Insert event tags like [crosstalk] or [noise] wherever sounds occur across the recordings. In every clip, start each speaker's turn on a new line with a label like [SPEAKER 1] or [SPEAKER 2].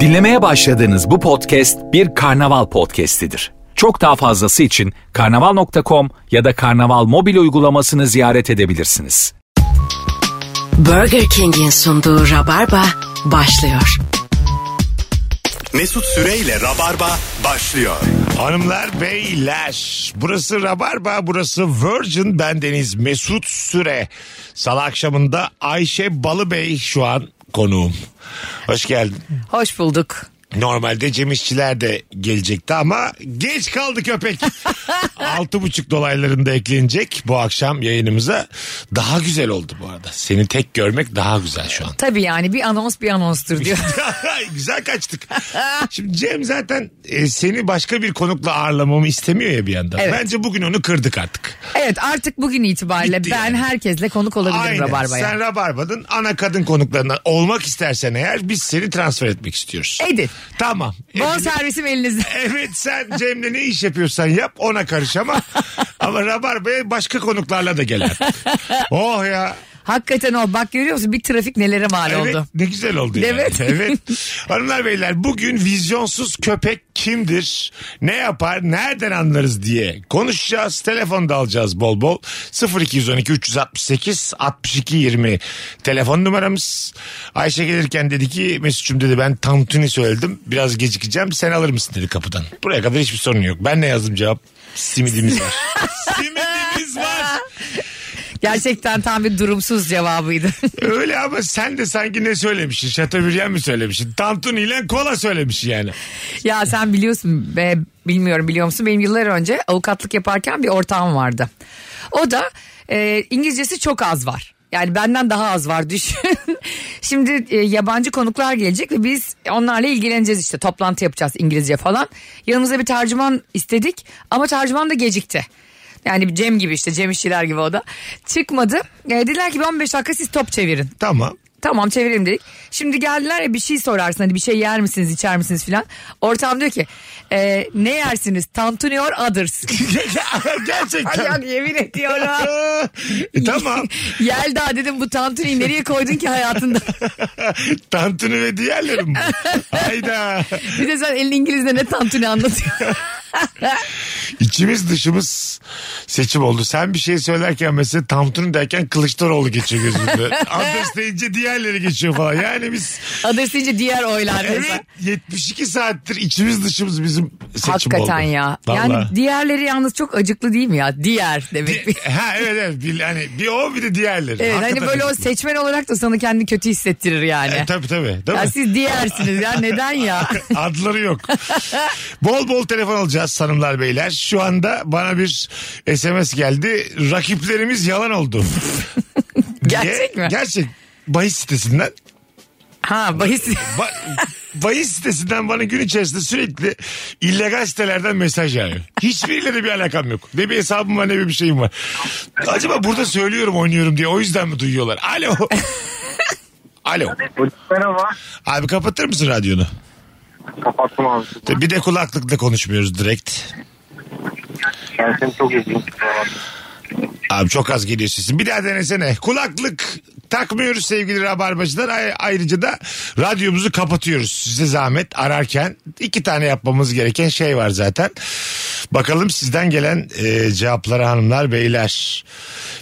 [SPEAKER 1] Dinlemeye başladığınız bu podcast bir karnaval podcastidir. Çok daha fazlası için karnaval.com ya da karnaval mobil uygulamasını ziyaret edebilirsiniz.
[SPEAKER 2] Burger King'in sunduğu Rabarba başlıyor.
[SPEAKER 3] Mesut Süreyle Rabarba başlıyor.
[SPEAKER 4] Hanımlar beyler burası Rabarba burası Virgin bendeniz Mesut Süre. Salı akşamında Ayşe Balıbey şu an konuğum. Hoş geldin.
[SPEAKER 5] Hoş bulduk.
[SPEAKER 4] Normalde Cem İşçiler de gelecekti ama geç kaldı köpek. Altı buçuk dolaylarında eklenecek bu akşam yayınımıza. Daha güzel oldu bu arada. Seni tek görmek daha güzel şu an.
[SPEAKER 5] Tabii yani bir anons bir anonstur diyor.
[SPEAKER 4] [laughs] Güzel kaçtık. Şimdi Cem zaten e, seni başka bir konukla ağırlamamı istemiyor ya bir yandan.
[SPEAKER 5] Evet.
[SPEAKER 4] Bence bugün onu kırdık artık.
[SPEAKER 5] evet artık bugün itibariyle
[SPEAKER 4] Bitti
[SPEAKER 5] ben
[SPEAKER 4] yani.
[SPEAKER 5] herkesle konuk olabilirim Rabarba'ya.
[SPEAKER 4] Sen Rabarba'nın ana kadın konuklarından olmak istersen eğer biz seni transfer etmek istiyoruz.
[SPEAKER 5] Edin.
[SPEAKER 4] Tamam.
[SPEAKER 5] Bon
[SPEAKER 4] Edin.
[SPEAKER 5] servisim elinizde. [laughs]
[SPEAKER 4] Evet sen Cem'le ne iş yapıyorsan yap ona
[SPEAKER 5] [laughs]
[SPEAKER 4] karışamam. Ama Rabarba'ya başka konuklarla da gel artık. Oh ya.
[SPEAKER 5] Hakikaten o bak görüyor musun bir trafik nelere mal
[SPEAKER 4] Evet
[SPEAKER 5] oldu.
[SPEAKER 4] ne güzel oldu yani. [laughs]
[SPEAKER 5] Evet.
[SPEAKER 4] evet. Hanımlar beyler bugün vizyonsuz köpek kimdir? Ne yapar? Nereden anlarız diye konuşacağız. Telefon da alacağız bol bol. 0212 368 62 20 telefon numaramız. Ayşe gelirken dedi ki Mesut'cum dedi ben tantuni söyledim. Biraz gecikeceğim sen alır mısın dedi kapıdan. Buraya kadar hiçbir sorun yok. Ben ne yazdım cevap? Simidimiz
[SPEAKER 5] [laughs]
[SPEAKER 4] var. Simidimiz var.
[SPEAKER 5] Gerçekten tam bir durumsuz cevabıydı. [laughs]
[SPEAKER 4] Öyle ama sen de sanki ne söylemişsin? Şatabüryen mi söylemişsin? Tantuni ile kola söylemişsin yani.
[SPEAKER 5] ya sen biliyorsun be, bilmiyorum biliyor musun benim yıllar önce avukatlık yaparken bir ortağım vardı. O da e, İngilizcesi çok az var. Yani benden daha az var [laughs] düşün. Şimdi e, yabancı konuklar gelecek ve biz onlarla ilgileneceğiz işte toplantı yapacağız İngilizce falan. Yanımıza bir tercüman istedik ama tercüman da gecikti. Yani Cem gibi işte Cem İşçiler gibi o da. Çıkmadı. E, dediler ki bir 15 dakika siz top çevirin.
[SPEAKER 4] Tamam.
[SPEAKER 5] Tamam çevirelim dedik. Şimdi geldiler ya bir şey sorarsın hani bir şey yer misiniz içer misiniz filan. Ortam diyor ki "E, ne yersiniz tantuni or others. [laughs] Ay
[SPEAKER 4] Gerçekten.
[SPEAKER 5] ya, yemin [laughs] ediyorum.
[SPEAKER 4] [laughs] E, tamam.
[SPEAKER 5] Yelda dedim bu tantuniyi nereye koydun ki hayatında? [laughs]
[SPEAKER 4] Tantuni ve diğerlerim bu. Hayda.
[SPEAKER 5] bir de sen elin İngilizce ne tantuni anlatıyorsun.
[SPEAKER 4] İçimiz dışımız seçim oldu. Sen bir şey söylerken mesela Tantuni derken Kılıçdaroğlu geçiyor gözümde. Anders deyince diğerleri geçiyor falan. Yani biz
[SPEAKER 5] [laughs] others deyince diğer oylar.
[SPEAKER 4] evet
[SPEAKER 5] mesela.
[SPEAKER 4] 72 saattir içimiz dışımız bizim seçim oldu.
[SPEAKER 5] Hakikaten ya.
[SPEAKER 4] Vallahi.
[SPEAKER 5] Yani diğerleri yalnız çok acıklı değil mi ya? Diğer demek.
[SPEAKER 4] Di- ha evet evet bir, hani bir o bir de diğerleri.
[SPEAKER 5] [laughs] evet hani
[SPEAKER 4] Hakikaten.
[SPEAKER 5] böyle o seçmen olarak da sana kendini kötü hissettirir yani.
[SPEAKER 4] E, tabii tabii. Değil
[SPEAKER 5] ya
[SPEAKER 4] mi?
[SPEAKER 5] siz diğersiniz ya neden ya?
[SPEAKER 4] [laughs] Adları yok. bol bol telefon alacağız hanımlar beyler. Şu anda bana bir SMS geldi. Rakiplerimiz yalan oldu. diye.
[SPEAKER 5] [laughs] Gerçek mi?
[SPEAKER 4] Gerçek. Bahis sitesinden.
[SPEAKER 5] Ha bahis.
[SPEAKER 4] [laughs] Ba- bahis sitesinden bana gün içerisinde sürekli illegal sitelerden mesaj yağıyor. Hiçbiriyle de bir alakam yok. Ne bir hesabım var ne bir şeyim var. Acaba burada söylüyorum oynuyorum diye o yüzden mi duyuyorlar?
[SPEAKER 5] [laughs]
[SPEAKER 4] Alo. Alo.
[SPEAKER 6] Merhaba.
[SPEAKER 4] Abi kapatır mısın radyonu?
[SPEAKER 6] Kapattım abi.
[SPEAKER 4] Bir de kulaklıkla konuşmuyoruz direkt.
[SPEAKER 6] Yani seni çok üzgünüm.
[SPEAKER 4] Abi çok az geliyor sesin. Bir daha denesene. Kulaklık takmıyoruz sevgili rabarbacılar. Ay- ayrıca da radyomuzu kapatıyoruz. Size zahmet ararken iki tane yapmamız gereken şey var zaten. Bakalım sizden gelen e, cevaplara hanımlar beyler.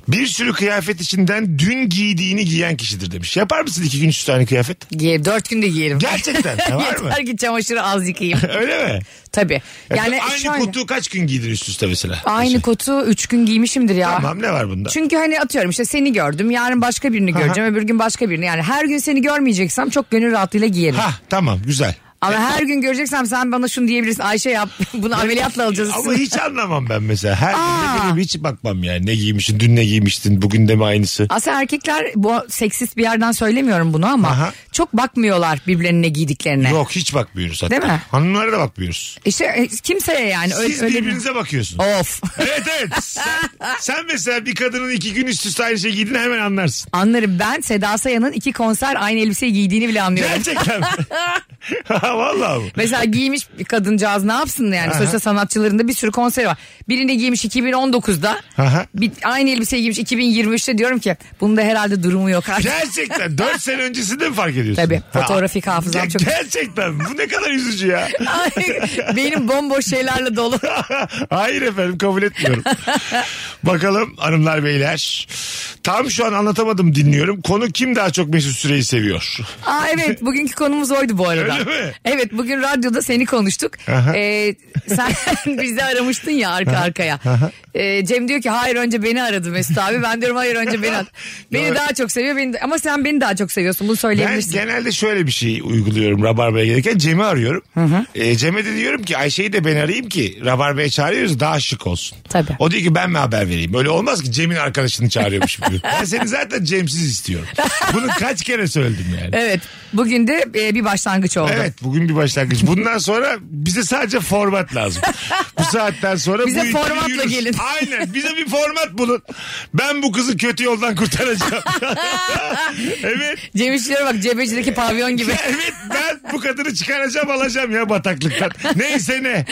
[SPEAKER 4] Bir sürü kıyafet içinden dün giydiğini giyen kişidir demiş. Yapar mısın iki gün üç tane kıyafet?
[SPEAKER 5] Giyerim. Dört günde giyerim. [laughs]
[SPEAKER 4] Gerçekten var mı?
[SPEAKER 5] Yeter ki çamaşırı
[SPEAKER 4] [laughs]
[SPEAKER 5] az yıkayayım.
[SPEAKER 4] Öyle mi?
[SPEAKER 5] Tabii. Yani
[SPEAKER 4] aynı
[SPEAKER 5] şöyle-
[SPEAKER 4] kutuyu kaç gün giydin üst üste mesela?
[SPEAKER 5] Aynı kotu üç gün giymişimdir ya.
[SPEAKER 4] Tamam ne var bunda?
[SPEAKER 5] Çünkü hani atıyorum işte seni gördüm yarın başka birini göreceğim öbür gün başka birini yani her gün seni görmeyeceksem çok gönül rahatlığıyla giyerim.
[SPEAKER 4] Ha tamam güzel.
[SPEAKER 5] Ama her gün göreceksem sen bana şunu diyebilirsin Ayşe yap [laughs] bunu ameliyatla alacağız.
[SPEAKER 4] Ama hiç anlamam ben mesela. Her gün ne
[SPEAKER 5] Aa.
[SPEAKER 4] bileyim hiç bakmam yani. Ne giymişsin, dün ne giymiştin, bugün de mi aynısı?
[SPEAKER 5] Aslında erkekler bu seksist bir yerden söylemiyorum bunu ama
[SPEAKER 4] Aha.
[SPEAKER 5] çok bakmıyorlar birbirlerine giydiklerine.
[SPEAKER 4] Yok hiç bakmıyoruz hatta.
[SPEAKER 5] Değil mi?
[SPEAKER 4] Hanımlara da bakmıyoruz.
[SPEAKER 5] İşte e, kimseye yani öyle,
[SPEAKER 4] Siz
[SPEAKER 5] öyle bir-
[SPEAKER 4] birbirinize bakıyorsunuz.
[SPEAKER 5] Of.
[SPEAKER 4] evet evet. Sen, sen mesela bir kadının iki gün üst üste aynı şey giydiğini hemen anlarsın.
[SPEAKER 5] [laughs] Anlarım ben Seda Sayan'ın iki konser aynı elbiseyi giydiğini bile anlıyorum.
[SPEAKER 4] Gerçekten. mi? Ha valla mı?
[SPEAKER 5] Mesela giymiş bir kadıncağız ne yapsın yani? Sonuçta sanatçıların da bir sürü konseri var. Birini giymiş 2019'da.
[SPEAKER 4] Aha.
[SPEAKER 5] bir, aynı elbiseyi giymiş 2023'te diyorum ki bunda herhalde durumu yok artık.
[SPEAKER 4] Gerçekten 4 sene öncesinde mi fark ediyorsun?
[SPEAKER 5] Tabii
[SPEAKER 4] Ha.
[SPEAKER 5] fotoğrafik hafızam
[SPEAKER 4] Ger-
[SPEAKER 5] çok. [laughs]
[SPEAKER 4] Gerçekten bu ne kadar üzücü ya.
[SPEAKER 5] Benim bomboş şeylerle dolu.
[SPEAKER 4] [laughs] Hayır efendim kabul etmiyorum. Bakalım hanımlar beyler. Tam şu an anlatamadım dinliyorum. Konu kim daha çok Mesut Süreyi seviyor?
[SPEAKER 5] Aa evet bugünkü konumuz oydu bu arada.
[SPEAKER 4] Öyle mi?
[SPEAKER 5] Evet bugün radyoda seni konuştuk.
[SPEAKER 4] Aha.
[SPEAKER 5] Ee, sen [laughs] bizi aramıştın ya arka arkaya. Ee, Cem diyor ki hayır önce beni aradı Mesut abi. Ben diyorum hayır
[SPEAKER 4] [laughs]
[SPEAKER 5] önce beni aradı. Beni
[SPEAKER 4] Doğru.
[SPEAKER 5] daha çok seviyor beni de- ama sen beni daha çok seviyorsun bunu
[SPEAKER 4] Ben
[SPEAKER 5] söyleyebilirsin.
[SPEAKER 4] genelde şöyle bir şey uyguluyorum Rabarba'ya gelirken Cem'i arıyorum. E, Cem'e de diyorum ki Ayşe'yi de ben arayayım ki Rabarba'ya çağırıyoruz daha şık olsun.
[SPEAKER 5] Tabii.
[SPEAKER 4] O diyor ki ben mi haber vereyim? Öyle olmaz ki Cem'in arkadaşını çağırıyormuş gibi. ben seni zaten Cem'siz istiyorum. Bunu kaç kere söyledim yani.
[SPEAKER 5] Evet bugün de e, bir başlangıç oldu.
[SPEAKER 4] Evet bugün bir
[SPEAKER 5] [laughs]
[SPEAKER 4] başlangıç. Bundan sonra bize sadece format lazım. Bu saatten sonra
[SPEAKER 5] Bize
[SPEAKER 4] bu ikili
[SPEAKER 5] formatla
[SPEAKER 4] yürür.
[SPEAKER 5] gelin.
[SPEAKER 4] Aynen bize bir format bulun. Ben bu kızı kötü yoldan
[SPEAKER 5] [laughs]
[SPEAKER 4] kurtaracağım. evet.
[SPEAKER 5] Cem İşçilere bak cebeci'deki pavyon gibi.
[SPEAKER 4] Evet ben bu kadını çıkaracağım alacağım ya bataklıktan. Neyse ne.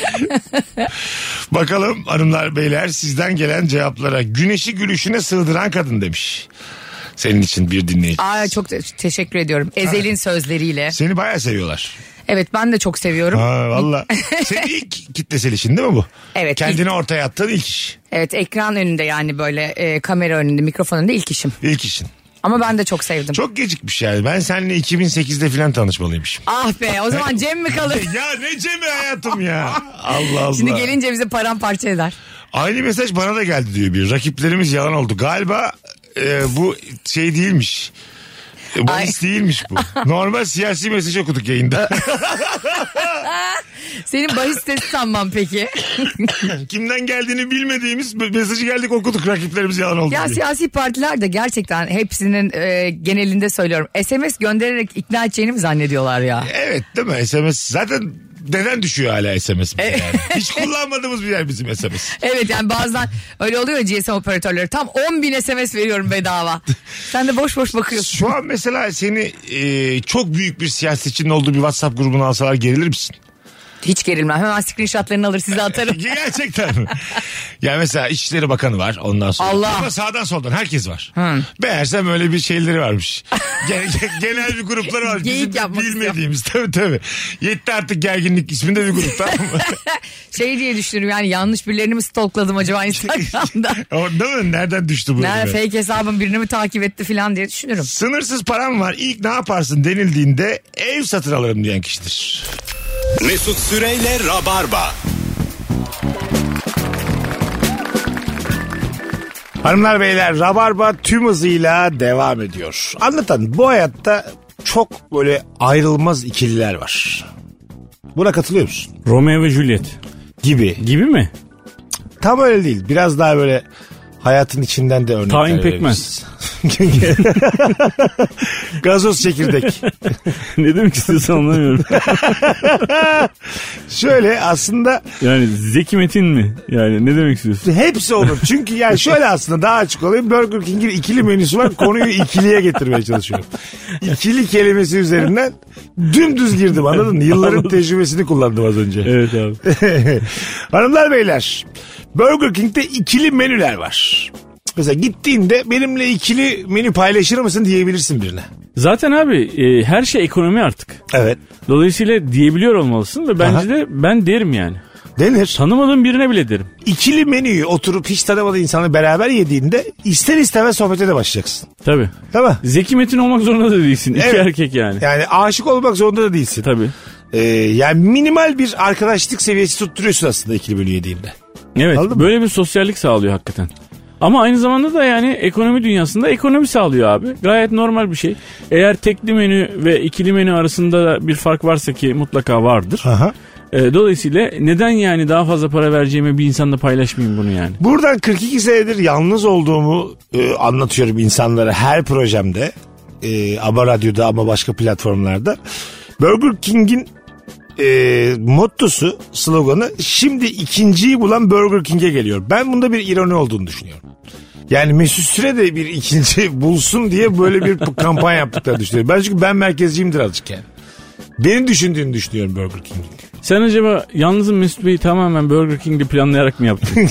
[SPEAKER 4] Bakalım hanımlar beyler sizden gelen cevaplara. Güneşi gülüşüne sığdıran kadın demiş. Senin için bir dinleyici.
[SPEAKER 5] Aa, çok te- teşekkür ediyorum. Ezel'in sözleriyle.
[SPEAKER 4] Seni bayağı seviyorlar.
[SPEAKER 5] Evet ben de çok seviyorum.
[SPEAKER 4] Ha valla. Senin ilk kitlesel işin değil mi bu?
[SPEAKER 5] Evet,
[SPEAKER 4] Kendini ortaya attığın ilk iş.
[SPEAKER 5] Evet ekran önünde yani böyle e, kamera önünde mikrofon önünde ilk işim.
[SPEAKER 4] İlk işin.
[SPEAKER 5] Ama ben de çok sevdim.
[SPEAKER 4] Çok gecikmiş yani. Ben seninle 2008'de falan tanışmalıymışım.
[SPEAKER 5] Ah be o zaman Cem mi kalır?
[SPEAKER 4] ya ne Cem'i hayatım ya. Allah Allah.
[SPEAKER 5] [laughs] Şimdi gelince bizi paramparça eder.
[SPEAKER 4] Aynı mesaj bana da geldi diyor bir. Rakiplerimiz yalan oldu. Galiba e, bu şey değilmiş. E, Bahis değilmiş
[SPEAKER 5] [laughs]
[SPEAKER 4] bu. Normal siyasi mesaj okuduk yayında.
[SPEAKER 5] Senin bahis testi sanmam peki.
[SPEAKER 4] Kimden geldiğini bilmediğimiz me- mesajı geldik okuduk. Rakiplerimiz yalan oldu.
[SPEAKER 5] ya [laughs]
[SPEAKER 4] diye.
[SPEAKER 5] siyasi partiler de gerçekten hepsinin e, genelinde söylüyorum. SMS göndererek ikna edeceğini mi zannediyorlar ya?
[SPEAKER 4] Evet değil mi? SMS zaten neden düşüyor hala SMS? bize yani? Hiç kullanmadığımız bir yer bizim SMS.
[SPEAKER 5] [laughs] Evet yani bazen öyle oluyor ya GSM operatörleri. Tam 10 bin SMS veriyorum [laughs] bedava. Sen de boş boş bakıyorsun.
[SPEAKER 4] Şu an mesela seni e, çok büyük bir siyasetçinin olduğu bir WhatsApp grubuna alsalar gerilir
[SPEAKER 5] [laughs]
[SPEAKER 4] misin?
[SPEAKER 5] Hiç gerilmem. Hemen screenshotlarını alır size atarım.
[SPEAKER 4] Gerçekten. mi? ya mesela İçişleri Bakanı var ondan sonra.
[SPEAKER 5] Allah.
[SPEAKER 4] Ama sağdan soldan herkes var. Meğersem öyle bir şeyleri varmış. Gen- gen- Genel bir grupları var.
[SPEAKER 5] Geyik
[SPEAKER 4] Bizim
[SPEAKER 5] yapmak istiyor.
[SPEAKER 4] Bilmediğimiz tabii tabii. Yetti artık gerginlik isminde bir grup tamam
[SPEAKER 5] [laughs]
[SPEAKER 4] mı?
[SPEAKER 5] [laughs] Şey diye düşünürüm yani yanlış birilerini mi stalkladım acaba [laughs] Instagram'da?
[SPEAKER 4] O, değil mi? Nereden düştü bu?
[SPEAKER 5] Nerede
[SPEAKER 4] elime?
[SPEAKER 5] fake hesabım birini mi takip etti falan diye düşünürüm.
[SPEAKER 4] Sınırsız param var ilk ne yaparsın denildiğinde ev satın alırım diyen kişidir.
[SPEAKER 3] Mesut Süreyle Rabarba.
[SPEAKER 4] Hanımlar beyler Rabarba tüm hızıyla devam ediyor. Anlatan bu hayatta çok böyle ayrılmaz ikililer var. Buna katılıyor musun?
[SPEAKER 7] Romeo ve Juliet
[SPEAKER 4] Gibi.
[SPEAKER 7] gibi mi? [laughs]
[SPEAKER 4] Tam öyle değil. Biraz daha böyle hayatın içinden de örnekler
[SPEAKER 7] Tahin
[SPEAKER 4] verebiliriz. [laughs] Gazoz çekirdek.
[SPEAKER 7] ne demek istiyorsun
[SPEAKER 4] [laughs]
[SPEAKER 7] anlamıyorum.
[SPEAKER 4] Şöyle aslında
[SPEAKER 7] Yani Zeki Metin mi? Yani ne demek istiyorsun?
[SPEAKER 4] hepsi olur. Çünkü yani şöyle aslında daha açık olayım. Burger King'in ikili menüsü var. Konuyu ikiliye getirmeye çalışıyorum. İkili kelimesi üzerinden dümdüz girdim anladın mı? Yılların tecrübesini kullandım az önce.
[SPEAKER 7] Evet abi.
[SPEAKER 4] [laughs] Hanımlar beyler Burger King'de ikili menüler var. Mesela gittiğinde benimle ikili menü paylaşır mısın diyebilirsin birine.
[SPEAKER 7] Zaten abi e, her şey ekonomi artık.
[SPEAKER 4] Evet.
[SPEAKER 7] Dolayısıyla diyebiliyor olmalısın ve bence
[SPEAKER 4] Aha.
[SPEAKER 7] de ben derim yani.
[SPEAKER 4] Denir.
[SPEAKER 7] Tanımadığım birine bile derim.
[SPEAKER 4] İkili menüyü oturup hiç tanımadığı insanla beraber yediğinde ister istemez sohbete de başlayacaksın.
[SPEAKER 7] Tabii.
[SPEAKER 4] Değil mi?
[SPEAKER 7] Zeki Metin olmak zorunda da değilsin. İki
[SPEAKER 4] Evet.
[SPEAKER 7] erkek yani.
[SPEAKER 4] Yani aşık olmak zorunda da değilsin.
[SPEAKER 7] Tabii.
[SPEAKER 4] Ee, yani minimal bir arkadaşlık seviyesi tutturuyorsun aslında ikili menü yediğinde.
[SPEAKER 7] Evet.
[SPEAKER 4] Anladın mı?
[SPEAKER 7] böyle bir sosyallik sağlıyor hakikaten. Ama aynı zamanda da yani ekonomi dünyasında ekonomi sağlıyor abi. Gayet normal bir şey. Eğer tekli menü ve ikili menü arasında da bir fark varsa ki mutlaka vardır.
[SPEAKER 4] Aha.
[SPEAKER 7] Ee, dolayısıyla neden yani daha fazla para vereceğimi bir insanla paylaşmayayım bunu yani.
[SPEAKER 4] Buradan 42 senedir yalnız olduğumu e, anlatıyorum insanlara her projemde. E, ama radyoda ama başka platformlarda. Burger King'in e, mottosu, sloganı şimdi ikinciyi bulan Burger King'e geliyor. Ben bunda bir ironi olduğunu düşünüyorum. Yani Mesut Süre de bir [laughs] ikinci bulsun diye böyle bir kampanya yaptıklarını düşünüyorum. Ben çünkü ben merkezciyimdir azıcık yani. Benim düşündüğünü düşünüyorum Burger King'in.
[SPEAKER 7] Sen acaba yalnızın Mesut Bey'i tamamen Burger King'de planlayarak mı [laughs] yaptın?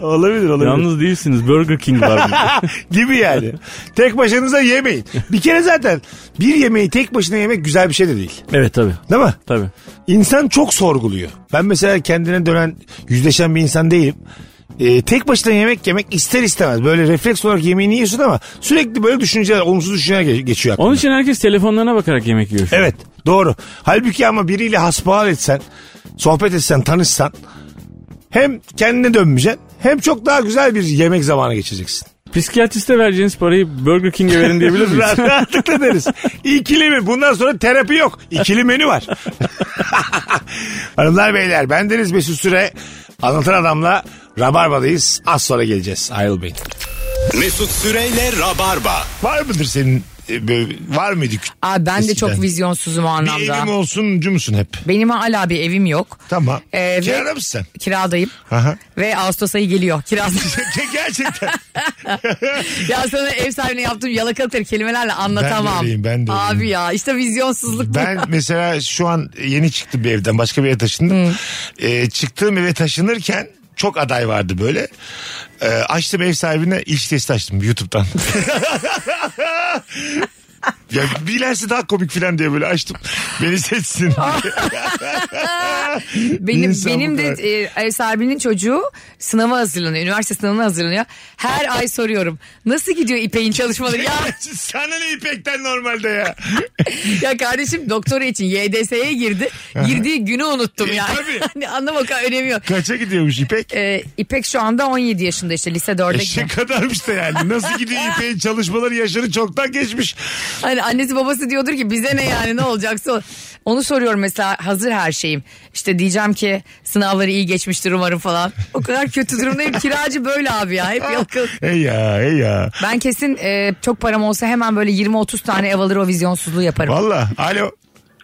[SPEAKER 4] olabilir olabilir.
[SPEAKER 7] Yalnız değilsiniz Burger King var mı?
[SPEAKER 4] [laughs] gibi yani. Tek başınıza yemeyin. Bir kere zaten bir yemeği tek başına yemek güzel bir şey de değil.
[SPEAKER 7] [laughs] evet tabii.
[SPEAKER 4] Değil mi?
[SPEAKER 7] Tabii.
[SPEAKER 4] İnsan çok sorguluyor. Ben mesela kendine dönen, yüzleşen bir insan değilim. Ee, tek başına yemek yemek ister istemez. Böyle refleks olarak yemeğini yiyorsun ama sürekli böyle düşünceler, olumsuz düşünceler ge- geçiyor aklına.
[SPEAKER 7] Onun için herkes telefonlarına bakarak yemek yiyor. şu an.
[SPEAKER 4] Evet doğru. Halbuki ama biriyle hasbihal etsen, sohbet etsen, tanışsan hem kendine dönmeyeceksin hem çok daha güzel bir yemek zamanı geçireceksin.
[SPEAKER 7] Psikiyatriste vereceğiniz parayı Burger King'e verin diyebilir [laughs] miyiz?
[SPEAKER 4] Rahat- Rahatlıkla deriz. İkili mi? Bundan sonra terapi yok. İkili menü var. [laughs] Hanımlar beyler bendeniz Mesut Süre. Anlatan Adam'la Rabarba'dayız. Az sonra geleceğiz. Ayrılmayın.
[SPEAKER 3] Mesut Süreyle Rabarba.
[SPEAKER 4] Var mıdır senin e, böyle- var mıydı? kü-
[SPEAKER 5] Abi ben de
[SPEAKER 4] eskiden?
[SPEAKER 5] çok vizyonsuzum o
[SPEAKER 4] Bir
[SPEAKER 5] anlamda.
[SPEAKER 4] evim olsuncu musun hep?
[SPEAKER 5] Benim hala bir evim yok.
[SPEAKER 4] Tamam.
[SPEAKER 5] Ee, ve-
[SPEAKER 4] Kenara mısın sen?
[SPEAKER 5] Kiradayım.
[SPEAKER 4] Aha. [laughs]
[SPEAKER 5] Ve Ağustos ayı geliyor. Kiradayım.
[SPEAKER 4] Gerçekten.
[SPEAKER 5] [laughs] ya sana ev sahibine yaptığım yalakalıkları kelimelerle anlatamam.
[SPEAKER 4] öyleyim, ben de öyleyim.
[SPEAKER 5] Abi ya işte vizyonsuzluk.
[SPEAKER 4] Ben mesela şu an yeni çıktım bir evden başka bir eve taşındım. Ee, çıktığım eve taşınırken çok aday vardı böyle. Ee, açtım ev sahibine iş testi açtım YouTube'dan. [laughs] ya bilense daha komik filan diye böyle açtım. Beni
[SPEAKER 5] [laughs]
[SPEAKER 4] seçsin.
[SPEAKER 5] Ah, Benim
[SPEAKER 4] İnsan bu
[SPEAKER 5] benim de
[SPEAKER 4] kadar.
[SPEAKER 5] e, ev sahibinin çocuğu sınava hazırlanıyor. Üniversite sınavına hazırlanıyor. Her ay soruyorum. Nasıl gidiyor İpek'in çalışmaları? ya,
[SPEAKER 4] [laughs] Sana ne İpek'ten normalde ya.
[SPEAKER 5] ya kardeşim doktora için YDS'ye girdi. Girdiği günü unuttum
[SPEAKER 4] E,
[SPEAKER 5] ya.
[SPEAKER 4] tabii.
[SPEAKER 5] [laughs] hani anlam o kadar önemi yok.
[SPEAKER 4] Kaça gidiyormuş İpek?
[SPEAKER 5] Ee, İpek şu anda 17 yaşında işte lise 4'e
[SPEAKER 4] Eşek
[SPEAKER 5] gidiyor.
[SPEAKER 4] kadarmış da yani. Nasıl gidiyor İpek'in çalışmaları yaşını çoktan geçmiş.
[SPEAKER 5] Hani annesi babası diyordur ki bize ne yani ne olacaksa o. Onu soruyorum mesela hazır her şeyim. İşte diyeceğim ki sınavları iyi geçmiştir umarım falan. O kadar kötü durumdayım. Kiracı böyle abi ya. Hep yakın.
[SPEAKER 4] Ey ya ey ya.
[SPEAKER 5] Ben kesin e, çok param olsa hemen böyle 20-30 tane ev alır o vizyonsuzluğu yaparım.
[SPEAKER 4] Valla alo.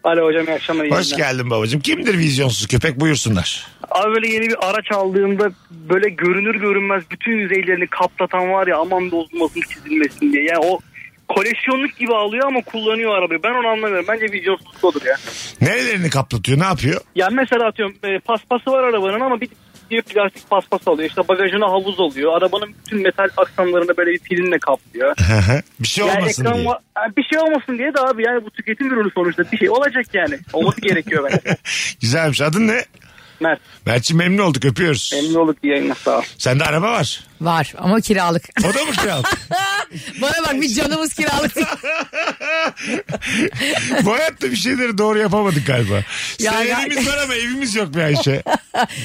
[SPEAKER 8] Alo hocam iyi akşamlar. iyi
[SPEAKER 4] Hoş
[SPEAKER 8] yayınlar.
[SPEAKER 4] geldin babacığım. Kimdir vizyonsuz köpek buyursunlar.
[SPEAKER 8] Abi böyle yeni bir araç aldığımda böyle görünür görünmez bütün yüzeylerini kaplatan var ya aman bozulmasın çizilmesin diye. Yani o koleksiyonluk gibi alıyor ama kullanıyor arabayı. Ben onu anlamıyorum. Bence vizyonsuzluk odur ya.
[SPEAKER 4] Nerelerini kaplatıyor ne yapıyor? [laughs]
[SPEAKER 8] Yani mesela atıyorum e, paspası var arabanın ama bir bir plastik paspas alıyor. İşte bagajına havuz alıyor. Arabanın bütün metal aksamlarını böyle bir filmle kaplıyor.
[SPEAKER 4] Hı hı. bir şey
[SPEAKER 8] Yani
[SPEAKER 4] olmasın
[SPEAKER 8] ekran
[SPEAKER 4] diye.
[SPEAKER 8] va- yani bir şey olmasın diye de abi yani bu tüketim ürünü sonuçta bir şey olacak yani. Olması gerekiyor
[SPEAKER 9] [laughs]
[SPEAKER 8] bence.
[SPEAKER 4] Güzelmiş. Adın ne?
[SPEAKER 8] Mert
[SPEAKER 4] Mert'ciğim memnun olduk öpüyoruz.
[SPEAKER 8] memnun olduk iyi yayınlar sağ ol.
[SPEAKER 4] Sende araba var.
[SPEAKER 5] Var ama kiralık. [laughs]
[SPEAKER 4] O da mı kral?
[SPEAKER 5] Bana bak bir canımız kiralık.
[SPEAKER 4] Bu hayatta bir şeyleri doğru yapamadık galiba.
[SPEAKER 5] Ya-
[SPEAKER 4] Sevenimiz var ama evimiz yok be Ayşe.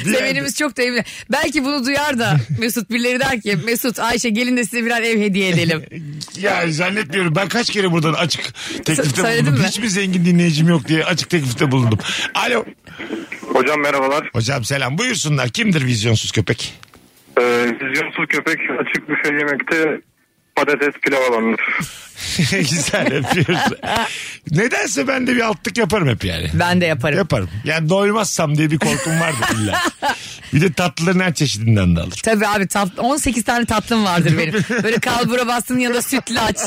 [SPEAKER 4] Bir
[SPEAKER 5] [laughs] Sevenimiz çok da evli. Belki bunu duyar da Mesut birileri der ki Mesut Ayşe gelin de size birer ev hediye edelim.
[SPEAKER 4] yerde- Ya zannetmiyorum. Ben kaç kere buradan açık teklifte
[SPEAKER 5] söyledin
[SPEAKER 4] bulundum.
[SPEAKER 5] mi?
[SPEAKER 4] Hiçbir zengin dinleyicim yok diye açık teklifte bulundum. Alo.
[SPEAKER 6] Hocam merhabalar.
[SPEAKER 4] Hocam selam. Buyursunlar. Kimdir vizyonsuz köpek?
[SPEAKER 6] Ee, vizyonsuz köpek açık büfe yemekte patates pilav alanır.
[SPEAKER 4] [laughs] Güzel öpüyoruz. Nedense ben de bir altlık yaparım hep yani.
[SPEAKER 5] Ben de yaparım.
[SPEAKER 4] Yaparım. Yani doymazsam diye bir korkum vardı illa. bir de tatlıların her çeşidinden de alır.
[SPEAKER 5] Tabii abi tat, 18 tane tatlım
[SPEAKER 4] [laughs]
[SPEAKER 5] vardır benim. Böyle kalbura bastın ya da sütlaç.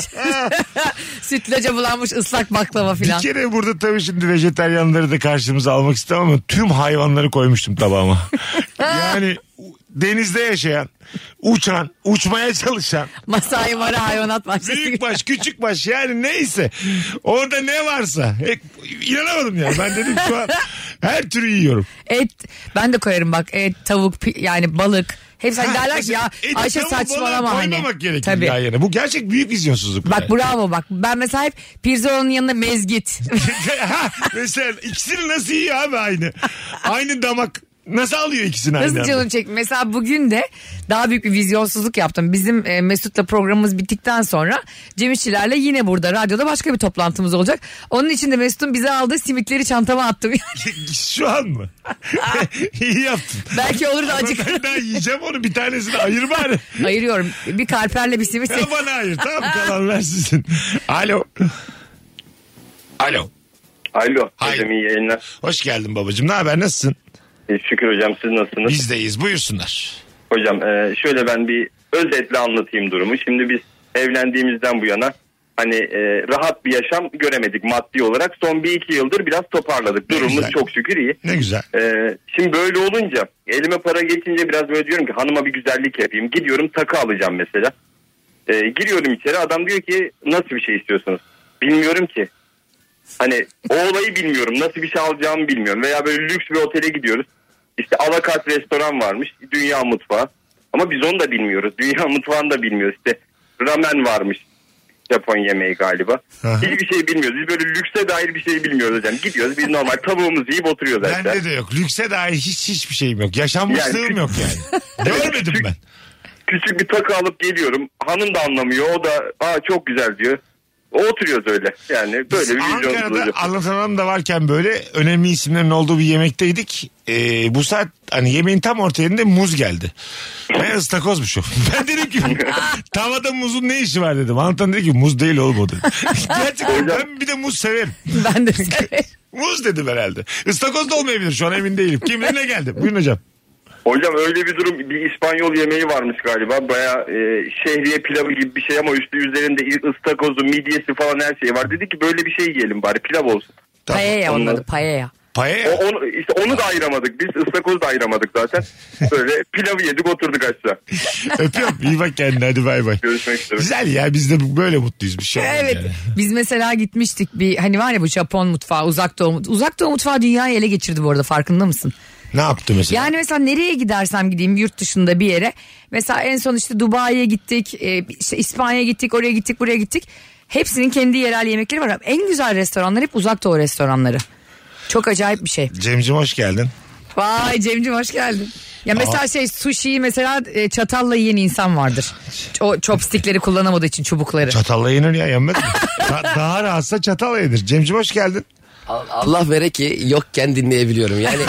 [SPEAKER 5] Sütlaca bulanmış ıslak baklava filan.
[SPEAKER 4] Bir kere burada tabii şimdi vejeteryanları da karşımıza almak istemem ama tüm hayvanları koymuştum tabağıma.
[SPEAKER 5] [laughs]
[SPEAKER 4] yani u- denizde yaşayan, uçan, uçmaya çalışan, [laughs]
[SPEAKER 5] Masai Mara hayvanat bahçesi.
[SPEAKER 4] büyük baş, küçük baş yani neyse. Orada ne varsa. E, inanamadım ya. Ben dedim şu an her türü yiyorum.
[SPEAKER 5] Et ben de koyarım bak et tavuk pi- yani balık. Hepsi hani
[SPEAKER 4] Ha,
[SPEAKER 5] derler ki
[SPEAKER 4] mesela
[SPEAKER 5] ya
[SPEAKER 4] eti,
[SPEAKER 5] Ayşe
[SPEAKER 4] tavuğu, balığı
[SPEAKER 5] saçmalama hani.
[SPEAKER 4] E, Koymamak gerekir
[SPEAKER 5] Tabii.
[SPEAKER 4] yan yana. Bu gerçek büyük vizyonsuzluk. bu
[SPEAKER 5] Bak
[SPEAKER 4] yani.
[SPEAKER 5] bravo bak. Ben mesela hep pirzolanın yanına mezgit.
[SPEAKER 4] [laughs] Ha, mesela ikisini nasıl yiyor abi aynı? Aynı damak nasıl alıyor ikisini aynı
[SPEAKER 5] Nasıl
[SPEAKER 4] anda?
[SPEAKER 5] canım çek? Mesela bugün de daha büyük bir vizyonsuzluk yaptım. Bizim e, Mesut'la programımız bittikten sonra Cem İşçilerle yine burada radyoda başka bir toplantımız olacak. Onun için de Mesut'un bize aldığı simitleri çantama attım.
[SPEAKER 4] [laughs]
[SPEAKER 5] [laughs]
[SPEAKER 4] Şu an mı? [laughs] İyi yaptın.
[SPEAKER 5] Belki olur da
[SPEAKER 4] Ama
[SPEAKER 5] acık.
[SPEAKER 4] Ben daha yiyeceğim onu bir tanesini ayır bari.
[SPEAKER 5] [laughs] Ayırıyorum. Bir karperle bir simit.
[SPEAKER 4] Ya bana ayır tamam kalanlar sizin. Alo. Alo.
[SPEAKER 10] Alo.
[SPEAKER 4] Hayır.
[SPEAKER 10] Hocam iyi yayınlar.
[SPEAKER 4] Hoş geldin babacığım. Ne haber nasılsın?
[SPEAKER 10] E, Şükür hocam siz nasılsınız?
[SPEAKER 4] Bizdeyiz buyursunlar.
[SPEAKER 10] Hocam e, şöyle ben bir özetle anlatayım durumu. Şimdi biz evlendiğimizden bu yana
[SPEAKER 9] hani e, rahat bir yaşam göremedik maddi olarak. Son bir iki yıldır biraz toparladık.
[SPEAKER 4] Ne
[SPEAKER 9] Durumumuz
[SPEAKER 4] güzel.
[SPEAKER 9] çok şükür iyi.
[SPEAKER 4] Ne güzel.
[SPEAKER 9] Ee, şimdi böyle olunca elime para geçince biraz böyle diyorum ki hanıma bir güzellik yapayım. Gidiyorum takı alacağım mesela. Ee, giriyorum içeri adam diyor ki nasıl bir şey istiyorsunuz? Bilmiyorum ki. Hani o olayı bilmiyorum. Nasıl bir şey alacağımı bilmiyorum. Veya böyle lüks bir otele gidiyoruz. İşte alakart restoran varmış. Dünya mutfağı. Ama biz onu da bilmiyoruz. Dünya mutfağını da bilmiyoruz. İşte ramen varmış. Japon yemeği galiba.
[SPEAKER 4] Aha.
[SPEAKER 9] Hiçbir şey bilmiyoruz. Biz böyle lükse dair bir şey bilmiyoruz hocam. Gidiyoruz biz normal tavuğumuzu yiyip oturuyoruz zaten.
[SPEAKER 4] Bende de yok. Lükse dair hiç hiçbir şeyim yok. Yaşanmışlığım
[SPEAKER 9] Yani-
[SPEAKER 4] yok yani. Görmedim ben.
[SPEAKER 9] küçük bir takı alıp geliyorum. Hanım da anlamıyor. O da aa çok güzel diyor. O oturuyoruz öyle. Yani böyle bir vizyonsuz
[SPEAKER 4] Ankara'da
[SPEAKER 9] hocam.
[SPEAKER 4] anlatanım da varken böyle önemli isimlerin olduğu bir yemekteydik. Ee, bu saat hani yemeğin tam orta yerinde muz geldi. Ben ıstakozmuş o. [laughs] Ben dedim ki
[SPEAKER 9] [laughs]
[SPEAKER 4] tavada muzun ne işi var dedim. Anlatan dedi ki muz değil oğlum o dedi. [laughs] Gerçekten ben bir de muz severim.
[SPEAKER 5] Ben de [laughs] severim.
[SPEAKER 4] Muz dedim herhalde. Istakoz da olmayabilir şu an emin değilim. Kim bilir ne geldi? Buyurun hocam.
[SPEAKER 9] Hocam öyle bir durum bir İspanyol yemeği varmış galiba. Baya e, şehriye pilavı gibi bir şey ama üstü üzerinde ıstakozu, midyesi falan her şey var. Dedi ki böyle bir şey yiyelim bari pilav olsun.
[SPEAKER 4] Tamam.
[SPEAKER 5] Paella onun
[SPEAKER 9] Anladım.
[SPEAKER 5] adı paella.
[SPEAKER 9] O,
[SPEAKER 4] Paella.
[SPEAKER 9] onu, işte onu da ayıramadık. Biz ıstakozu da ayıramadık zaten. Böyle pilavı yedik oturduk aşağı.
[SPEAKER 4] [laughs] Öpüyorum. İyi bak kendine hadi bay bay.
[SPEAKER 9] Görüşmek üzere.
[SPEAKER 4] Güzel ya biz de böyle mutluyuz bir şey. olmaz
[SPEAKER 5] Evet.
[SPEAKER 4] yani. [laughs]
[SPEAKER 5] Biz mesela gitmiştik bir hani var ya bu Japon mutfağı, uzak doğu mutfağı. Uzak doğu mutfağı dünyayı ele geçirdi bu arada farkında mısın?
[SPEAKER 4] Ne yaptı mesela?
[SPEAKER 5] Yani mesela nereye gidersem gideyim yurt dışında bir yere. Mesela en son işte Dubai'ye gittik, e, işte İspanya'ya gittik, oraya gittik, buraya gittik. Hepsinin kendi yerel yemekleri var. ama En güzel restoranlar hep uzak doğu restoranları. Çok acayip bir şey.
[SPEAKER 4] Cemcim hoş geldin.
[SPEAKER 5] Vay Cemcim hoş geldin. Ya mesela şey sushi'yi mesela e, çatalla yiyen insan vardır. O chopstickleri kullanamadığı için çubukları.
[SPEAKER 4] Çatalla yenir ya yenmez mi? Da- daha rahatsa çatalla yenir. Cemcim hoş geldin.
[SPEAKER 7] Al- Allah vere ki yokken
[SPEAKER 4] [laughs]
[SPEAKER 7] dinleyebiliyorum. Yani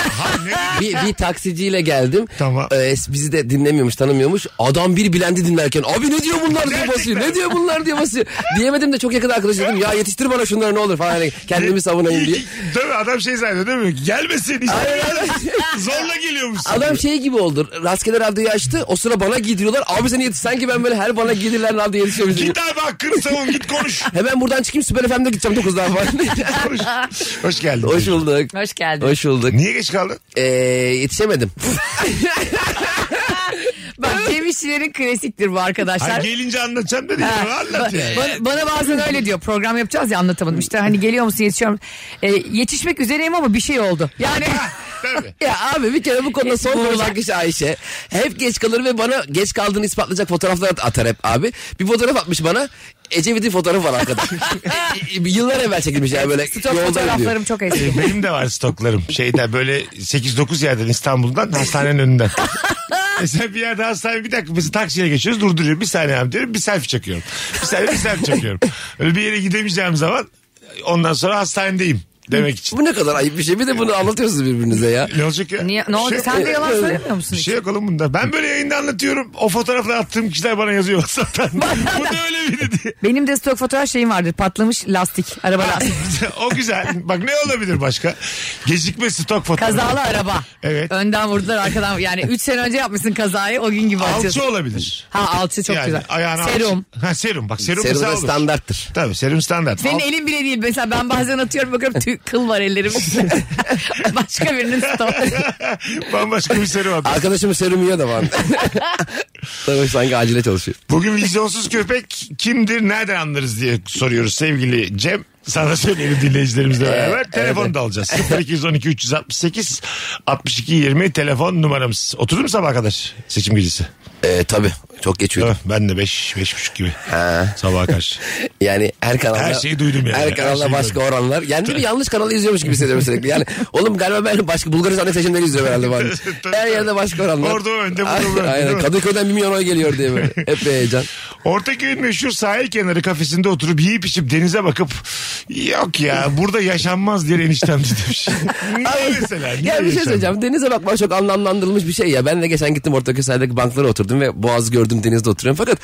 [SPEAKER 7] bir, bir taksiciyle geldim.
[SPEAKER 4] Tamam.
[SPEAKER 7] Ee, bizi de dinlemiyormuş, tanımıyormuş. Adam bir bilendi dinlerken abi ne diyor bunlar diye
[SPEAKER 4] Gerçekten.
[SPEAKER 7] basıyor. Ne diyor bunlar diye basıyor. Diyemedim de çok yakın arkadaş dedim ya yetiştir bana şunları ne olur falan. Hani kendimi savunayım diye.
[SPEAKER 4] Değil mi? Adam şey zannediyor değil mi? Gelmesin. işte. [laughs] Zorla geliyormuşsun.
[SPEAKER 7] Adam şey gibi oldu. Rastgele radyoyu açtı. O sıra bana giydiriyorlar. Abi sen yetiş. Sanki ben böyle her bana giydirirler radyo yetişiyormuşum. gibi.
[SPEAKER 4] Git abi hakkını savun git konuş.
[SPEAKER 7] Hemen buradan çıkayım Süper FM'de gideceğim 9'dan falan.
[SPEAKER 4] konuş. Hoş geldin.
[SPEAKER 7] Hoş
[SPEAKER 4] Cemcim.
[SPEAKER 7] bulduk.
[SPEAKER 5] Hoş geldin.
[SPEAKER 7] Hoş bulduk.
[SPEAKER 4] Niye geç kaldın?
[SPEAKER 7] Ee, yetişemedim.
[SPEAKER 5] Bak Cem işçilerin klasiktir bu arkadaşlar.
[SPEAKER 4] Hayır, gelince anlatacağım dedi. Anlat yani.
[SPEAKER 5] Bana, bana bazen öyle diyor. Program yapacağız ya anlatamadım. İşte hani geliyor musun yetişiyorum. E, yetişmek üzereyim ama bir şey oldu.
[SPEAKER 4] [laughs]
[SPEAKER 5] Yani
[SPEAKER 4] Tabii.
[SPEAKER 7] Ya abi bir kere bu konuda son konuşan kişi Ayşe. Hep geç kalır ve bana geç kaldığını ispatlayacak fotoğraflar at- atar hep abi. Bir fotoğraf atmış bana. Ecevit'in fotoğrafı var [laughs] arkada. E, e, Yıllar evvel çekilmiş yani [laughs] böyle
[SPEAKER 5] çok
[SPEAKER 7] yolda gidiyor.
[SPEAKER 5] fotoğraflarım çok eski.
[SPEAKER 4] E, Benim de var stoklarım. Şeyde böyle 8-9 yerden İstanbul'dan hastanenin önünden. Mesela bir yerde hastane bir dakika mesela taksiye geçiyoruz durduruyorum bir saniye abi diyorum bir selfie çekiyorum. Bir saniye bir selfie çekiyorum. Öyle bir yere gidemeyeceğim zaman ondan sonra hastanedeyim demek için.
[SPEAKER 7] Bu ne kadar ayıp bir şey. Bir de bunu anlatıyorsunuz
[SPEAKER 4] [laughs]
[SPEAKER 7] birbirinize ya.
[SPEAKER 4] Ne olacak ya?
[SPEAKER 5] Niye, ne oldu?
[SPEAKER 4] Bir şey-
[SPEAKER 5] Sen de yalan söylemiyor musun
[SPEAKER 4] bir
[SPEAKER 5] hiç?
[SPEAKER 4] şey yok oğlum bunda. Ben böyle yayında anlatıyorum. O fotoğrafları attığım kişiler bana yazıyor [laughs] WhatsApp'tan. Bu da öyle biri diye. [laughs]
[SPEAKER 5] Benim de stok fotoğraf şeyim vardır. Patlamış lastik. Araba lastiği.
[SPEAKER 4] o güzel. Bak ne olabilir başka? Gecikme stok fotoğrafı.
[SPEAKER 5] Kazalı araba.
[SPEAKER 4] Evet.
[SPEAKER 5] Önden vurdular arkadan. Yani 3 sene önce yapmışsın kazayı o gün gibi atıyorsun.
[SPEAKER 4] Alçı olabilir.
[SPEAKER 5] Ha alçı çok
[SPEAKER 4] Yani
[SPEAKER 5] güzel.
[SPEAKER 4] ayağına
[SPEAKER 5] Serum.
[SPEAKER 4] alçı- Ha serum bak serum,
[SPEAKER 7] Serum
[SPEAKER 4] güzel
[SPEAKER 7] da
[SPEAKER 4] olur.
[SPEAKER 7] standarttır.
[SPEAKER 4] Tabii serum standart.
[SPEAKER 5] Senin
[SPEAKER 4] Al-
[SPEAKER 5] elin bile değil. Mesela ben bazen atıyorum bakıyorum tüy, kıl
[SPEAKER 4] [laughs]
[SPEAKER 5] var ellerimde. Başka birinin stok.
[SPEAKER 4] Bambaşka bir serum abi.
[SPEAKER 7] Arkadaşım serum yiyor da [laughs] bana. Tabii sanki acile çalışıyor.
[SPEAKER 4] Bugün vizyonsuz köpek kimdir nereden anlarız diye soruyoruz sevgili Cem. Sana söyleyelim dinleyicilerimizle beraber. Telefon da alacağız. 0212 368 62 20 telefon numaramız. Oturdun mu sabah kadar seçim gecesi?
[SPEAKER 7] Ee, tabii çok geç uyudum.
[SPEAKER 4] Değil mi? Ben de 5 beş, 5.30 buçuk gibi. Sabaha karşı.
[SPEAKER 7] Yani her kanalda
[SPEAKER 4] Her şeyi duydum yani. Her
[SPEAKER 7] Her kanalda
[SPEAKER 4] şeyi
[SPEAKER 7] başka
[SPEAKER 4] duydum.
[SPEAKER 7] oranlar. Yani bir yanlış kanalı izliyormuş gibi hissediyorum sürekli. Yani oğlum galiba ben başka Bulgaristan'daki seçimleri izliyorum herhalde bari.
[SPEAKER 4] Tabii,
[SPEAKER 7] [laughs] her
[SPEAKER 4] tabii.
[SPEAKER 7] yerde başka oranlar.
[SPEAKER 4] Orada o önde, burada bu önde, değil
[SPEAKER 7] Aynen.
[SPEAKER 4] mi?
[SPEAKER 7] Kadıköy'den bir milyon oy geliyor
[SPEAKER 4] [laughs]
[SPEAKER 7] diye böyle. Hep bir heyecan.
[SPEAKER 4] Ortaköy'ün meşhur sahil kenarı kafesinde oturup yiyip içip denize bakıp yok ya burada yaşanmaz diye eniştem de demiş.
[SPEAKER 9] [laughs]
[SPEAKER 4] Niye mesela? Niye
[SPEAKER 7] Ya bir şey
[SPEAKER 4] yaşanmaz?
[SPEAKER 7] söyleyeceğim. Denize bakmak çok anlamlandırılmış bir şey ya. Ben de geçen gittim Ortaköy sahildeki banklara oturdum ve Boğaz gördüm denizde oturuyorum. Fakat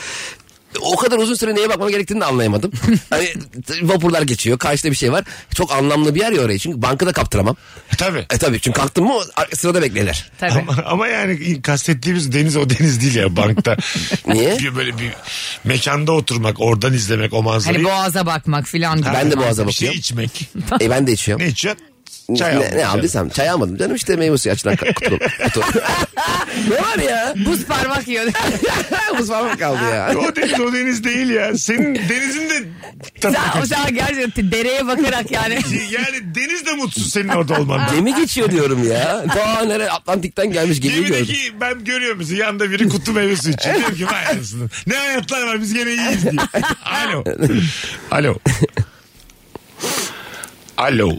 [SPEAKER 9] o kadar uzun süre neye bakmam gerektiğini de anlayamadım. hani t- vapurlar geçiyor. Karşıda bir şey var. Çok anlamlı bir yer ya orayı. Çünkü bankada kaptıramam.
[SPEAKER 4] Tabii.
[SPEAKER 9] E tabii çünkü kalktım mı ar- sırada beklerler.
[SPEAKER 5] Tabii.
[SPEAKER 4] Ama, ama yani kastettiğimiz deniz o deniz değil ya bankta.
[SPEAKER 9] [laughs] Niye?
[SPEAKER 4] Bir böyle bir mekanda oturmak, oradan izlemek o manzarayı.
[SPEAKER 5] Hani boğaza bakmak filan gibi.
[SPEAKER 9] Ben
[SPEAKER 5] [laughs]
[SPEAKER 9] de boğaza
[SPEAKER 4] bir şey
[SPEAKER 9] bakıyorum.
[SPEAKER 4] içmek.
[SPEAKER 9] E ben de içiyorum.
[SPEAKER 4] ne içiyorsun? Çay
[SPEAKER 9] ne,
[SPEAKER 4] aldın
[SPEAKER 9] ne
[SPEAKER 4] canım.
[SPEAKER 9] aldıysam çay almadım canım işte meyve suyu açılan ka- kutu. kutu. ne var ya?
[SPEAKER 5] Buz parmak yiyor. [laughs]
[SPEAKER 9] Buz falan kaldı ya.
[SPEAKER 4] O deniz o deniz değil ya. Senin denizin de tadı
[SPEAKER 5] sen,
[SPEAKER 4] kaçtı.
[SPEAKER 5] sen gerçekten dereye bakarak
[SPEAKER 9] [laughs]
[SPEAKER 5] yani.
[SPEAKER 4] Yani deniz de mutsuz senin orada olman.
[SPEAKER 9] Gemi geçiyor diyorum ya. Daha nereye Atlantik'ten gelmiş gemiyi gördüm.
[SPEAKER 4] Gemideki ben görüyorum bizi yanında biri kutu meyvesi için. Diyorum ki vay anasını. Ne hayatlar var biz gene iyiyiz diye.
[SPEAKER 9] [laughs]
[SPEAKER 4] Alo. Alo. Alo.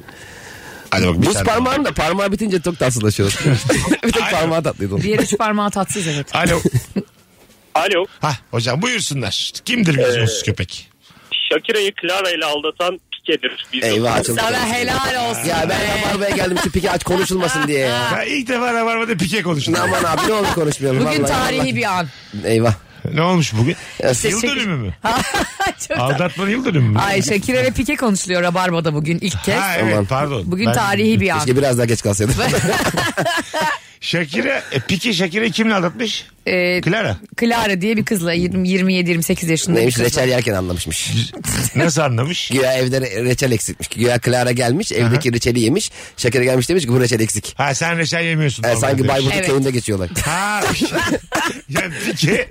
[SPEAKER 4] Hadi bak bir
[SPEAKER 9] Buz
[SPEAKER 4] tane.
[SPEAKER 9] parmağım da parmağı bitince çok tatsızlaşıyor.
[SPEAKER 4] [laughs]
[SPEAKER 9] bir tek parmağı tatlıydı onun.
[SPEAKER 5] Diğer üç parmağı tatsız evet.
[SPEAKER 4] Alo.
[SPEAKER 10] Alo.
[SPEAKER 4] Hah hocam buyursunlar. Kimdir
[SPEAKER 9] Ee,
[SPEAKER 4] vizyonsuz köpek?
[SPEAKER 10] Shakira'yı Clara ile aldatan Pike'dir.
[SPEAKER 9] Eyvah açıldı.
[SPEAKER 5] Sana helal olsun.
[SPEAKER 9] Ya ben
[SPEAKER 5] be.
[SPEAKER 9] Rabarba'ya geldim şu piki aç konuşulmasın diye ya.
[SPEAKER 4] Ben ilk defa Rabarba'da pike konuştum.
[SPEAKER 9] Aman abi ne olur konuşmayalım.
[SPEAKER 5] Bugün
[SPEAKER 9] vallahi,
[SPEAKER 5] tarihi bir an.
[SPEAKER 9] vallahi. Eyvah.
[SPEAKER 4] Ne olmuş bugün?
[SPEAKER 9] İşte
[SPEAKER 4] yıl
[SPEAKER 5] Şakir-
[SPEAKER 4] dönümü
[SPEAKER 9] [laughs]
[SPEAKER 4] mü?
[SPEAKER 5] Çok da-
[SPEAKER 4] Aldatmanın yıl dönümü mü?
[SPEAKER 5] Ay Şakir'e ve Pike konuşuluyor Rabarba'da bugün ilk kez.
[SPEAKER 4] Ha evet
[SPEAKER 9] Aman.
[SPEAKER 4] pardon.
[SPEAKER 5] Bugün
[SPEAKER 4] Ben-
[SPEAKER 5] tarihi bir an.
[SPEAKER 9] Keşke biraz daha geç kalsaydım.
[SPEAKER 4] Şakir'e, e, Pike Şakir'e kimle aldatmış?
[SPEAKER 9] E-
[SPEAKER 5] Ee,
[SPEAKER 9] [laughs]
[SPEAKER 4] Clara.
[SPEAKER 5] Clara diye bir kızla 27-28 yaşında bir
[SPEAKER 9] Neymiş
[SPEAKER 5] kızla.
[SPEAKER 9] reçel yerken anlamışmış.
[SPEAKER 4] Nasıl anlamış?
[SPEAKER 9] Güya evde re- reçel eksikmiş. Güya Clara gelmiş evdeki reçeli yemiş. Şakir gelmiş demiş ki bu reçel eksik.
[SPEAKER 4] Ha sen reçel yemiyorsun.
[SPEAKER 9] Yani
[SPEAKER 4] normalde
[SPEAKER 9] E, sanki
[SPEAKER 4] demiş.
[SPEAKER 9] Bayburt'un
[SPEAKER 5] Evet.
[SPEAKER 9] köyünde geçiyorlar.
[SPEAKER 4] Ha. ya Pike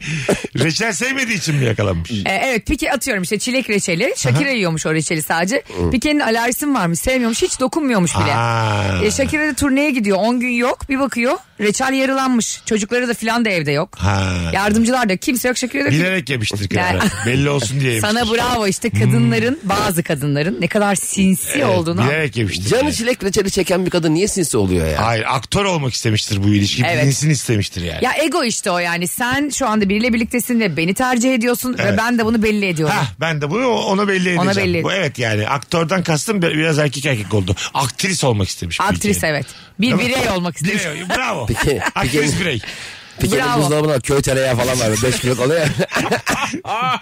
[SPEAKER 4] reçel sevmediği için mi yakalanmış?
[SPEAKER 5] Ee, evet Pike atıyorum işte çilek reçeli. Şakir'e yiyormuş o reçeli sadece. Pike'nin alerjisi mi varmış sevmiyormuş hiç dokunmuyormuş bile.
[SPEAKER 4] Ha.
[SPEAKER 5] E, Şakir'e de turneye gidiyor 10 gün yok bir bakıyor reçel yarılanmış. Çocukları da filan da evde yok.
[SPEAKER 4] Ha.
[SPEAKER 5] Yardımcılar da kimse yok Şakir'e de
[SPEAKER 4] Bilerek yemiştir Clara.
[SPEAKER 5] Yani-
[SPEAKER 4] Belli olsun diye yemiştir.
[SPEAKER 5] Sana bravo işte kadınların bazı kadınların ne kadar sinsi
[SPEAKER 4] Hmm. Evet,
[SPEAKER 5] olduğunu.
[SPEAKER 4] Bilerek yemiştir.
[SPEAKER 9] Canı çilek reçeli çeken bir kadın niye sinsi oluyor ya?
[SPEAKER 4] Hayır aktör olmak istemiştir bu ilişki.
[SPEAKER 5] Evet.
[SPEAKER 4] Bilinsin istemiştir yani.
[SPEAKER 5] Ya ego işte o yani sen şu anda biriyle birliktesin ve beni tercih ediyorsun ve
[SPEAKER 4] Evet.
[SPEAKER 5] ben de bunu belli ediyorum.
[SPEAKER 4] Ha ben de bunu ona belli edeceğim.
[SPEAKER 5] Ona belli
[SPEAKER 4] Bu, evet yani aktörden kastım bi- biraz erkek erkek oldu. Aktris olmak istemiş. bu
[SPEAKER 5] Aktris
[SPEAKER 4] ülkenin.
[SPEAKER 5] evet. Bir
[SPEAKER 4] Değil mi?
[SPEAKER 5] birey olmak istedim.
[SPEAKER 4] Birey, bravo.
[SPEAKER 9] Peki,
[SPEAKER 4] Aktris
[SPEAKER 9] peki.
[SPEAKER 4] birey. [laughs]
[SPEAKER 9] Bir kere
[SPEAKER 5] Bravo.
[SPEAKER 9] buzdolabına köy tereyağı falan var. 5 kilo oluyor ya.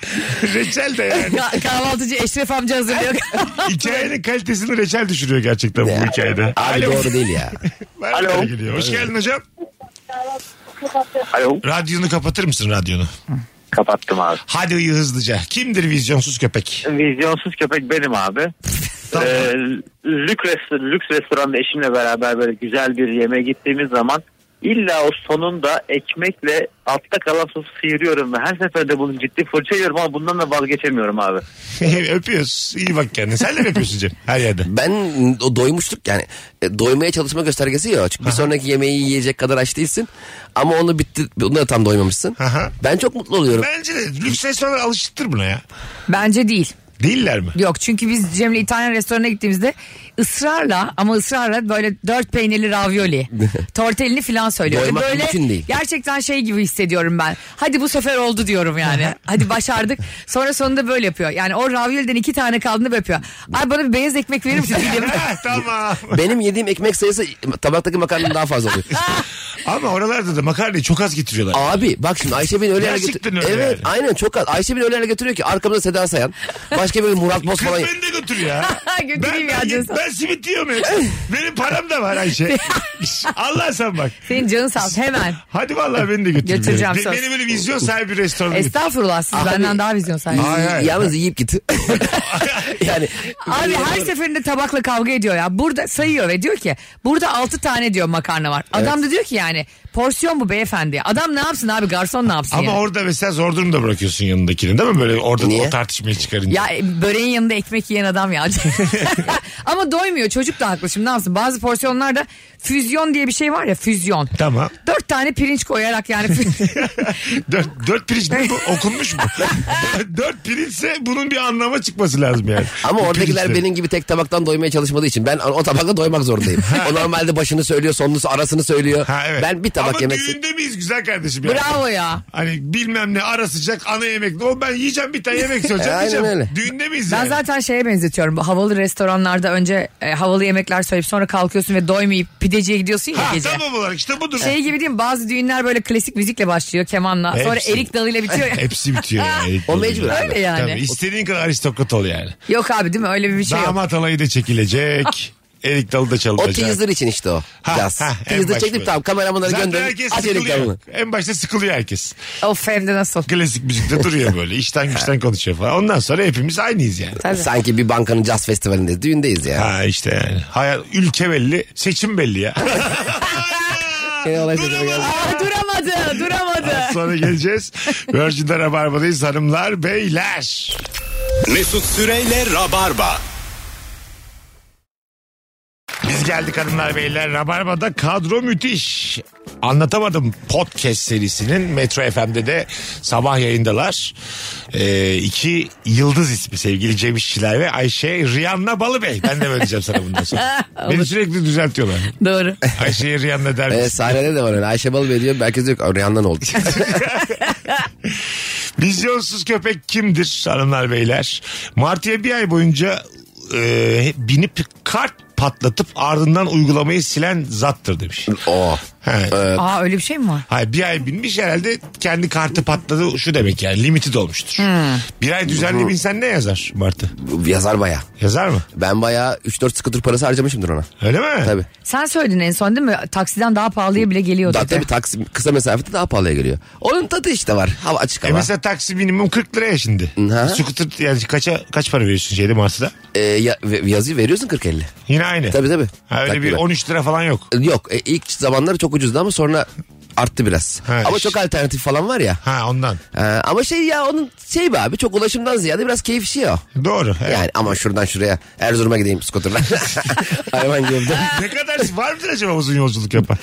[SPEAKER 4] reçel de yani.
[SPEAKER 5] Ka- kahvaltıcı Eşref amca hazırlıyor.
[SPEAKER 4] Hikayenin kalitesini reçel düşürüyor gerçekten bu hikayede.
[SPEAKER 9] Abi
[SPEAKER 4] Alo.
[SPEAKER 9] doğru
[SPEAKER 4] [laughs]
[SPEAKER 9] değil ya.
[SPEAKER 4] Ben
[SPEAKER 10] Alo.
[SPEAKER 4] böyle gidiyor. Hoş geldin hocam.
[SPEAKER 10] Alo.
[SPEAKER 4] Radyonu kapatır mısın radyonu?
[SPEAKER 10] Kapattım abi.
[SPEAKER 4] Hadi uyu hızlıca. Kimdir vizyonsuz köpek?
[SPEAKER 10] Vizyonsuz köpek benim abi. Ee, lüks, rest- lüks restoranda eşimle beraber böyle güzel bir yemeğe gittiğimiz zaman illa o sonunda ekmekle altta kalan sosu sıyırıyorum ve her seferinde bunu ciddi fırça yiyorum ama bundan da vazgeçemiyorum abi.
[SPEAKER 4] [laughs] Öpüyoruz. İyi bak kendine. Sen de mi öpüyorsun Cem? Her yerde.
[SPEAKER 9] Ben o doymuşluk yani e, doymaya çalışma göstergesi ya. Çünkü bir sonraki yemeği yiyecek kadar aç değilsin. Ama onu bitti, onu da tam doymamışsın.
[SPEAKER 4] Aha.
[SPEAKER 9] Ben çok mutlu oluyorum.
[SPEAKER 4] Bence de lüks restoranlar alışıktır buna ya.
[SPEAKER 5] [laughs] Bence değil.
[SPEAKER 4] Değiller mi?
[SPEAKER 5] Yok çünkü biz Cem'le İtalyan restoranına gittiğimizde ısrarla ama ısrarla böyle dört peynirli
[SPEAKER 9] [laughs]
[SPEAKER 5] ravioli, tortellini falan söylüyor. Ve
[SPEAKER 9] Doymak
[SPEAKER 5] böyle
[SPEAKER 9] mümkün değil.
[SPEAKER 5] Gerçekten şey gibi hissediyorum ben. Hadi bu sefer oldu diyorum yani. Hadi başardık. Sonra sonunda böyle yapıyor. Yani o ravioliden iki tane kaldığını böyle yapıyor. Ay bana bir beyaz ekmek verir misin?
[SPEAKER 4] [laughs] Ha, Ah, tamam.
[SPEAKER 9] Benim yediğim ekmek sayısı tabaktaki makarnanın daha fazla oluyor.
[SPEAKER 4] Ama oralarda da makarnayı çok az getiriyorlar.
[SPEAKER 9] Abi bak şimdi Ayşe beni öyle yerlere
[SPEAKER 4] Gerçekten
[SPEAKER 9] götürüyor.
[SPEAKER 4] öyle
[SPEAKER 9] Evet
[SPEAKER 4] yani.
[SPEAKER 9] aynen çok az. Ayşe beni öyle yerlere götürüyor ki arkamda Seda Sayan. Başka bir Murat Boz
[SPEAKER 4] Kız
[SPEAKER 9] falan.
[SPEAKER 4] beni de götür ya.
[SPEAKER 5] [laughs] Götüreyim
[SPEAKER 4] ben,
[SPEAKER 5] ya
[SPEAKER 4] ben,
[SPEAKER 5] diyorsun.
[SPEAKER 4] ben simit yiyorum ya. Benim param da var
[SPEAKER 5] [laughs]
[SPEAKER 4] Ayşe. Allah sen bak.
[SPEAKER 5] Senin canın sağ olsun. hemen.
[SPEAKER 4] Hadi vallahi beni de götür.
[SPEAKER 5] Götüreceğim
[SPEAKER 4] Beni,
[SPEAKER 5] söz.
[SPEAKER 4] beni böyle vizyon sahibi bir restorana götür.
[SPEAKER 5] Estağfurullah siz
[SPEAKER 9] Abi-
[SPEAKER 5] benden daha vizyon sahibi.
[SPEAKER 4] Hayır, hayır.
[SPEAKER 9] Yalnız
[SPEAKER 4] [laughs]
[SPEAKER 9] yiyip git. yani
[SPEAKER 5] Abi her seferinde tabakla kavga ediyor ya. Burada sayıyor ve diyor ki burada 6 tane diyor makarna var. Adam da diyor ki yani porsiyon bu beyefendi. Adam ne yapsın abi garson ne yapsın
[SPEAKER 4] Ama
[SPEAKER 5] yani?
[SPEAKER 4] orada mesela zor durumda bırakıyorsun yanındakini değil mi? Böyle orada
[SPEAKER 9] Niye?
[SPEAKER 4] o tartışmayı çıkarınca.
[SPEAKER 5] Ya e, böreğin yanında ekmek yiyen
[SPEAKER 4] [laughs]
[SPEAKER 5] adam ya. Ama doymuyor çocuk da haklı şimdi ne yapsın? Bazı porsiyonlarda füzyon diye bir şey var ya füzyon.
[SPEAKER 4] Tamam.
[SPEAKER 5] Dört tane pirinç koyarak yani
[SPEAKER 4] [laughs]
[SPEAKER 5] fü-
[SPEAKER 4] Dört, dört pirinç mi bu? Okunmuş mu? [laughs] dört pirinçse bunun bir anlama çıkması lazım yani.
[SPEAKER 9] ama
[SPEAKER 4] Bu
[SPEAKER 9] oradakiler
[SPEAKER 4] pirinçlerin.
[SPEAKER 9] benim gibi tek tabaktan doymaya çalışmadığı için ben o tabakla doymak zorundayım. o normalde başını söylüyor, sonunu arasını söylüyor.
[SPEAKER 4] Ha, evet.
[SPEAKER 9] Ben bir sabah
[SPEAKER 4] Ama
[SPEAKER 9] yemek.
[SPEAKER 4] düğünde miyiz güzel kardeşim yani?
[SPEAKER 5] Bravo ya.
[SPEAKER 4] Hani bilmem ne ara sıcak ana yemek. O ben yiyeceğim bir tane yemek söyleyeceğim.
[SPEAKER 9] [laughs] Aynen
[SPEAKER 4] yiyeceğim.
[SPEAKER 9] öyle.
[SPEAKER 4] Düğünde miyiz
[SPEAKER 5] Ben
[SPEAKER 4] yani?
[SPEAKER 5] zaten şeye benzetiyorum. Bu havalı restoranlarda önce e, havalı yemekler söyleyip sonra kalkıyorsun ve doymayıp pideciye gidiyorsun ya
[SPEAKER 4] Ha,
[SPEAKER 5] gece.
[SPEAKER 4] tam olarak işte budur.
[SPEAKER 5] Şey gibi değil mi? Bazı düğünler böyle klasik müzikle başlıyor kemanla. Sonra
[SPEAKER 4] Hepsi.
[SPEAKER 5] erik dalıyla bitiyor. ya.
[SPEAKER 4] Hepsi bitiyor
[SPEAKER 5] [laughs]
[SPEAKER 4] yani.
[SPEAKER 9] O mecbur abi.
[SPEAKER 5] Öyle yani.
[SPEAKER 4] Tabii, istediğin kadar aristokrat ol yani.
[SPEAKER 5] Yok abi değil mi? Öyle bir şey yok.
[SPEAKER 4] Damat alayı da
[SPEAKER 5] [laughs]
[SPEAKER 4] çekilecek. Erik dalı da
[SPEAKER 9] O
[SPEAKER 4] çalınacak.
[SPEAKER 9] teaser için işte o.
[SPEAKER 4] Ha,
[SPEAKER 9] Biraz.
[SPEAKER 4] ha, en
[SPEAKER 9] teaser
[SPEAKER 4] baş
[SPEAKER 9] çektim
[SPEAKER 4] böyle.
[SPEAKER 9] tamam kameramanları
[SPEAKER 4] Zaten
[SPEAKER 9] gönderin.
[SPEAKER 4] herkes
[SPEAKER 9] Aç elik
[SPEAKER 4] sıkılıyor.
[SPEAKER 9] dalını.
[SPEAKER 4] En başta sıkılıyor herkes.
[SPEAKER 5] Of hem de nasıl.
[SPEAKER 4] Klasik müzikte duruyor
[SPEAKER 9] [laughs]
[SPEAKER 4] böyle. İşten güçten konuşuyor falan. Ondan sonra hepimiz aynıyız yani.
[SPEAKER 5] Tabii.
[SPEAKER 9] Sanki bir bankanın caz festivalinde düğündeyiz ya.
[SPEAKER 4] Ha işte yani. Hayal, ülke belli, seçim belli
[SPEAKER 9] [laughs]
[SPEAKER 4] ya.
[SPEAKER 9] Yine Şey olay seçime
[SPEAKER 4] Duramadım.
[SPEAKER 9] geldi.
[SPEAKER 5] Aa, duramadı duramadı.
[SPEAKER 4] Az Sonra geleceğiz. Virgin'de Rabarba'dayız hanımlar beyler.
[SPEAKER 3] Mesut Süreyle Rabarba.
[SPEAKER 4] Biz geldik hanımlar beyler. Rabarba'da kadro müthiş. Anlatamadım podcast serisinin Metro FM'de de sabah yayındalar. Ee, iki yıldız ismi sevgili Cem İşçiler ve Ayşe Riyanna Balıbey. Ben de böyle diyeceğim sana bundan sonra. Beni sürekli düzeltiyorlar.
[SPEAKER 5] Doğru.
[SPEAKER 4] Ayşe Riyanna der
[SPEAKER 9] Evet
[SPEAKER 4] misin?
[SPEAKER 9] sahnede E, de var öyle. Ayşe Balıbey diyor. Herkes diyor ki "Aa, Rihanna ne oldu.
[SPEAKER 4] Vizyonsuz köpek kimdir hanımlar beyler? Martı'ya bir ay boyunca e, binip kart patlatıp ardından uygulamayı silen zattır demiş.
[SPEAKER 9] Oo.
[SPEAKER 4] He.
[SPEAKER 5] Aa öyle bir şey mi var?
[SPEAKER 4] Hayır bir ay binmiş herhalde kendi kartı patladı şu demek yani limited olmuştur.
[SPEAKER 9] Hmm.
[SPEAKER 4] Bir ay düzenli binsen ne yazar Martı?
[SPEAKER 9] Yazar baya.
[SPEAKER 4] Yazar mı?
[SPEAKER 9] Ben baya 3-4 scooter parası harcamışımdır ona.
[SPEAKER 4] Öyle mi?
[SPEAKER 9] Tabii.
[SPEAKER 5] Sen söyledin en son değil mi? Taksiden daha pahalıya bile geliyor
[SPEAKER 9] Daha
[SPEAKER 5] dedi.
[SPEAKER 9] tabii taksi kısa mesafede daha pahalıya geliyor. Onun tadı işte var. Hava açık
[SPEAKER 4] E
[SPEAKER 9] hava.
[SPEAKER 4] mesela taksi minimum 40 liraya şimdi.
[SPEAKER 9] Hı.
[SPEAKER 4] Scooter yani kaça, kaç para veriyorsun şeyde Martı'da?
[SPEAKER 9] Ee, ya- ve- yazıyı veriyorsun 40-50.
[SPEAKER 4] Yine aynı.
[SPEAKER 9] Tabii tabii.
[SPEAKER 4] Ha, öyle bir
[SPEAKER 9] Takriben.
[SPEAKER 4] 13 lira falan yok.
[SPEAKER 9] Yok e, ilk zamanları çok ucuzdu ama sonra arttı biraz.
[SPEAKER 4] Ha,
[SPEAKER 9] ama
[SPEAKER 4] işte.
[SPEAKER 9] çok alternatif falan var ya.
[SPEAKER 4] Ha ondan.
[SPEAKER 9] Ee, ama şey ya onun şey be abi çok ulaşımdan ziyade biraz keyif işi o.
[SPEAKER 4] Doğru. evet.
[SPEAKER 9] Yani ama şuradan şuraya Erzurum'a gideyim [laughs] skuterla. Hayvan gibi.
[SPEAKER 4] ne kadar [laughs] var mıdır acaba uzun yolculuk yapan?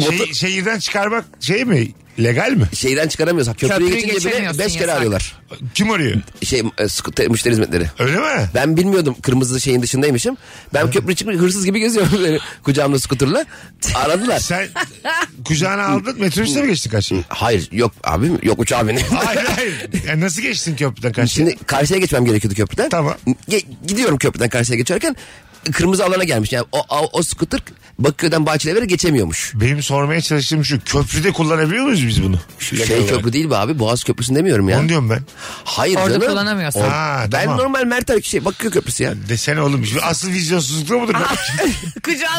[SPEAKER 4] Şey,
[SPEAKER 9] Motor-
[SPEAKER 4] şehirden çıkarmak şey mi? Legal mi?
[SPEAKER 9] Şehirden çıkaramıyoruz. Köprüyü
[SPEAKER 5] Köprüyü
[SPEAKER 9] geçince bile
[SPEAKER 5] geçemiyorsun
[SPEAKER 9] 5 kere
[SPEAKER 5] yasak.
[SPEAKER 9] arıyorlar.
[SPEAKER 4] Kim arıyor?
[SPEAKER 9] Şey e, skuter, müşteri hizmetleri.
[SPEAKER 4] Öyle mi?
[SPEAKER 9] Ben bilmiyordum kırmızı şeyin dışındaymışım. Ben köprü çıkmış hırsız gibi geziyorum [laughs] böyle kucağımda skuterla. Aradılar. [laughs]
[SPEAKER 4] Sen kucağına aldın metrobüse mi geçtin karşıya?
[SPEAKER 9] Hayır yok abim yok uçağa bindim.
[SPEAKER 4] Hayır hayır. Yani nasıl geçtin köprüden karşıya?
[SPEAKER 9] [laughs] Şimdi karşıya geçmem gerekiyordu köprüden.
[SPEAKER 4] Tamam.
[SPEAKER 9] Ge- gidiyorum köprüden karşıya geçerken kırmızı alana gelmiş. Yani o, o, o skuter Bakırköy'den Bahçelievler'e geçemiyormuş.
[SPEAKER 4] Benim sormaya çalıştığım şu köprüde kullanabiliyor muyuz biz bunu? Legal
[SPEAKER 9] Şey
[SPEAKER 4] olarak.
[SPEAKER 9] köprü değil be abi Boğaz Köprüsü'nü demiyorum ya.
[SPEAKER 4] Onu diyorum ben.
[SPEAKER 9] Hayır
[SPEAKER 5] Orada
[SPEAKER 9] canım.
[SPEAKER 5] kullanamıyorsun. [laughs]
[SPEAKER 9] O-
[SPEAKER 4] Ha,
[SPEAKER 9] ben
[SPEAKER 4] tamam.
[SPEAKER 9] normal Mertel şey Bakırköy Köprüsü ya.
[SPEAKER 4] Desene oğlum. Şimdi Asıl vizyonsuzluk budur. Ben,
[SPEAKER 5] Kucağına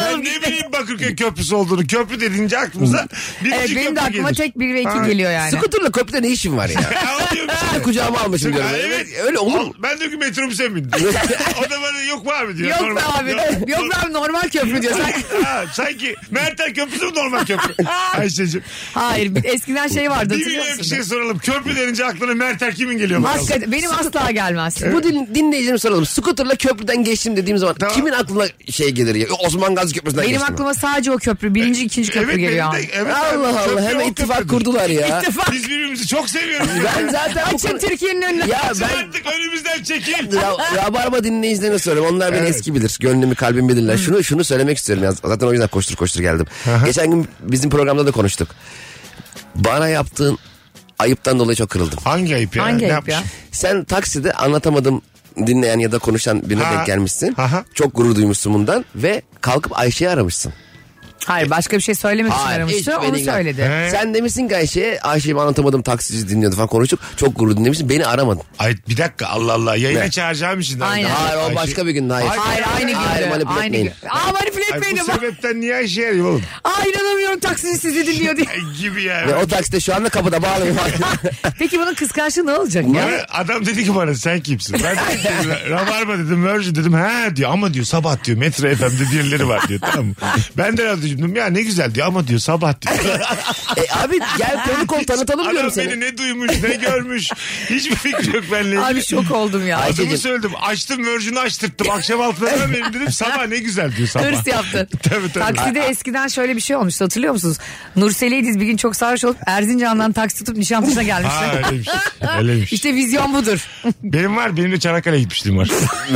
[SPEAKER 4] [laughs] ben
[SPEAKER 5] alıp
[SPEAKER 4] ne
[SPEAKER 5] gitti.
[SPEAKER 4] bileyim Bakırköy köprüsü olduğunu. Köprü dediğince aklımıza birinci
[SPEAKER 5] Evet E, benim de
[SPEAKER 4] köprü
[SPEAKER 5] aklıma
[SPEAKER 4] gelir. [laughs]
[SPEAKER 5] tek bir ve iki
[SPEAKER 4] Ha.
[SPEAKER 5] geliyor yani.
[SPEAKER 9] Skuterla köprüde ne işin var
[SPEAKER 4] [laughs]
[SPEAKER 9] ya?
[SPEAKER 4] Ha, onu diyorum işte.
[SPEAKER 9] Kucağıma almışım
[SPEAKER 4] Ha,
[SPEAKER 9] diyorum.
[SPEAKER 4] evet.
[SPEAKER 9] Öyle olur mu?
[SPEAKER 4] Al, Ben diyorum ki metrobüse mi
[SPEAKER 5] [laughs]
[SPEAKER 4] bindin? [laughs] o da bana yok mu abi diyor.
[SPEAKER 5] Yok be
[SPEAKER 4] Normal.
[SPEAKER 5] abi. [laughs] Yok be abi normal köprü diyor.
[SPEAKER 4] [laughs]
[SPEAKER 5] Sen-
[SPEAKER 4] Ha, sanki Mertel köprüsü mü normal
[SPEAKER 5] [laughs]
[SPEAKER 4] köprü? Ayşe'cim.
[SPEAKER 5] Hayır bir- eskiden şey vardı
[SPEAKER 4] Bir
[SPEAKER 5] hatırlıyor
[SPEAKER 4] milyon bir
[SPEAKER 5] musun?
[SPEAKER 4] şey soralım. Köprü denince aklına Mertel kimin geliyor? bakalım?
[SPEAKER 5] Hakikaten benim asla gelmez.
[SPEAKER 9] Bu din, dinleyicilerime soralım. Skuterla köprüden geçtim dediğim zaman
[SPEAKER 4] Tamam.
[SPEAKER 9] kimin aklına şey gelir ya? Osman Gazi Köprüsü'nden
[SPEAKER 5] Benim
[SPEAKER 9] geçtim.
[SPEAKER 5] aklıma sadece o köprü. Birinci, ikinci köprü
[SPEAKER 4] E, evet,
[SPEAKER 5] geliyor.
[SPEAKER 4] benim de- evet,
[SPEAKER 9] Allah
[SPEAKER 4] Köprü
[SPEAKER 9] Allah
[SPEAKER 4] o
[SPEAKER 9] hemen ittifak
[SPEAKER 4] köprüdür.
[SPEAKER 9] kurdular ya.
[SPEAKER 5] İttifak.
[SPEAKER 4] Biz birbirimizi çok seviyoruz.
[SPEAKER 5] [laughs]
[SPEAKER 9] ben zaten bu
[SPEAKER 5] Açın
[SPEAKER 9] konu-
[SPEAKER 5] Türkiye'nin önüne.
[SPEAKER 9] Ya ben
[SPEAKER 4] Artık önümüzden çekil.
[SPEAKER 9] Ra- Rabarba dinleyicilerine soruyorum. Onlar beni eski bilir. Gönlümü kalbimi bilirler. Şunu şunu söylemek istiyorum. ya. Zaten o yüzden koştur koştur geldim. Geçen gün bizim programda da konuştuk. Bana yaptığın ayıptan dolayı çok kırıldım.
[SPEAKER 4] Hangi ayıp ya?
[SPEAKER 5] Hangi
[SPEAKER 4] Ne
[SPEAKER 5] ayıp ya?
[SPEAKER 4] yapmışım?
[SPEAKER 9] Sen takside anlatamadım dinleyen ya da konuşan birine
[SPEAKER 4] Ha.
[SPEAKER 9] denk gelmişsin.
[SPEAKER 4] Aha.
[SPEAKER 9] Çok gurur duymuşsun bundan ve kalkıp Ayşe'yi aramışsın.
[SPEAKER 5] Hayır başka bir şey söylemek için
[SPEAKER 9] Hayır, hiç
[SPEAKER 5] aramıştı.
[SPEAKER 9] beni
[SPEAKER 5] Onu
[SPEAKER 9] ilgilen-
[SPEAKER 5] söyledi.
[SPEAKER 4] He.
[SPEAKER 9] Sen demişsin ki Ayşe'ye Ayşe'yi ben anlatamadım taksici dinliyordu falan konuştuk. Çok gurur dinlemişsin beni aramadın.
[SPEAKER 4] Ay bir dakika Allah Allah yayına
[SPEAKER 9] Ne?
[SPEAKER 4] çağıracağım için.
[SPEAKER 5] Aynen.
[SPEAKER 9] Hayır o
[SPEAKER 4] Ayşe-
[SPEAKER 9] başka bir gün hayır.
[SPEAKER 5] Hayır aynı
[SPEAKER 9] Hayır,
[SPEAKER 5] gün.
[SPEAKER 9] manipüle
[SPEAKER 5] Aynı
[SPEAKER 9] etmeyin.
[SPEAKER 5] gün. Aa manipüle
[SPEAKER 4] Ay,
[SPEAKER 5] etmeyin
[SPEAKER 4] bu
[SPEAKER 5] ama.
[SPEAKER 4] sebepten niye Ayşe yarıyor oğlum?
[SPEAKER 5] Aa inanamıyorum taksini sizi dinliyor diye.
[SPEAKER 4] Ay, gibi ya.
[SPEAKER 9] Ve o takside şu anda kapıda bağlı. [laughs]
[SPEAKER 5] Peki bunun kıskançlığı ne olacak ya?
[SPEAKER 4] Bana adam dedi ki bana sen kimsin? Ben dedim ki, Rabarba dedim Virgin dedim. He diyor ama diyor sabah diyor Metro FM'de birileri var diyor tamam mı? Ben de radyocuyum dedim ya ne güzel diyor ama diyor sabah diyor.
[SPEAKER 9] e, abi gel konuk ol tanıtalım
[SPEAKER 4] adam
[SPEAKER 9] diyorum seni.
[SPEAKER 4] beni ne duymuş ne görmüş. Hiçbir fikri yok benimle.
[SPEAKER 5] Abi
[SPEAKER 4] ilgili.
[SPEAKER 5] şok oldum ya.
[SPEAKER 4] Adımı
[SPEAKER 9] Ayşe'cim.
[SPEAKER 4] söyledim. Açtım Virgin'i açtırttım. Akşam altına vermeyeyim dedim. Sabah ne güzel diyor sabah.
[SPEAKER 5] Hırs yaptın.
[SPEAKER 4] Tabii, tabii.
[SPEAKER 5] Takside eskiden şöyle bir şey olmuştu hatırlıyor musunuz? Nurseli'ydiz bir gün çok sarhoş olup Erzincan'dan taksi tutup Nişantaşı'na
[SPEAKER 4] Ha
[SPEAKER 5] [laughs] gelmişler.
[SPEAKER 4] öyleymiş. öyleymiş.
[SPEAKER 5] işte vizyon budur.
[SPEAKER 4] Benim var. Benim de Çanakkale'ye gitmiştim var.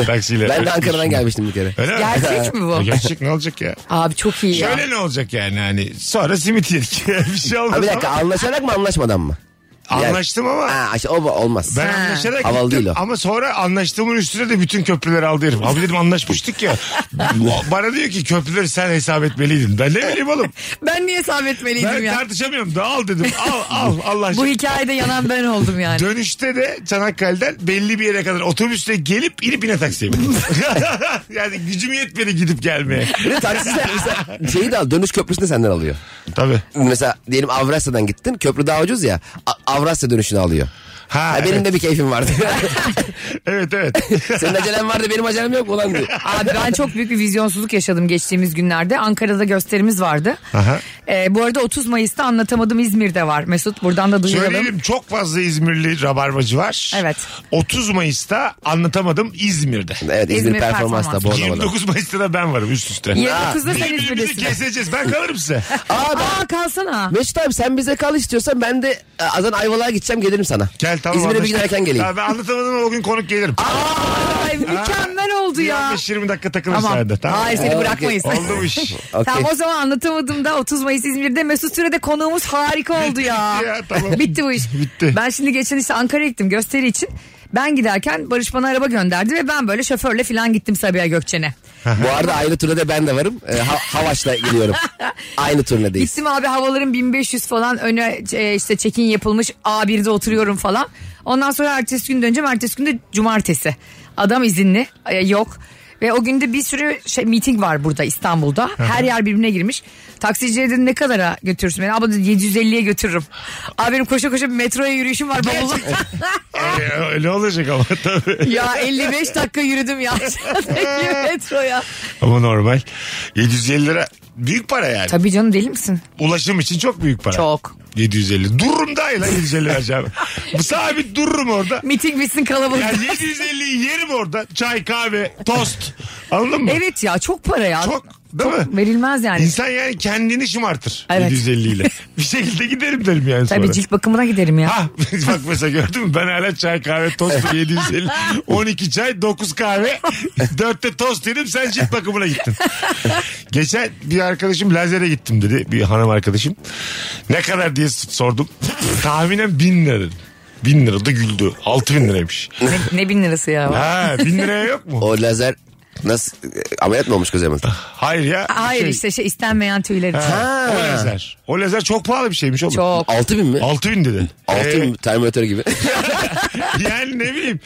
[SPEAKER 4] Taksiyle.
[SPEAKER 9] Ben de Ankara'dan gelmiştim bir kere.
[SPEAKER 4] Öyle mi?
[SPEAKER 5] Gerçek mi bu?
[SPEAKER 4] Gerçek ne olacak ya?
[SPEAKER 5] Abi çok iyi ya.
[SPEAKER 4] Şöyle ne olacak yani hani sonra simit yedik [laughs] bir şey olmaz
[SPEAKER 9] Ha, bir dakika
[SPEAKER 4] ama
[SPEAKER 9] anlaşarak mı anlaşmadan mı? Yani-
[SPEAKER 4] anlaştım ama
[SPEAKER 9] Ha, işte o olmaz.
[SPEAKER 4] ben
[SPEAKER 5] Ha.
[SPEAKER 4] anlaşarak
[SPEAKER 9] Havalı
[SPEAKER 4] gittim.
[SPEAKER 9] değil o.
[SPEAKER 4] ama sonra anlaştığımın üstüne de bütün köprüleri aldı herif. Abi dedim anlaşmıştık ya. O Bana diyor ki köprüleri sen hesap etmeliydin. Ben ne bileyim
[SPEAKER 5] [laughs]
[SPEAKER 4] oğlum.
[SPEAKER 5] Ben niye hesap
[SPEAKER 4] Ben
[SPEAKER 5] etmeliydim ya?
[SPEAKER 4] tartışamıyorum da al
[SPEAKER 5] [laughs]
[SPEAKER 4] dedim. Al al Allah
[SPEAKER 5] Bu
[SPEAKER 4] aşkına.
[SPEAKER 5] hikayede yanan ben oldum yani.
[SPEAKER 4] Dönüşte de Çanakkale'den belli bir yere kadar otobüsle gelip inip yine taksiye
[SPEAKER 9] [laughs]
[SPEAKER 4] bindim. [laughs] yani gücüm yetmedi gidip gelmeye.
[SPEAKER 9] Bir de taksistler mesela şeyi de al dönüş köprüsünü senden alıyor.
[SPEAKER 4] Tabii.
[SPEAKER 9] Mesela diyelim Avrasya'dan gittin köprü daha ucuz ya A- Avrasya dönüşünü alıyor.
[SPEAKER 4] Ha,
[SPEAKER 9] Ha, benim de bir keyfim vardı. [laughs]
[SPEAKER 4] Evet evet.
[SPEAKER 9] Senin acelen vardı benim acelem yok ulan diyor.
[SPEAKER 5] Abi ben çok büyük bir vizyonsuzluk yaşadım geçtiğimiz günlerde. Ankara'da gösterimiz vardı.
[SPEAKER 4] Aha.
[SPEAKER 5] Ee, bu arada 30 Mayıs'ta anlatamadım İzmir'de var. Mesut buradan da duyuralım.
[SPEAKER 4] Söyleyelim çok fazla İzmirli rabarbacı var.
[SPEAKER 5] Evet.
[SPEAKER 4] 30 Mayıs'ta anlatamadım İzmir'de.
[SPEAKER 9] Evet İzmir,
[SPEAKER 5] İzmir
[SPEAKER 9] performans da
[SPEAKER 5] performans.
[SPEAKER 9] bu adamda.
[SPEAKER 4] 29 Mayıs'ta da ben varım üst üste.
[SPEAKER 5] 29'da sen
[SPEAKER 4] Birbirimizi
[SPEAKER 5] İzmir'desin.
[SPEAKER 4] keseceğiz. Ben kalırım size.
[SPEAKER 9] Aa, ben-
[SPEAKER 5] Aa kalsana.
[SPEAKER 9] Mesut abi sen bize kal istiyorsan ben de e, Azan Ayvalık'a gideceğim gelirim sana.
[SPEAKER 4] Gel tamam.
[SPEAKER 9] İzmir'e bir
[SPEAKER 4] anlaştık.
[SPEAKER 9] gün erken geleyim.
[SPEAKER 4] Ya ben anlatamadım ama o gün konuk gelirim.
[SPEAKER 5] Ay mükemmel oldu
[SPEAKER 4] Bir
[SPEAKER 5] ya.
[SPEAKER 4] 15-20 dakika takılır
[SPEAKER 5] Tamam.
[SPEAKER 4] sahada. Tamam.
[SPEAKER 5] Hayır seni
[SPEAKER 9] Aa,
[SPEAKER 5] bırakmayız.
[SPEAKER 4] Oldu bu
[SPEAKER 5] [laughs]
[SPEAKER 4] iş.
[SPEAKER 9] Okey.
[SPEAKER 5] Tamam o zaman anlatamadım da 30 Mayıs İzmir'de Mesut Süre'de konuğumuz harika oldu ya.
[SPEAKER 4] bitti ya, tamam.
[SPEAKER 5] Bitti bu iş.
[SPEAKER 4] [laughs] Bitti.
[SPEAKER 5] Ben şimdi geçen işte Ankara'ya gittim gösteri için. Ben giderken Barış bana araba gönderdi ve ben böyle şoförle falan gittim Sabiha Gökçen'e.
[SPEAKER 9] Bu arada aynı turnede ben de varım. E, ha- Havaş'la gidiyorum. aynı turnedeyiz.
[SPEAKER 5] Gittim abi havaların 1500 falan öne e, işte check-in yapılmış A1'de oturuyorum falan. Ondan sonra ertesi gün döneceğim. Ertesi gün de cumartesi. Adam izinli e, yok. Ve o günde bir sürü şey, meeting var burada İstanbul'da. Her yer birbirine girmiş. Taksiciye dedim ne kadara götürürsün beni? Abla dedi 750'ye götürürüm. Abi benim koşa koşa bir metroya yürüyüşüm var bavulum.
[SPEAKER 4] Ee, öyle olacak ama tabii.
[SPEAKER 5] [laughs] ya 55 dakika yürüdüm ya. [laughs] metroya.
[SPEAKER 4] Ama normal. 750 lira büyük para yani.
[SPEAKER 5] Tabii canım deli misin?
[SPEAKER 4] Ulaşım için çok büyük para.
[SPEAKER 5] Çok.
[SPEAKER 4] 750. Dururum da lan 750 vereceğim. Bu sabit dururum orada.
[SPEAKER 5] Meeting bitsin kalabalık.
[SPEAKER 4] Yani 750'yi yerim orada. Çay, kahve, tost. Anladın mı?
[SPEAKER 5] Evet ya çok para ya.
[SPEAKER 4] Çok değil mi?
[SPEAKER 5] Verilmez yani.
[SPEAKER 4] İnsan yani kendini şımartır
[SPEAKER 5] Evet.
[SPEAKER 4] 750
[SPEAKER 5] [laughs]
[SPEAKER 4] ile. Bir şekilde giderim derim yani sonra.
[SPEAKER 5] Tabii cilt bakımına giderim ya.
[SPEAKER 4] Ha [laughs] bak mesela gördün mü ben hala çay kahve tost
[SPEAKER 5] [laughs]
[SPEAKER 4] 750 12 çay 9 kahve 4'te tost yedim sen cilt bakımına gittin. Geçen bir arkadaşım lazere gittim dedi bir hanım arkadaşım. Ne kadar diye s- sordum. Tahminen 1000 lira dedi. 1000 lira da güldü. 6000 liraymış.
[SPEAKER 5] Ne, ne bin lirası ya.
[SPEAKER 4] Ha 1000 liraya yok mu?
[SPEAKER 9] O lazer nasıl e, ameliyat mı olmuş [laughs] kızımın?
[SPEAKER 4] Hayır ya.
[SPEAKER 5] Hayır
[SPEAKER 4] Şey,
[SPEAKER 5] işte şey istenmeyen tüyler için.
[SPEAKER 4] ha, O lazer. O lazer çok pahalı bir şeymiş oğlum.
[SPEAKER 5] Çok.
[SPEAKER 9] 6000 mi?
[SPEAKER 4] 6000 dedi.
[SPEAKER 9] 6000
[SPEAKER 4] Ee,
[SPEAKER 9] mi? Terminator gibi.
[SPEAKER 4] yani ne bileyim.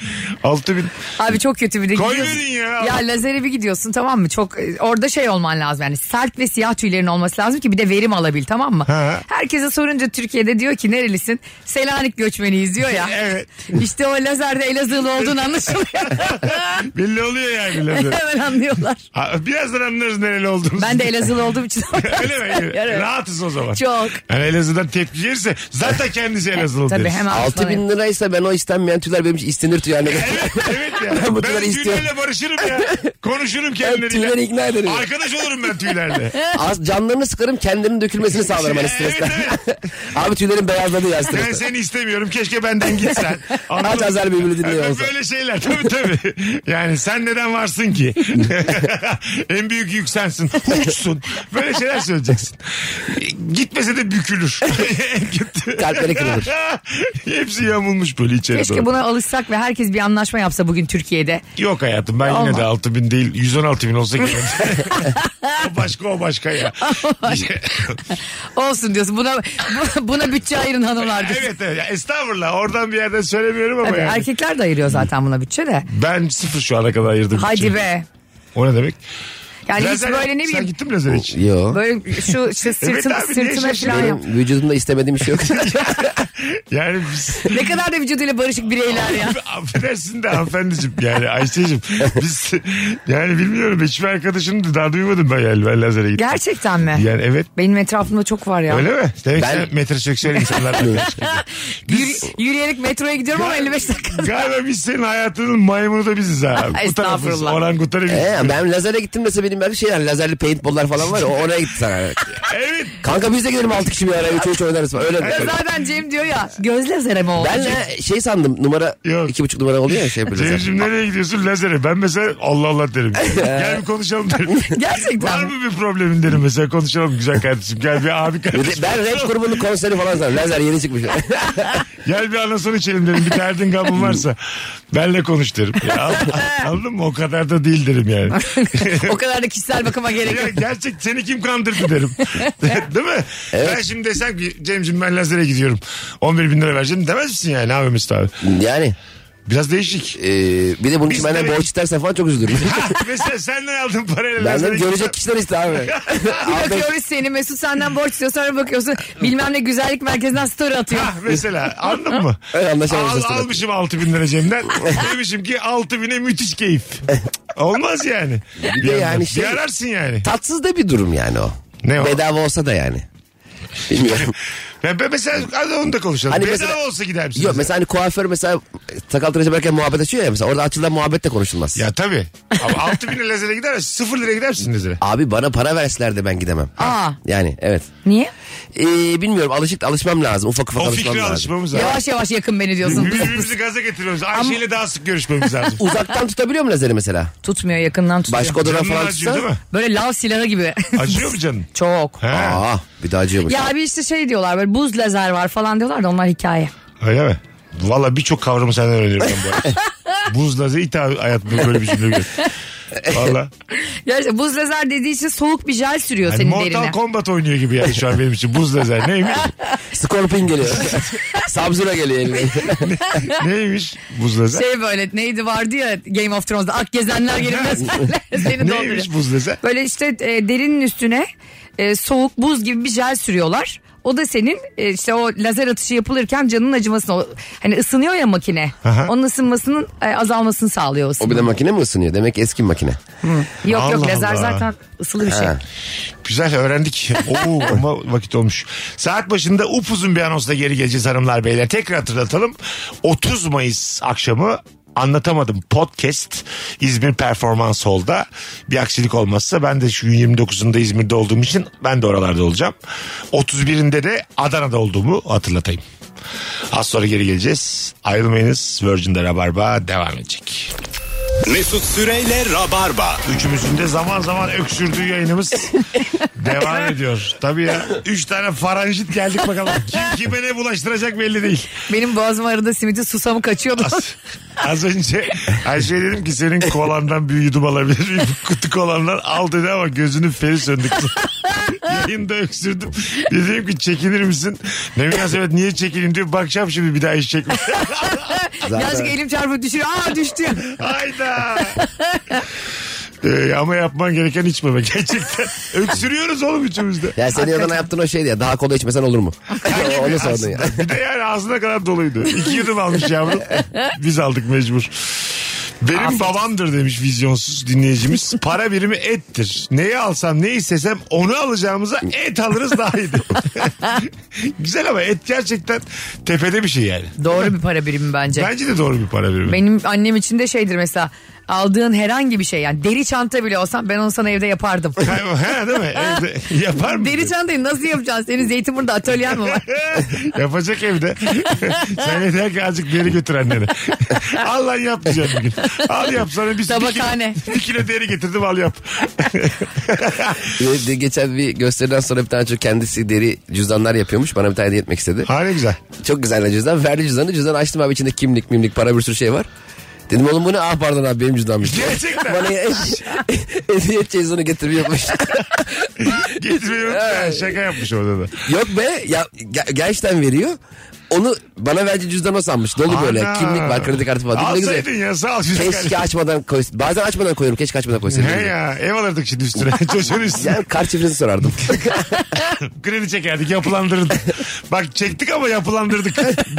[SPEAKER 4] 6000.
[SPEAKER 5] Abi çok kötü bir de
[SPEAKER 4] Koy
[SPEAKER 5] gidiyorsun.
[SPEAKER 4] verin ya.
[SPEAKER 5] Ya lazere bir gidiyorsun tamam mı? Çok e, orada şey olman lazım yani sert ve siyah tüylerin olması lazım ki bir de verim alabil tamam mı?
[SPEAKER 4] Ha.
[SPEAKER 5] Herkese sorunca Türkiye'de diyor ki nerelisin? Selanik göçmeniyiz diyor ya.
[SPEAKER 4] [laughs] Evet.
[SPEAKER 5] İşte o lazerde Elazığlı
[SPEAKER 4] [laughs]
[SPEAKER 5] olduğun anlaşılıyor.
[SPEAKER 4] Belli oluyor yani lazer.
[SPEAKER 5] [laughs] Hemen anlıyorlar.
[SPEAKER 4] Ha, Birazdan anlarız nereli olduğumuzu.
[SPEAKER 5] Ben de Elazığlı olduğum için.
[SPEAKER 4] [laughs] Öyle
[SPEAKER 5] [laughs]
[SPEAKER 4] mi?
[SPEAKER 5] Evet.
[SPEAKER 4] Rahatız o zaman.
[SPEAKER 5] Çok.
[SPEAKER 4] Yani Elazığ'dan tepki gelirse zaten
[SPEAKER 5] [laughs]
[SPEAKER 4] kendisi Elazığlı
[SPEAKER 5] Tabii
[SPEAKER 4] deriz.
[SPEAKER 5] hemen.
[SPEAKER 9] 6000 liraysa ben o istenmeyen tüyler benim için istenir tüy haline gelir.
[SPEAKER 4] Evet, evet ya.
[SPEAKER 9] Ben
[SPEAKER 5] [laughs]
[SPEAKER 9] bu
[SPEAKER 4] ben
[SPEAKER 9] tüyleri istiyorum.
[SPEAKER 4] tüylerle barışırım ya. Konuşurum
[SPEAKER 9] Ben [laughs] tüyleri
[SPEAKER 4] kendileriyle.
[SPEAKER 9] ikna ederim.
[SPEAKER 4] Arkadaş olurum ben tüylerle.
[SPEAKER 5] [laughs]
[SPEAKER 9] Az canlarını sıkarım kendilerinin dökülmesini sağlarım hani stresten. [laughs] Abi tüylerin beyazladı ya
[SPEAKER 4] Ben
[SPEAKER 9] stresten.
[SPEAKER 4] seni istemiyorum. Keşke benden gitsen. Anladın
[SPEAKER 9] [laughs] Aç
[SPEAKER 4] mı?
[SPEAKER 9] azar birbirini dinliyor
[SPEAKER 4] Böyle
[SPEAKER 9] olsa.
[SPEAKER 4] Böyle şeyler tabii tabii. Yani sen neden varsın
[SPEAKER 9] [laughs]
[SPEAKER 4] ki? en büyük yük sensin. Huçsun. Böyle şeyler söyleyeceksin. Gitmese de bükülür. En kötü.
[SPEAKER 9] [laughs] Kalpleri kırılır.
[SPEAKER 4] [laughs] Hepsi yamulmuş böyle içeri doğru.
[SPEAKER 5] Keşke buna alışsak ve herkes bir anlaşma yapsa bugün Türkiye'de.
[SPEAKER 4] Yok hayatım ben yine
[SPEAKER 5] Olmaz.
[SPEAKER 4] de 6000 bin değil 116 bin olsa
[SPEAKER 5] [laughs]
[SPEAKER 4] gelirim. o başka o başka ya.
[SPEAKER 5] Olsun diyorsun. Buna bu- buna bütçe ayırın hanımlar diyorsun.
[SPEAKER 4] evet evet Ya estağfurullah oradan bir yerden söylemiyorum ama
[SPEAKER 5] Tabii,
[SPEAKER 4] yani.
[SPEAKER 5] Erkekler de ayırıyor zaten buna bütçe de.
[SPEAKER 4] Ben sıfır şu ana kadar ayırdım.
[SPEAKER 5] Hadi
[SPEAKER 4] bütçeyi.
[SPEAKER 5] be.
[SPEAKER 4] O ne demek?
[SPEAKER 5] Yani
[SPEAKER 4] Lazer-
[SPEAKER 5] hiç
[SPEAKER 4] Sen
[SPEAKER 5] böyle ne bileyim
[SPEAKER 4] gittin mi lazer için?
[SPEAKER 9] Yo.
[SPEAKER 5] böyle şu işte sırtın,
[SPEAKER 4] abi, niye
[SPEAKER 5] sırtına falan
[SPEAKER 4] şaşırıyorum?
[SPEAKER 5] yap.
[SPEAKER 9] Benim vücudumda istemediğim bir şey yok.
[SPEAKER 4] Yani biz...
[SPEAKER 5] Ne kadar da vücuduyla barışık bireyler
[SPEAKER 4] [laughs]
[SPEAKER 5] ya.
[SPEAKER 4] Affedersin de hanımefendiciğim yani
[SPEAKER 9] [laughs]
[SPEAKER 4] Ayşe'cim biz yani bilmiyorum hiçbir arkadaşım da daha duymadım ben yani ben lazere gittim.
[SPEAKER 5] Gerçekten mi?
[SPEAKER 4] Yani evet
[SPEAKER 5] Benim etrafımda çok var ya.
[SPEAKER 4] öyle mi? Demek ben...
[SPEAKER 9] Ben-
[SPEAKER 4] sen metroseksüel
[SPEAKER 9] [laughs]
[SPEAKER 4] insanlar
[SPEAKER 5] Yürü- yürüyerek metroya gidiyorum ama 55 dakika.
[SPEAKER 4] Galiba biz senin hayatının maymunu da biziz ha. Bu tarafız
[SPEAKER 5] Estağfurullah.
[SPEAKER 4] orangutanı biziz.
[SPEAKER 9] Ee, ben lazere gittim mesela benim belki şey yani lazerli paintball'lar falan var ya o- oraya gitti sana.
[SPEAKER 4] Evet.
[SPEAKER 9] Kanka biz de gidelim 6 kişi bir araya 3 3 oynarız falan. Öyle
[SPEAKER 5] [laughs] Ya zaten Cem diyor ya. Gözle serem oldu.
[SPEAKER 9] Ben de şey sandım numara
[SPEAKER 4] Yok.
[SPEAKER 9] iki buçuk numara oluyor ya şey yapıyoruz.
[SPEAKER 4] Cem'cim nereye gidiyorsun? Lazere. Ben mesela Allah Allah
[SPEAKER 9] [laughs]
[SPEAKER 4] derim. Gel bir konuşalım derim. Var
[SPEAKER 5] Gerçekten.
[SPEAKER 4] mı bir problemin derim mesela konuşalım güzel kardeşim. Gel bir abi kardeşim.
[SPEAKER 9] Ben rap grubunun konseri falan sandım. Lazer yeni çıkmış.
[SPEAKER 4] Gel bir anason içelim derim. Bir derdin gamın varsa benle konuş derim.
[SPEAKER 9] [laughs]
[SPEAKER 4] Ya, anladın mı? O kadar da değil derim yani.
[SPEAKER 5] o kadar da kişisel bakıma gerek
[SPEAKER 4] Ya
[SPEAKER 5] yok.
[SPEAKER 4] gerçek seni kim kandırdı
[SPEAKER 9] [laughs]
[SPEAKER 4] derim. [laughs] Değil mi? Ben şimdi desem ki Cem'cim ben lazere gidiyorum. 11 bin lira vereceğim demez misin yani? Ne yapayım Mesut abi?
[SPEAKER 9] [laughs] yani
[SPEAKER 4] Biraz
[SPEAKER 9] [laughs]
[SPEAKER 4] değişik.
[SPEAKER 9] e, bir de bunun
[SPEAKER 4] Biz
[SPEAKER 9] için benden
[SPEAKER 4] nereye-
[SPEAKER 9] borç istersen falan çok
[SPEAKER 4] [laughs]
[SPEAKER 9] üzülürüm.
[SPEAKER 4] Ha, mesela senden aldığın parayla lazere
[SPEAKER 9] Benden
[SPEAKER 4] gitsem-
[SPEAKER 9] görecek kişiler
[SPEAKER 4] [laughs]
[SPEAKER 9] işte abi.
[SPEAKER 5] Bir
[SPEAKER 9] Abi,
[SPEAKER 5] bakıyoruz seni Mesut senden borç istiyor sonra bakıyorsun bilmem ne güzellik merkezinden story atıyor.
[SPEAKER 4] Ha mesela anladın
[SPEAKER 9] [laughs]
[SPEAKER 4] mı?
[SPEAKER 9] Öyle anlaşamamışız
[SPEAKER 4] Al-
[SPEAKER 9] tabii.
[SPEAKER 4] almışım 6 bin lira
[SPEAKER 9] [laughs]
[SPEAKER 4] Cem'den. Demişim ki 6 bine müthiş keyif. Olmaz yani. Bir,
[SPEAKER 9] de
[SPEAKER 4] yandan.
[SPEAKER 9] yani
[SPEAKER 4] Bir
[SPEAKER 9] şey-
[SPEAKER 4] ararsın yani.
[SPEAKER 9] tatsız da bir durum yani o.
[SPEAKER 4] Ne o?
[SPEAKER 9] Bedava olsa
[SPEAKER 4] [laughs]
[SPEAKER 9] da yani. Bilmiyorum.
[SPEAKER 4] Ben, ben mesela hadi onu da konuşalım.
[SPEAKER 9] Hani
[SPEAKER 4] Bedava
[SPEAKER 9] mesela-
[SPEAKER 4] olsa gider misin?
[SPEAKER 9] Yok mesela hani kuaför mesela e, sakal tıraş yaparken muhabbet açıyor ya mesela orada açılan muhabbet de konuşulmaz.
[SPEAKER 4] Ya tabii. Ama 6 bin lira lazere gider mi? 0 lira gider misin lazere?
[SPEAKER 9] Abi bana para verseler de ben gidemem.
[SPEAKER 5] Aa.
[SPEAKER 9] Yani evet.
[SPEAKER 5] Niye?
[SPEAKER 9] Ee, bilmiyorum alışık alışmam lazım. Ufak ufak
[SPEAKER 4] O
[SPEAKER 9] alışmam
[SPEAKER 4] fikre
[SPEAKER 9] lazım.
[SPEAKER 4] alışmamız lazım.
[SPEAKER 5] Yavaş yavaş yakın beni diyorsun.
[SPEAKER 4] Birbirimizi gaza getiriyoruz. Ayşe'yle daha sık görüşmemiz
[SPEAKER 9] [laughs]
[SPEAKER 4] lazım.
[SPEAKER 9] Uzaktan tutabiliyor mu lazeri mesela?
[SPEAKER 5] Tutmuyor yakından tutuyor.
[SPEAKER 9] Başka odadan
[SPEAKER 4] Canın
[SPEAKER 9] falan
[SPEAKER 4] acıyor değil
[SPEAKER 9] tutsa?
[SPEAKER 4] mi?
[SPEAKER 5] Böyle lav silahı gibi. [laughs]
[SPEAKER 4] Acıyor mu canın?
[SPEAKER 5] Çok.
[SPEAKER 4] He.
[SPEAKER 9] Aa bir daha acıyormuş.
[SPEAKER 5] Ya bir işte şey diyorlar böyle buz lazer var falan diyorlar da onlar hikaye.
[SPEAKER 4] Öyle mi? Valla birçok kavramı senden öğreniyorum ben bu
[SPEAKER 9] [laughs]
[SPEAKER 4] arada. Buz lazeri ilk defa hayatımda böyle bir cümle gördüm.
[SPEAKER 9] [laughs]
[SPEAKER 4] Valla.
[SPEAKER 5] Gerçi buz lazer dediği için soğuk bir jel sürüyor
[SPEAKER 4] Hani
[SPEAKER 5] senin
[SPEAKER 4] Mortal
[SPEAKER 5] derine.
[SPEAKER 4] Kombat oynuyor gibi yani şu an benim için. Buz lazer neymiş?
[SPEAKER 9] [laughs] Scorpion geliyor.
[SPEAKER 4] [laughs]
[SPEAKER 9] Samsun'a geliyor eline.
[SPEAKER 4] neymiş buz lazer?
[SPEAKER 5] şey böyle neydi vardı ya Game of Thrones'da ak
[SPEAKER 4] [laughs]
[SPEAKER 5] gezenler gelip lazerler seni dolduruyor.
[SPEAKER 4] neymiş buz lazer?
[SPEAKER 5] Böyle işte e, derinin üstüne e, soğuk buz gibi bir jel sürüyorlar. O da senin e, işte o lazer atışı yapılırken canın acımasını o- hani ısınıyor ya makine.
[SPEAKER 4] Aha.
[SPEAKER 5] Onun ısınmasının e, azalmasını sağlıyor o
[SPEAKER 9] O
[SPEAKER 5] ısınma.
[SPEAKER 9] bir de makine mi ısınıyor? Demek ki eski bir makine.
[SPEAKER 5] Yok
[SPEAKER 4] Allah
[SPEAKER 5] yok lazer
[SPEAKER 4] Allah.
[SPEAKER 5] zaten ısılı bir şey.
[SPEAKER 9] Ha.
[SPEAKER 4] Güzel öğrendik. Oo ama vakit olmuş. Saat başında upuzun bir anonsla geri geleceğiz hanımlar beyler. Tekrar hatırlatalım. 30 Mayıs akşamı Anlatamadım podcast İzmir Performans Hall'da bir aksilik olmazsa ben de şu gün 29'unda İzmir'de olduğum için ben de oralarda olacağım. 31'inde de Adana'da olduğumu hatırlatayım. Az sonra geri geleceğiz. Ayrılmayınız. Virgin'de Rabarba devam edecek.
[SPEAKER 3] Mesut Süreyle Rabarba.
[SPEAKER 4] Üçümüzün de zaman zaman öksürdüğü yayınımız devam ediyor. Tabii ya. Üç tane faranjit geldik bakalım. Kim kime ne bulaştıracak belli değil.
[SPEAKER 5] Benim boğazım arada simidi susamı kaçıyordu.
[SPEAKER 4] Az, az önce Ayşe dedim ki senin kolandan bir yudum alabilir miyim? [laughs] Kutu kolandan al dedi ama gözünün feri söndü. kızım. [laughs] Yayında öksürdüm. Dedim ki çekinir misin? Ne münasebet niye çekineyim diyor. Bakacağım şimdi bir daha iş çekme.
[SPEAKER 5] [laughs]
[SPEAKER 4] [laughs]
[SPEAKER 5] Birazcık elim çarpıp düşüyor. Aa düştü.
[SPEAKER 4] Hayda. Ee, ama yapman gereken içmeme gerçekten. Öksürüyoruz oğlum üçümüz de.
[SPEAKER 9] Ya senin yanına yaptığın o şeydi ya. Daha kola içmesen
[SPEAKER 4] [laughs]
[SPEAKER 9] olur mu? Ee, Onu sordun ya.
[SPEAKER 4] Aslında. Bir de yani ağzına kadar doluydu. İki yudum almış yavrum. Biz aldık mecbur. Benim babamdır demiş vizyonsuz dinleyicimiz. Para birimi ettir. Neyi alsam ne istesem onu alacağımıza et alırız daha iyi. [laughs] Güzel ama et gerçekten tepede bir şey yani.
[SPEAKER 5] Doğru bir para birimi bence.
[SPEAKER 4] Bence de doğru bir para birimi.
[SPEAKER 5] Benim annem için de şeydir mesela aldığın herhangi bir şey yani deri çanta bile olsan ben onu sana evde yapardım.
[SPEAKER 4] ha, değil mi? Evde yapar mı?
[SPEAKER 5] deri çantayı nasıl yapacaksın? Senin Zeytinburnu'da atölyen mi var?
[SPEAKER 4] [laughs] Yapacak evde. Sen yeter ki azıcık deri götür annene. [laughs] al lan yap diyeceğim bugün. Al yap sana bir, bir, kilo,
[SPEAKER 5] Tabakhane.
[SPEAKER 4] [laughs] bir kilo deri getirdim al yap.
[SPEAKER 9] Ee, de- Geçen bir gösteriden sonra bir tane çocuk kendisi deri cüzdanlar yapıyormuş. Bana bir tane hediye etmek istedi.
[SPEAKER 4] Ha ne güzel.
[SPEAKER 9] Çok güzel lan cüzdan. Verdi cüzdanı. Cüzdanı açtım abi içinde kimlik mimlik para bir sürü şey var. Dedim oğlum bu ne? Ah pardon abi benim cüzdanmış.
[SPEAKER 4] Gerçekten.
[SPEAKER 9] Bana ya- [laughs] hediye edeceğiz onu
[SPEAKER 4] [laughs]
[SPEAKER 9] getirmiyormuş.
[SPEAKER 4] Getirmeyi unutma. Şaka yapmış orada da.
[SPEAKER 9] Yok be ya, ge- gerçekten veriyor. Onu bana verdiği cüzdan o sanmış. Dolu böyle.
[SPEAKER 4] Ana.
[SPEAKER 9] Kimlik var kredi kartı falan. Ne güzel.
[SPEAKER 4] Alsaydın ya sağ ol. Güzel.
[SPEAKER 9] Keşke açmadan koy. Bazen açmadan koyuyorum. Keşke açmadan koysaydım.
[SPEAKER 4] He ya ev alırdık şimdi
[SPEAKER 9] [laughs]
[SPEAKER 4] üstüne. Çocuğun üstüne.
[SPEAKER 9] Yani kart şifresi [laughs] sorardım.
[SPEAKER 4] Kredi çekerdik
[SPEAKER 9] [laughs]
[SPEAKER 4] yapılandırdık. Bak çektik ama yapılandırdık.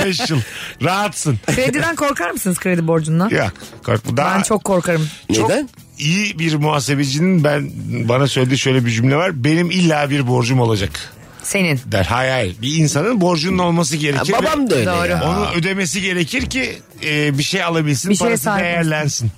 [SPEAKER 4] 5 yıl. Rahatsın.
[SPEAKER 5] Krediden korkar mısınız kredi borcundan?
[SPEAKER 4] Yok. Korkma. Daha
[SPEAKER 5] Ben çok korkarım.
[SPEAKER 4] Çok
[SPEAKER 9] Neden?
[SPEAKER 4] iyi bir muhasebecinin ben bana söylediği şöyle bir cümle var. Benim illa bir borcum olacak
[SPEAKER 5] Senin.
[SPEAKER 4] der. Hayır hayır. Bir insanın borcunun olması
[SPEAKER 9] Ya
[SPEAKER 4] gerekir. ve
[SPEAKER 9] babam da öyle.
[SPEAKER 5] Doğru.
[SPEAKER 9] ya.
[SPEAKER 4] Onu ödemesi gerekir ki e, bir şey alabilsin,
[SPEAKER 5] Bir şeye
[SPEAKER 4] parası
[SPEAKER 5] sahip olsun.
[SPEAKER 4] değerlensin.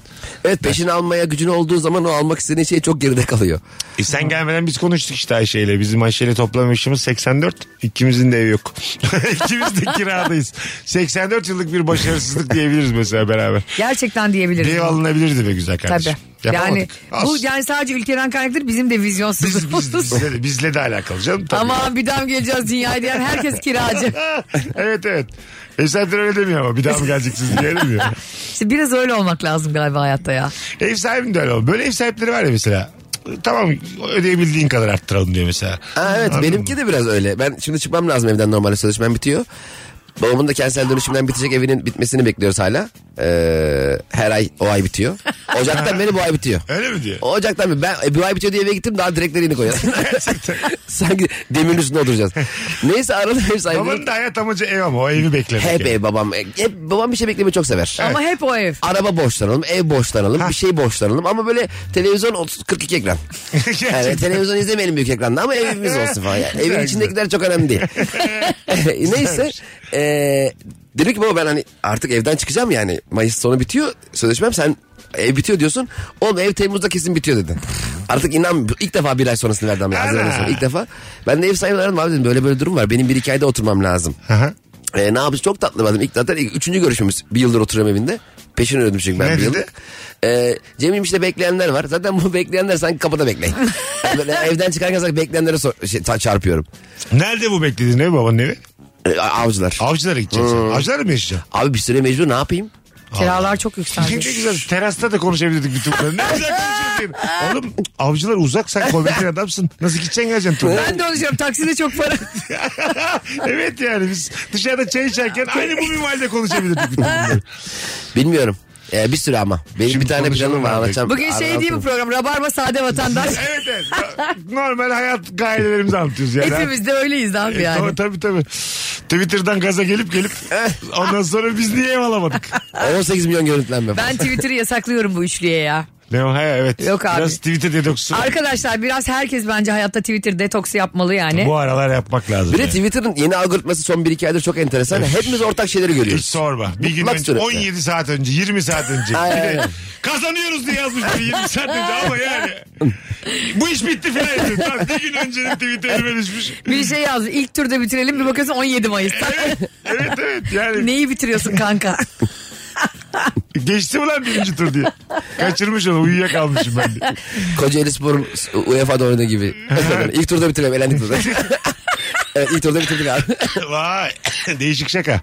[SPEAKER 9] Evet peşini almaya gücünü olduğu zaman o almak istediğin şey çok geride kalıyor.
[SPEAKER 4] E sen gelmeden biz konuştuk işte Ayşe'yle. Bizim Ayşe'yle toplam yaşımız 84. İkimizin de evi yok. [laughs] İkimiz de kiradayız. 84 yıllık bir başarısızlık diyebiliriz mesela beraber.
[SPEAKER 5] Gerçekten diyebiliriz.
[SPEAKER 4] Bir ev
[SPEAKER 5] bunu.
[SPEAKER 4] alınabilirdi be güzel
[SPEAKER 5] Tabii.
[SPEAKER 4] kardeşim.
[SPEAKER 5] Yani
[SPEAKER 4] Yapamadık.
[SPEAKER 5] bu
[SPEAKER 4] Olsun.
[SPEAKER 5] yani sadece ülkeden kaynaklıdır bizim de
[SPEAKER 4] biz, biz,
[SPEAKER 5] vizyonsuzluğumuz.
[SPEAKER 4] bizle, de, bizle de alakalı canım. Tabii.
[SPEAKER 5] Aman bir daha mı geleceğiz dünyaya diyen herkes kiracı.
[SPEAKER 4] [laughs] evet evet. Efsanedir öyle demiyor ama bir daha mı geleceksiniz diye demiyor.
[SPEAKER 9] [laughs]
[SPEAKER 5] İşte biraz öyle olmak lazım galiba hayatta ya.
[SPEAKER 4] ev sahibinin de öyle oldu. Böyle ev sahipleri var ya mesela. Cık, Tamam ödeyebildiğin kadar arttıralım diyor mesela.
[SPEAKER 9] Ha, evet
[SPEAKER 4] Anladın
[SPEAKER 9] benimki
[SPEAKER 4] mı?
[SPEAKER 9] de biraz öyle. Ben şimdi çıkmam lazım evden normalde sözleşmem bitiyor. Babamın da kentsel dönüşümden bitecek evinin bitmesini bekliyoruz hala. Ee, her ay o ay bitiyor. Ocaktan beri bu ay bitiyor.
[SPEAKER 4] [laughs] Öyle mi diyor?
[SPEAKER 9] Ocaktan beri ben e, bu ay bitiyor diye eve gittim daha
[SPEAKER 4] [laughs]
[SPEAKER 9] direklerini koyuyorum. [laughs] Sanki demirin üstünde oturacağız. Neyse arada ev sahibi.
[SPEAKER 4] Babanın da hayat amacı ev ama o evi beklemek.
[SPEAKER 9] Hep
[SPEAKER 4] yani.
[SPEAKER 9] ev babam. Hep babam bir şey beklemeyi çok sever.
[SPEAKER 5] Ama hep o ev.
[SPEAKER 9] Araba borçlanalım, ev borçlanalım, bir şey borçlanalım ama böyle televizyon 30
[SPEAKER 4] [laughs]
[SPEAKER 9] 42 ekran.
[SPEAKER 4] Gerçekten.
[SPEAKER 9] Yani televizyon izlemeyelim büyük ekranda ama evimiz olsun falan. Yani
[SPEAKER 4] Güzel,
[SPEAKER 9] evin içindekiler çok
[SPEAKER 4] [laughs]
[SPEAKER 9] önemli değil. [laughs]
[SPEAKER 4] Ee,
[SPEAKER 9] Neyse. E, dedim ki baba ben hani artık evden çıkacağım yani. Mayıs sonu bitiyor. Sözleşmem sen ev bitiyor diyorsun. Oğlum ev Temmuz'da kesin bitiyor dedi. Artık inan ilk defa bir ay sonrasını verdim. Yani, Haziran'dan sonra ilk defa. Ben de ev sahibini aradım abi dedim böyle böyle durum var. Benim bir iki ayda oturmam lazım.
[SPEAKER 4] Aha.
[SPEAKER 9] E, ne yapacağız çok tatlı bir adam. İlk zaten ilk- üçüncü görüşümüz. Bir yıldır oturuyorum evinde. Peşini ödedim çünkü ben
[SPEAKER 4] Ne
[SPEAKER 9] bir
[SPEAKER 4] dedi?
[SPEAKER 9] yıldır. E, Cem'im işte bekleyenler var. Zaten bu bekleyenler sanki kapıda bekleyin. Hani Böyle evden çıkarken sanki bekleyenlere sor- şey, ta- çarpıyorum.
[SPEAKER 4] Nerede bu beklediğin ev babanın evi?
[SPEAKER 9] E, a- avcılar.
[SPEAKER 4] Avcılara gideceksin.
[SPEAKER 9] Hmm.
[SPEAKER 4] Avcılara mı yaşayacaksın?
[SPEAKER 9] Abi bir süre mecbur ne yapayım?
[SPEAKER 5] Kiralar çok
[SPEAKER 4] Ne
[SPEAKER 5] yükseldi.
[SPEAKER 4] güzel terasta da konuşabilirdik bütün bunları. Ne güzel konuşuyorduk. Oğlum avcılar uzak sen komedyen adamsın. Nasıl gideceksin geleceksin
[SPEAKER 9] [laughs]
[SPEAKER 4] turda?
[SPEAKER 5] Ben de onu diyorum takside
[SPEAKER 4] [laughs]
[SPEAKER 5] çok para.
[SPEAKER 4] evet yani biz dışarıda çay içerken aynı bu minvalde konuşabilirdik bütün bunları.
[SPEAKER 9] Bilmiyorum. E, bir süre ama. Benim
[SPEAKER 4] Şimdi
[SPEAKER 9] bir tane
[SPEAKER 4] konuşalım
[SPEAKER 9] planım var.
[SPEAKER 4] abi.
[SPEAKER 9] Anlatacağım.
[SPEAKER 5] Bugün şey
[SPEAKER 9] Anlatırım.
[SPEAKER 5] değil bu program Rabarba
[SPEAKER 4] [laughs]
[SPEAKER 5] Sade Vatandaş.
[SPEAKER 4] evet evet. Normal hayat gayelerimizi anlatıyoruz yani.
[SPEAKER 5] Hepimiz de öyleyiz abi
[SPEAKER 4] E,
[SPEAKER 5] yani. Eh.
[SPEAKER 4] Tabii tabii tabii. Twitter'dan gaza gelip gelip ondan sonra biz niye ev alamadık?
[SPEAKER 9] 18 milyon görüntülenme.
[SPEAKER 5] Ben Twitter'ı yasaklıyorum bu üçlüye ya.
[SPEAKER 4] Ne o ha evet.
[SPEAKER 5] Yok abi.
[SPEAKER 4] Biraz Twitter detoksu
[SPEAKER 5] Arkadaşlar biraz herkes bence hayatta Twitter detoksu yapmalı yani.
[SPEAKER 4] bu aralar yapmak lazım.
[SPEAKER 9] Bir de
[SPEAKER 4] yani.
[SPEAKER 9] Twitter'ın yeni algoritması son 1-2 aydır çok enteresan. Hepimiz ortak şeyleri
[SPEAKER 4] Hiç
[SPEAKER 9] görüyoruz.
[SPEAKER 4] sorma. Bir gün
[SPEAKER 9] Mutlak
[SPEAKER 4] önce,
[SPEAKER 9] surette.
[SPEAKER 4] 17 saat önce, 20 saat önce.
[SPEAKER 9] Aynen,
[SPEAKER 4] Bir de
[SPEAKER 9] aynen.
[SPEAKER 4] kazanıyoruz diye yazmış biri 20 saat önce ama yani. Bu iş bitti falan yazıyor. Lan bir gün öncenin tweet'i elime düşmüş.
[SPEAKER 5] Bir şey yaz. İlk turda bitirelim bir bakıyorsun 17 Mayıs.
[SPEAKER 4] Evet evet yani
[SPEAKER 5] Neyi bitiriyorsun kanka?
[SPEAKER 4] geçti mi lan birinci tur diye. Kaçırmış onu uyuyakalmışım ben diye.
[SPEAKER 9] Kocaeli Spor UEFA'da E oynadığı gibi. ilk turda bitirelim. Elendik turda. [laughs] evet ilk turda bitirdik abi.
[SPEAKER 4] Vay [laughs] değişik şaka.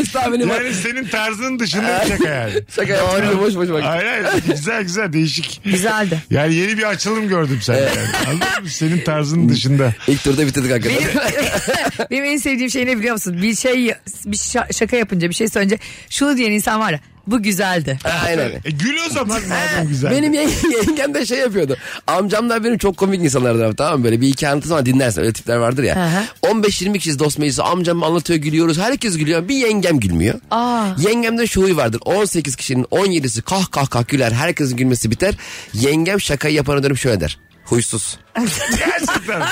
[SPEAKER 9] Hiç tahminim var.
[SPEAKER 4] yani senin tarzının dışında bir şaka yani.
[SPEAKER 9] Şaka yapıyorum. Boş boş bak.
[SPEAKER 4] Hayır hayır güzel güzel değişik.
[SPEAKER 5] Güzeldi.
[SPEAKER 4] Yani yeni bir açılım gördüm sende yani. Anladın mı? Senin tarzının dışında.
[SPEAKER 9] İlk turda bitirdik
[SPEAKER 5] Benim,
[SPEAKER 9] hakikaten.
[SPEAKER 4] [laughs]
[SPEAKER 5] benim en sevdiğim şey ne biliyor musun? Bir şey bir şa- şaka yapınca bir şey söyleyince şunu diyen insan var ya bu güzeldi.
[SPEAKER 9] Aynen.
[SPEAKER 4] E, gül o zaman madem güzel.
[SPEAKER 9] Benim yeng- [laughs] yengem de şey yapıyordu. Amcamlar benim çok komik insanlardır abi tamam mı? Böyle bir iki anlatı zaman dinlersin öyle tipler vardır ya. 15-20 kişiyiz dost meclisi amcam anlatıyor gülüyoruz. Herkes gülüyor bir yengem gülmüyor.
[SPEAKER 5] Aa.
[SPEAKER 9] Yengemde şu huy vardır 18 kişinin 17'si kah kah kah güler herkesin gülmesi biter. Yengem şakayı yapana dönüp şöyle der. Huysuz.
[SPEAKER 5] [laughs]
[SPEAKER 4] Gerçekten.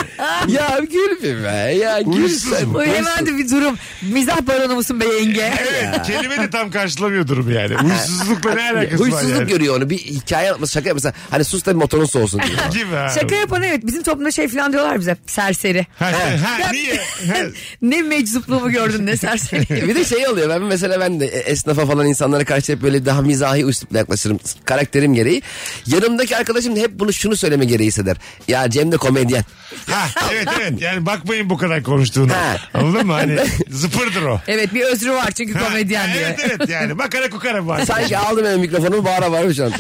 [SPEAKER 9] ya gülme be ya gül
[SPEAKER 4] Huysuz
[SPEAKER 9] sen.
[SPEAKER 4] mu?
[SPEAKER 5] Bu hemen de bir durum. Mizah baronu musun be yenge?
[SPEAKER 4] [laughs] Evet kelime de tam karşılamıyor durumu yani. Huysuzlukla ne alakası var
[SPEAKER 9] Huysuzluk
[SPEAKER 4] yani?
[SPEAKER 9] görüyor onu. Bir hikaye anlatması şaka yapması. Hani sus da motorun soğusun [laughs] diyor.
[SPEAKER 4] Gibi ha.
[SPEAKER 5] Şaka yapan evet bizim toplumda şey falan diyorlar bize serseri.
[SPEAKER 4] Ha, ha,
[SPEAKER 5] Ya-
[SPEAKER 4] niye? Ha,
[SPEAKER 5] ne meczupluğumu gördün
[SPEAKER 4] [laughs]
[SPEAKER 5] ne serseri.
[SPEAKER 9] bir de şey oluyor ben mesela ben de esnafa falan insanlara karşı hep böyle daha mizahi üslupla yaklaşırım karakterim gereği. Yanımdaki arkadaşım da hep bunu şunu söyleme gereği hisseder. Ya Cem de komedyen.
[SPEAKER 4] ha, evet evet yani bakmayın bu kadar konuştuğuna.
[SPEAKER 9] Ha.
[SPEAKER 4] Anladın mı? Hani zıpırdır o.
[SPEAKER 5] evet bir özrü var çünkü [laughs] komedyen
[SPEAKER 4] Ha,
[SPEAKER 5] diye.
[SPEAKER 4] Evet evet yani makara kukara
[SPEAKER 5] [laughs]
[SPEAKER 4] var.
[SPEAKER 9] Sanki aldım benim mikrofonumu bağıra bağıra şey şu an.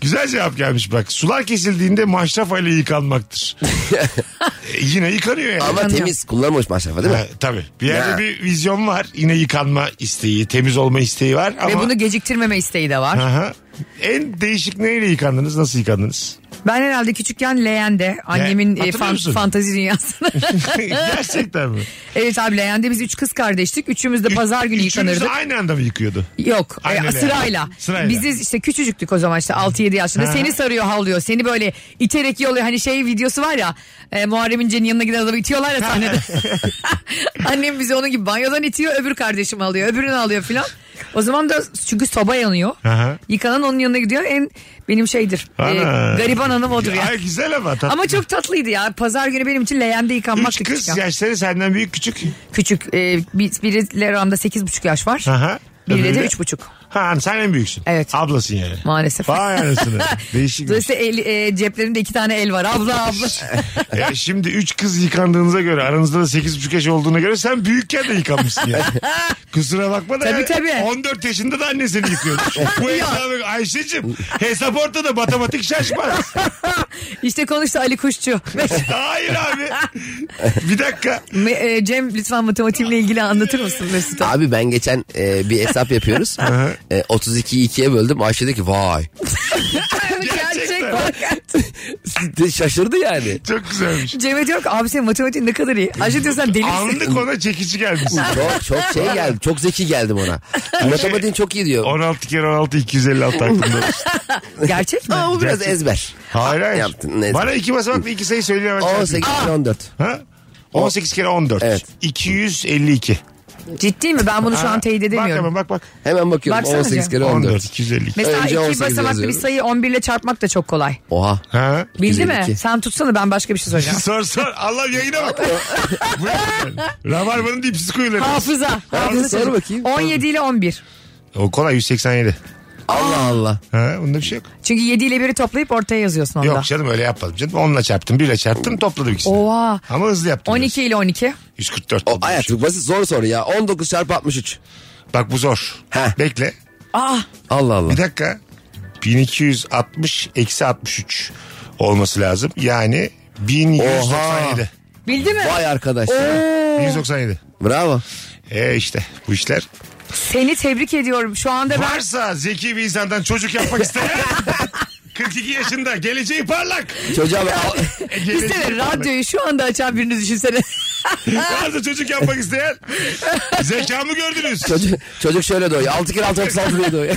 [SPEAKER 4] Güzel cevap gelmiş bak. Sular kesildiğinde maşrafa ile
[SPEAKER 9] [laughs]
[SPEAKER 4] yıkanmaktır. E, yine yıkanıyor yani.
[SPEAKER 9] Ama temiz kullanmamış maşrafa değil mi?
[SPEAKER 4] Ha, tabii. Bir yerde
[SPEAKER 9] Ya.
[SPEAKER 4] bir vizyon var. Yine yıkanma isteği, temiz olma isteği var ama...
[SPEAKER 9] E
[SPEAKER 5] Ve bunu geciktirmeme isteği de var.
[SPEAKER 4] Aha. En değişik neyle yıkandınız? Nasıl
[SPEAKER 9] [laughs]
[SPEAKER 4] yıkandınız?
[SPEAKER 5] Ben herhalde küçükken leğende annemin e,
[SPEAKER 4] hatırlıyor
[SPEAKER 5] fan-
[SPEAKER 4] musun?
[SPEAKER 5] fantazi dünyasına.
[SPEAKER 4] Gerçekten mi?
[SPEAKER 5] [laughs] evet abi leğende biz üç kız kardeştik. Üçümüz de pazar günü
[SPEAKER 4] Üçünüz de
[SPEAKER 5] yıkanırdık.
[SPEAKER 4] aynı anda mı yıkıyordu?
[SPEAKER 5] Yok e,
[SPEAKER 4] Aynen öyle.
[SPEAKER 5] sırayla.
[SPEAKER 4] Sırayla.
[SPEAKER 5] Biziz işte küçücüktük o zaman işte 6-7 yaşında.
[SPEAKER 4] Ha.
[SPEAKER 5] Seni sarıyor havlıyor. Seni böyle iterek yolluyor. Hani şey videosu var ya e, Muharrem İnce'nin yanına giden adamı itiyorlar
[SPEAKER 4] [laughs]
[SPEAKER 5] ya sahnede. Annem bizi onun gibi banyodan itiyor öbür kardeşim alıyor öbürünü alıyor filan. O zaman da çünkü soba yanıyor.
[SPEAKER 4] Aha.
[SPEAKER 5] Yıkanan onun yanına gidiyor. En benim şeydir.
[SPEAKER 4] Ana.
[SPEAKER 5] e, gariban hanım odur ya.
[SPEAKER 4] Ay güzel ama tatlı.
[SPEAKER 5] Ama çok tatlıydı ya. Pazar günü benim için leğende yıkanmak
[SPEAKER 4] Üç kız yaşları senden büyük küçük.
[SPEAKER 5] Küçük. E, bir- biriyle aramda 8,5 yaş var.
[SPEAKER 4] Aha.
[SPEAKER 5] Biriyle de
[SPEAKER 4] Öbürü-
[SPEAKER 5] 3,5.
[SPEAKER 4] Ha sen en büyüksün.
[SPEAKER 5] Evet.
[SPEAKER 4] Ablasın yani.
[SPEAKER 5] Maalesef.
[SPEAKER 4] Vay anasını.
[SPEAKER 5] [laughs]
[SPEAKER 4] Değişik.
[SPEAKER 5] Dolayısıyla el, e, ceplerinde iki tane el var. Abla
[SPEAKER 9] [laughs]
[SPEAKER 5] abla.
[SPEAKER 4] [laughs] E, şimdi üç kız yıkandığınıza göre aranızda da 8,5 yaş olduğuna göre sen büyükken de yıkanmışsın
[SPEAKER 5] [laughs]
[SPEAKER 4] yani. Kusura bakma da
[SPEAKER 5] Tabii,
[SPEAKER 4] yani
[SPEAKER 5] tabii.
[SPEAKER 4] 14 yaşında da anne seni
[SPEAKER 5] [laughs]
[SPEAKER 4] yıkıyormuş. Bu hesabı Ayşe'cim hesap ortada matematik
[SPEAKER 5] [laughs]
[SPEAKER 4] şaşmaz.
[SPEAKER 5] işte konuştu Ali Kuşçu. [laughs]
[SPEAKER 4] Hayır abi. Bir dakika.
[SPEAKER 5] Me- e, Cem lütfen matematiğimle ilgili anlatır mısın Mesut?
[SPEAKER 9] Abi ben geçen e, bir hesap yapıyoruz. e, 32'yi 2'ye böldüm. Ayşe dedi ki vay.
[SPEAKER 5] Gerçekten.
[SPEAKER 9] De- Şaşırdı yani.
[SPEAKER 4] Çok güzelmiş.
[SPEAKER 5] [laughs] Cem'e diyor ki abi senin matematiğin ne kadar iyi. Ayşe diyor sen deli misin?
[SPEAKER 4] Anlık ona çekici gelmiş.
[SPEAKER 9] Çok, çok şey geldim. Çok zeki geldim ona. Matematiğin çok iyi diyor.
[SPEAKER 4] 16 kere 16 256 aklımda.
[SPEAKER 5] [laughs]
[SPEAKER 4] olsun. [laughs]
[SPEAKER 5] Gerçek mi?
[SPEAKER 9] Ama bu biraz ezber.
[SPEAKER 4] Hayır hayır.
[SPEAKER 9] Yaptın, neyse.
[SPEAKER 4] Bana iki basamaklı iki sayı söyleyemez.
[SPEAKER 9] 18 14.
[SPEAKER 4] Ha? 18 kere 14.
[SPEAKER 9] Evet.
[SPEAKER 4] 252.
[SPEAKER 5] Ciddi mi? Ben bunu şu an teyit
[SPEAKER 4] Bak
[SPEAKER 5] edemiyorum.
[SPEAKER 4] hemen bak bak.
[SPEAKER 9] Hemen bakıyorum.
[SPEAKER 5] Baksana
[SPEAKER 9] 18
[SPEAKER 5] Cem.
[SPEAKER 9] kere 14.
[SPEAKER 4] 14 252.
[SPEAKER 5] Mesela
[SPEAKER 9] Önce
[SPEAKER 5] iki
[SPEAKER 9] 18
[SPEAKER 5] basamaklı bir
[SPEAKER 9] yazıyorum.
[SPEAKER 5] sayı 11 ile çarpmak da çok kolay.
[SPEAKER 9] Oha.
[SPEAKER 4] Ha?
[SPEAKER 5] Bildi mi?
[SPEAKER 9] 152.
[SPEAKER 5] Sen tutsana ben başka bir şey
[SPEAKER 4] [laughs]
[SPEAKER 5] söyleyeceğim.
[SPEAKER 9] [laughs]
[SPEAKER 4] Sor sor. Allah yayına bak. Bu ne yani? Rabarbanın dipsiz kuyuları.
[SPEAKER 5] Hafıza. Hafıza
[SPEAKER 9] sor
[SPEAKER 5] çocuk.
[SPEAKER 9] bakayım.
[SPEAKER 5] 17 ile 11.
[SPEAKER 4] O kolay 187.
[SPEAKER 9] Allah Allah.
[SPEAKER 4] Ha, bunda bir şey yok.
[SPEAKER 5] Çünkü 7 ile 1'i toplayıp ortaya yazıyorsun onda.
[SPEAKER 4] Yok şey- canım öyle yapmadım canım. Onunla çarptım, birle çarptım, topladım ikisini.
[SPEAKER 5] Oha.
[SPEAKER 4] Ama hızlı yaptım.
[SPEAKER 5] 12 ile 12.
[SPEAKER 4] 144.
[SPEAKER 9] O hayatım basit zor soru ya. 19 çarpı 63.
[SPEAKER 4] Bak bu zor.
[SPEAKER 9] Heh.
[SPEAKER 4] Bekle.
[SPEAKER 5] Ah
[SPEAKER 9] Allah Allah.
[SPEAKER 4] Bir dakika. 1260 eksi 63 olması lazım. Yani 1197.
[SPEAKER 5] bildi mi?
[SPEAKER 9] Vay arkadaş.
[SPEAKER 4] 197.
[SPEAKER 9] Bravo.
[SPEAKER 4] E işte bu işler.
[SPEAKER 5] Seni tebrik ediyorum. Şu anda ben
[SPEAKER 4] Varsa zeki bir insandan çocuk yapmak
[SPEAKER 5] [laughs]
[SPEAKER 4] isteyen 42 yaşında geleceği parlak.
[SPEAKER 9] Çocuğa bak. al-
[SPEAKER 4] E,
[SPEAKER 5] Düşünsene radyoyu şu anda açan birini düşünsene. [laughs]
[SPEAKER 4] Varsa çocuk yapmak isteyen zekamı gördünüz.
[SPEAKER 9] Çocuk, çocuk şöyle doğuyor. 6 kere 6 36 diye doğuyor.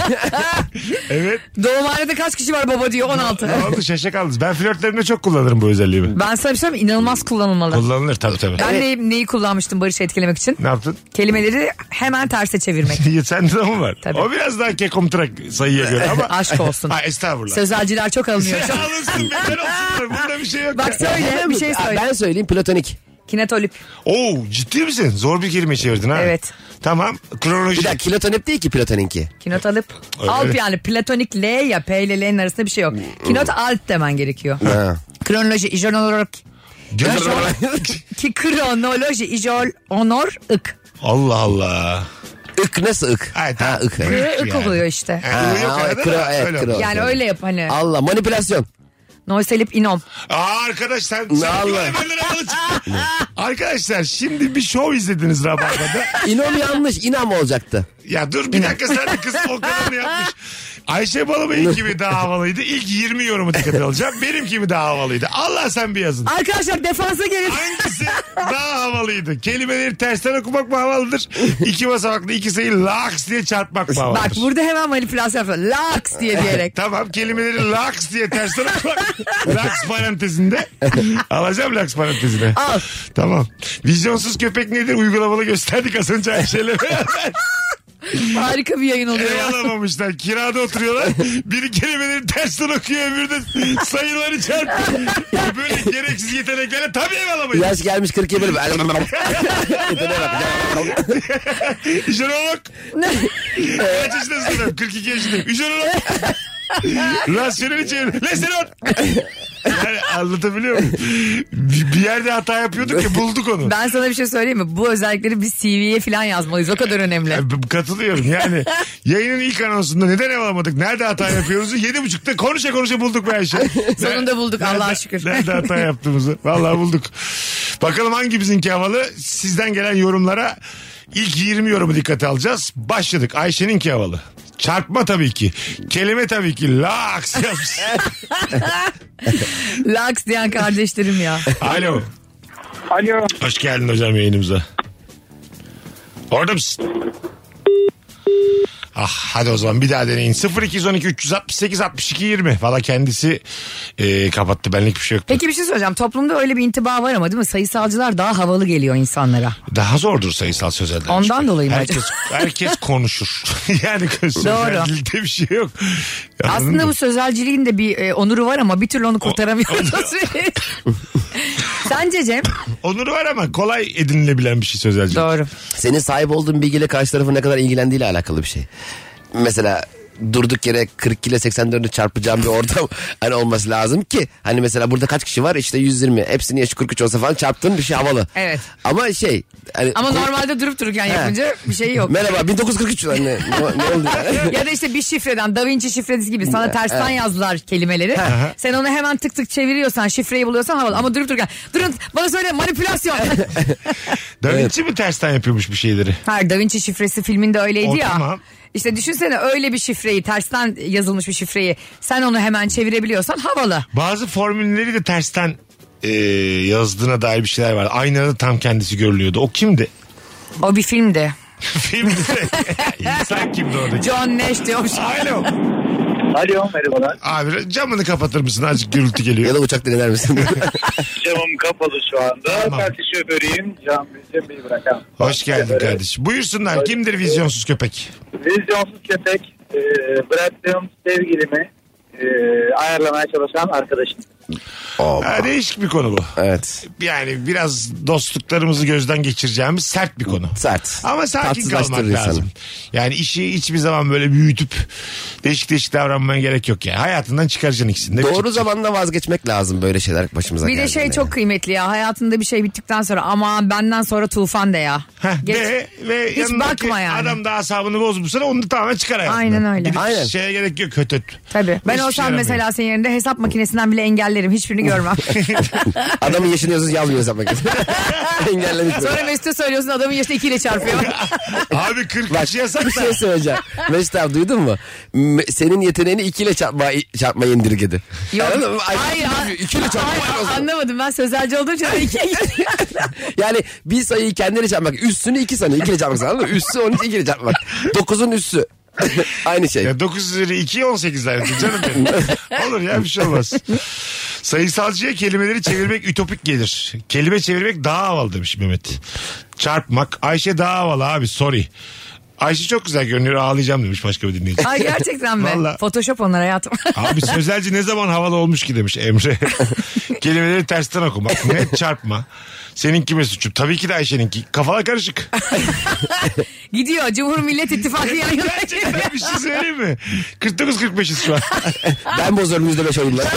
[SPEAKER 4] Evet.
[SPEAKER 5] Doğumhanede kaç kişi var baba diyor 16.
[SPEAKER 4] Ne oldu şaşa kaldınız. Ben flörtlerimde çok kullanırım bu özelliğimi.
[SPEAKER 5] ben sana bir şey söyleyeyim mi? inanılmaz kullanılmalı.
[SPEAKER 4] Kullanılır tabii tabii.
[SPEAKER 5] ben neyi, neyi kullanmıştım Barış'ı etkilemek için?
[SPEAKER 4] Ne yaptın? [laughs]
[SPEAKER 5] Kelimeleri hemen terse çevirmek.
[SPEAKER 4] Sende de mi var?
[SPEAKER 5] Tabii.
[SPEAKER 4] O biraz daha kekomtrak sayıya göre [laughs] ama.
[SPEAKER 5] [laughs] Aşk
[SPEAKER 4] [laughs]
[SPEAKER 5] olsun.
[SPEAKER 4] ha, estağfurullah.
[SPEAKER 5] Sözelciler
[SPEAKER 4] [laughs]
[SPEAKER 5] çok alınıyor.
[SPEAKER 4] Sen
[SPEAKER 5] [laughs]
[SPEAKER 4] alırsın benden olsunlar. Bunda bir şey yok.
[SPEAKER 5] Bak söyle bir şey söyle.
[SPEAKER 9] Ben söyleyeyim platonik.
[SPEAKER 5] Kinetolip.
[SPEAKER 4] Oo ciddi misin? Zor bir kelime çevirdin ha.
[SPEAKER 5] Evet.
[SPEAKER 4] Tamam. Kronoloji.
[SPEAKER 9] Bir dakika kilotonip değil ki platoninki.
[SPEAKER 5] Kinot alıp. Alp yani platonik L ya P ile L'nin arasında bir şey yok. Kinot alt demen gerekiyor.
[SPEAKER 9] Ha.
[SPEAKER 5] Kronoloji, ijon olarak.
[SPEAKER 4] Gel-
[SPEAKER 5] Ki kronoloji, ijol, onor, ık.
[SPEAKER 4] Allah Allah.
[SPEAKER 9] Ik nasıl ik?
[SPEAKER 4] Ay, tamam.
[SPEAKER 9] ik.
[SPEAKER 4] Kro-
[SPEAKER 5] Kı,
[SPEAKER 4] Yani.
[SPEAKER 5] ık oluyor işte.
[SPEAKER 4] Ha, yok
[SPEAKER 9] ha,
[SPEAKER 4] arada
[SPEAKER 9] kro-
[SPEAKER 4] da
[SPEAKER 9] evet,
[SPEAKER 4] öyle
[SPEAKER 9] kro.
[SPEAKER 4] oldu.
[SPEAKER 5] Yani öyle yap hani.
[SPEAKER 9] Allah manipülasyon.
[SPEAKER 5] Noiselip inom.
[SPEAKER 4] Aa, arkadaş sen.
[SPEAKER 9] Ne
[SPEAKER 4] sen
[SPEAKER 9] Allah? [laughs]
[SPEAKER 4] benden alın. Arkadaşlar şimdi bir şov izlediniz Rabarba'da.
[SPEAKER 9] [laughs] İnom yanlış. inam olacaktı.
[SPEAKER 4] Ya dur bir dakika sen de kız o kadarını yapmış. Ayşe Balıbey'in gibi daha havalıydı. İlk 20 yorumu dikkate alacağım. Benim gibi daha havalıydı. Allah sen bir yazın.
[SPEAKER 5] Arkadaşlar defansa gelin.
[SPEAKER 4] Hangisi daha havalıydı? Kelimeleri tersten okumak mı havalıdır? İki basamaklı iki sayı laks diye çarpmak mı havalıdır?
[SPEAKER 5] Bak burada hemen manipülasyon yapıyor. Laks diye diyerek.
[SPEAKER 4] Tamam kelimeleri laks diye tersten okumak. laks parantezinde. Alacağım laks parantezine.
[SPEAKER 5] Al.
[SPEAKER 4] Tamam. Vizyonsuz köpek nedir? Uygulamalı gösterdik az önce Ayşe'yle beraber.
[SPEAKER 5] Harika bir yayın oluyor.
[SPEAKER 4] Ev
[SPEAKER 5] ya.
[SPEAKER 4] alamamışlar. Kirada oturuyorlar. Biri kelimeleri tersten okuyor öbürü de sayıları çarpıyor. Böyle gereksiz yeteneklere tabii ev alamayız.
[SPEAKER 9] Yaş gelmiş
[SPEAKER 4] [laughs]
[SPEAKER 9] 40'ya böyle. Yeteneğe bak.
[SPEAKER 4] Jenolog. Kaç yaşındasın? lan? 42 yaşındayım. Jenolog. Rasyonel çevir. Leseron. Yani anlatabiliyor muyum? Bir bir yerde hata yapıyorduk ya bulduk onu.
[SPEAKER 5] Ben sana bir şey söyleyeyim mi? Bu özellikleri biz CV'ye falan yazmalıyız. O kadar önemli.
[SPEAKER 4] Ben E, Katılıyorum
[SPEAKER 5] [laughs]
[SPEAKER 4] yani. Yayının ilk anonsunda neden ev alamadık? Nerede hata yapıyoruz? Yedi buçukta konuşa konuşa bulduk bu her şey.
[SPEAKER 5] [laughs] Sonunda bulduk Allah'a
[SPEAKER 4] Nerede-
[SPEAKER 5] şükür.
[SPEAKER 4] Nerede hata yaptığımızı. Vallahi bulduk. Bakalım hangi bizimki havalı? Sizden gelen yorumlara ilk 20 yorumu dikkate alacağız. Başladık. Ayşe'ninki havalı. Çarpma tabii ki. Kelime tabii ki. Laks yapmış.
[SPEAKER 5] [laughs] [laughs] Laks diyen kardeşlerim ya.
[SPEAKER 4] Alo.
[SPEAKER 6] Alo.
[SPEAKER 4] Hoş geldin hocam yayınımıza. Orada mısın? Ah hadi o zaman bir daha deneyin. 0212 368 62 20. Valla kendisi e, kapattı benlik bir şey yoktu.
[SPEAKER 5] Peki bir şey söyleyeceğim. Toplumda öyle bir intiba var ama değil mi? Sayısalcılar daha havalı geliyor insanlara.
[SPEAKER 4] Daha zordur sayısal sözelden.
[SPEAKER 5] Ondan
[SPEAKER 4] çıkmak.
[SPEAKER 5] dolayı mı
[SPEAKER 4] herkes,
[SPEAKER 5] acaba?
[SPEAKER 4] herkes konuşur. [laughs] yani sözellikte bir şey yok. Anladın
[SPEAKER 5] Aslında
[SPEAKER 4] mı?
[SPEAKER 5] bu sözelciliğin de bir e, onuru var ama bir türlü onu kurtaramıyoruz. [laughs] Sence Cem?
[SPEAKER 4] Onur var ama kolay edinilebilen bir şey sözelcilik.
[SPEAKER 5] Doğru.
[SPEAKER 9] Senin sahip olduğun bilgiyle karşı tarafın ne kadar ilgilendiğiyle alakalı bir şey. Mesela durduk yere 40 ile 84'ü çarpacağım bir ortam [laughs] hani olması lazım ki hani mesela burada kaç kişi var işte 120 hepsini yaşı 43 olsa falan çarptın bir şey havalı.
[SPEAKER 5] Evet.
[SPEAKER 9] Ama şey hani
[SPEAKER 5] Ama
[SPEAKER 9] ko-
[SPEAKER 5] normalde durup dururken yapınca bir şey yok.
[SPEAKER 9] Merhaba 1943 lan ne, ne, ne oldu yani?
[SPEAKER 5] [laughs] ya da işte bir şifreden Da Vinci şifresi gibi sana tersten yazdılar kelimeleri. Sen onu hemen tık tık çeviriyorsan şifreyi buluyorsan havalı. Ama durup dururken durun bana
[SPEAKER 4] [laughs]
[SPEAKER 5] söyle manipülasyon.
[SPEAKER 4] Da Vinci mi tersten yapıyormuş bir şeyleri?
[SPEAKER 5] Hayır Da Vinci şifresi filminde öyleydi
[SPEAKER 4] O
[SPEAKER 5] ya.
[SPEAKER 4] tamam.
[SPEAKER 5] İşte düşünsene öyle bir şifreyi tersten yazılmış bir şifreyi sen onu hemen çevirebiliyorsan havalı.
[SPEAKER 4] Bazı formülleri de tersten e, yazdığına dair bir şeyler var. Aynada tam kendisi görülüyordu. O kimdi? [laughs]
[SPEAKER 5] O bir filmdi.
[SPEAKER 4] Filmde. İnsan kimdi oradaki?
[SPEAKER 5] John Nash diyormuş.
[SPEAKER 4] [laughs] Alo.
[SPEAKER 8] Alo merhabalar.
[SPEAKER 4] Abi camını kapatır mısın? Azıcık gürültü
[SPEAKER 9] ya
[SPEAKER 4] geliyor.
[SPEAKER 9] da uçak deneler misin?
[SPEAKER 8] Camım kapalı şu anda.
[SPEAKER 4] Tamam.
[SPEAKER 8] Taksi şoförüyüm. Can Cem'i bırakan.
[SPEAKER 4] Hoş geldin
[SPEAKER 8] Evet.
[SPEAKER 4] kardeşim. Buyursunlar. Kimdir vizyonsuz köpek?
[SPEAKER 8] Vizyonsuz köpek e, bıraktığım sevgilimi e, ayarlamaya çalışan arkadaşım.
[SPEAKER 4] Ha, değişik bir konu bu.
[SPEAKER 9] evet.
[SPEAKER 4] Yani biraz dostluklarımızı gözden geçireceğimiz sert bir konu.
[SPEAKER 9] Sert.
[SPEAKER 4] Ama sakin kalmak
[SPEAKER 9] Tatsızlaştırır insanı.
[SPEAKER 4] lazım. Yani işi hiçbir zaman böyle büyütüp değişik değişik davranmaya gerek yok yani. Hayatından çıkaracaksın ikisini. de.
[SPEAKER 9] Doğru zamanda vazgeçmek lazım böyle şeyler başımıza
[SPEAKER 5] Bir de şey
[SPEAKER 9] geldiğinde.
[SPEAKER 5] çok kıymetli ya hayatında bir şey bittikten sonra ama benden sonra tufan de ya.
[SPEAKER 4] Heh,
[SPEAKER 5] Geç.
[SPEAKER 4] de ve
[SPEAKER 5] Hiç
[SPEAKER 4] yanındaki
[SPEAKER 5] bakma yani.
[SPEAKER 4] adam da asabını bozmuşsa da onu da tamamen çıkar hayatından.
[SPEAKER 5] Aynen öyle.
[SPEAKER 4] Gidip
[SPEAKER 9] Aynen.
[SPEAKER 4] şeye gerek yok kötü.
[SPEAKER 5] Tabii. Ben
[SPEAKER 4] Hiçbir şey
[SPEAKER 5] olsam
[SPEAKER 4] yaramıyor.
[SPEAKER 5] mesela senin yerinde hesap makinesinden bile engellerim.
[SPEAKER 4] [laughs]
[SPEAKER 5] Hiçbirini görmem.
[SPEAKER 9] Adamın yaşını yazıyorsun yazmıyor zaman. Engellemiş böyle.
[SPEAKER 5] Sonra Mesut'a söylüyorsun adamın yaşında 2 ile çarpıyor.
[SPEAKER 4] Abi 40
[SPEAKER 9] Bak
[SPEAKER 4] yaş yasak
[SPEAKER 9] bir
[SPEAKER 4] da.
[SPEAKER 9] şey söyleyeceğim. Mesut abi duydun mu? Me- Senin yeteneğini ikiyle çarpma, çarpma indirgedi.
[SPEAKER 5] Yok.
[SPEAKER 9] Anladın mı? Ay,
[SPEAKER 5] Hayır. an-
[SPEAKER 9] İkiyle çarpma.
[SPEAKER 5] Hayır,
[SPEAKER 9] o zaman.
[SPEAKER 5] anlamadım ben sözelci olduğum için ikiye gittim.
[SPEAKER 9] [laughs] Yani bir sayıyı kendine çarpmak. Üstünü iki sana ikiyle çarpmak. Anladın mı? Üstü onun için ikiyle çarpmak. Dokuzun üstü. [laughs] Aynı şey.
[SPEAKER 4] Ya 9 üzeri 2 18 zannettim canım
[SPEAKER 9] [laughs]
[SPEAKER 4] benim. Olur ya bir şey olmaz. Sayısalcıya kelimeleri çevirmek ütopik gelir. Kelime çevirmek daha havalı demiş Mehmet. Çarpmak. Ayşe daha havalı abi sorry. Ayşe çok güzel görünüyor ağlayacağım demiş başka bir dinleyici.
[SPEAKER 5] Ay gerçekten mi?
[SPEAKER 4] Vallahi.
[SPEAKER 5] Photoshop onlar hayatım.
[SPEAKER 4] Abi sözelci ne zaman havalı olmuş ki demiş
[SPEAKER 9] [laughs]
[SPEAKER 4] Emre. Kelimeleri tersten okumak. Ne çarpma. Seninki mi suçu? Tabii ki de Ayşe'ninki. Kafalar
[SPEAKER 5] [laughs]
[SPEAKER 4] karışık.
[SPEAKER 5] [laughs] Gidiyor Cumhur
[SPEAKER 4] [laughs]
[SPEAKER 5] Millet İttifakı yan yana.
[SPEAKER 4] Gerçekten bir şey söyleyeyim mi? 49-45'iz şu an.
[SPEAKER 9] Ben bozuyorum yüzde beş oyunları.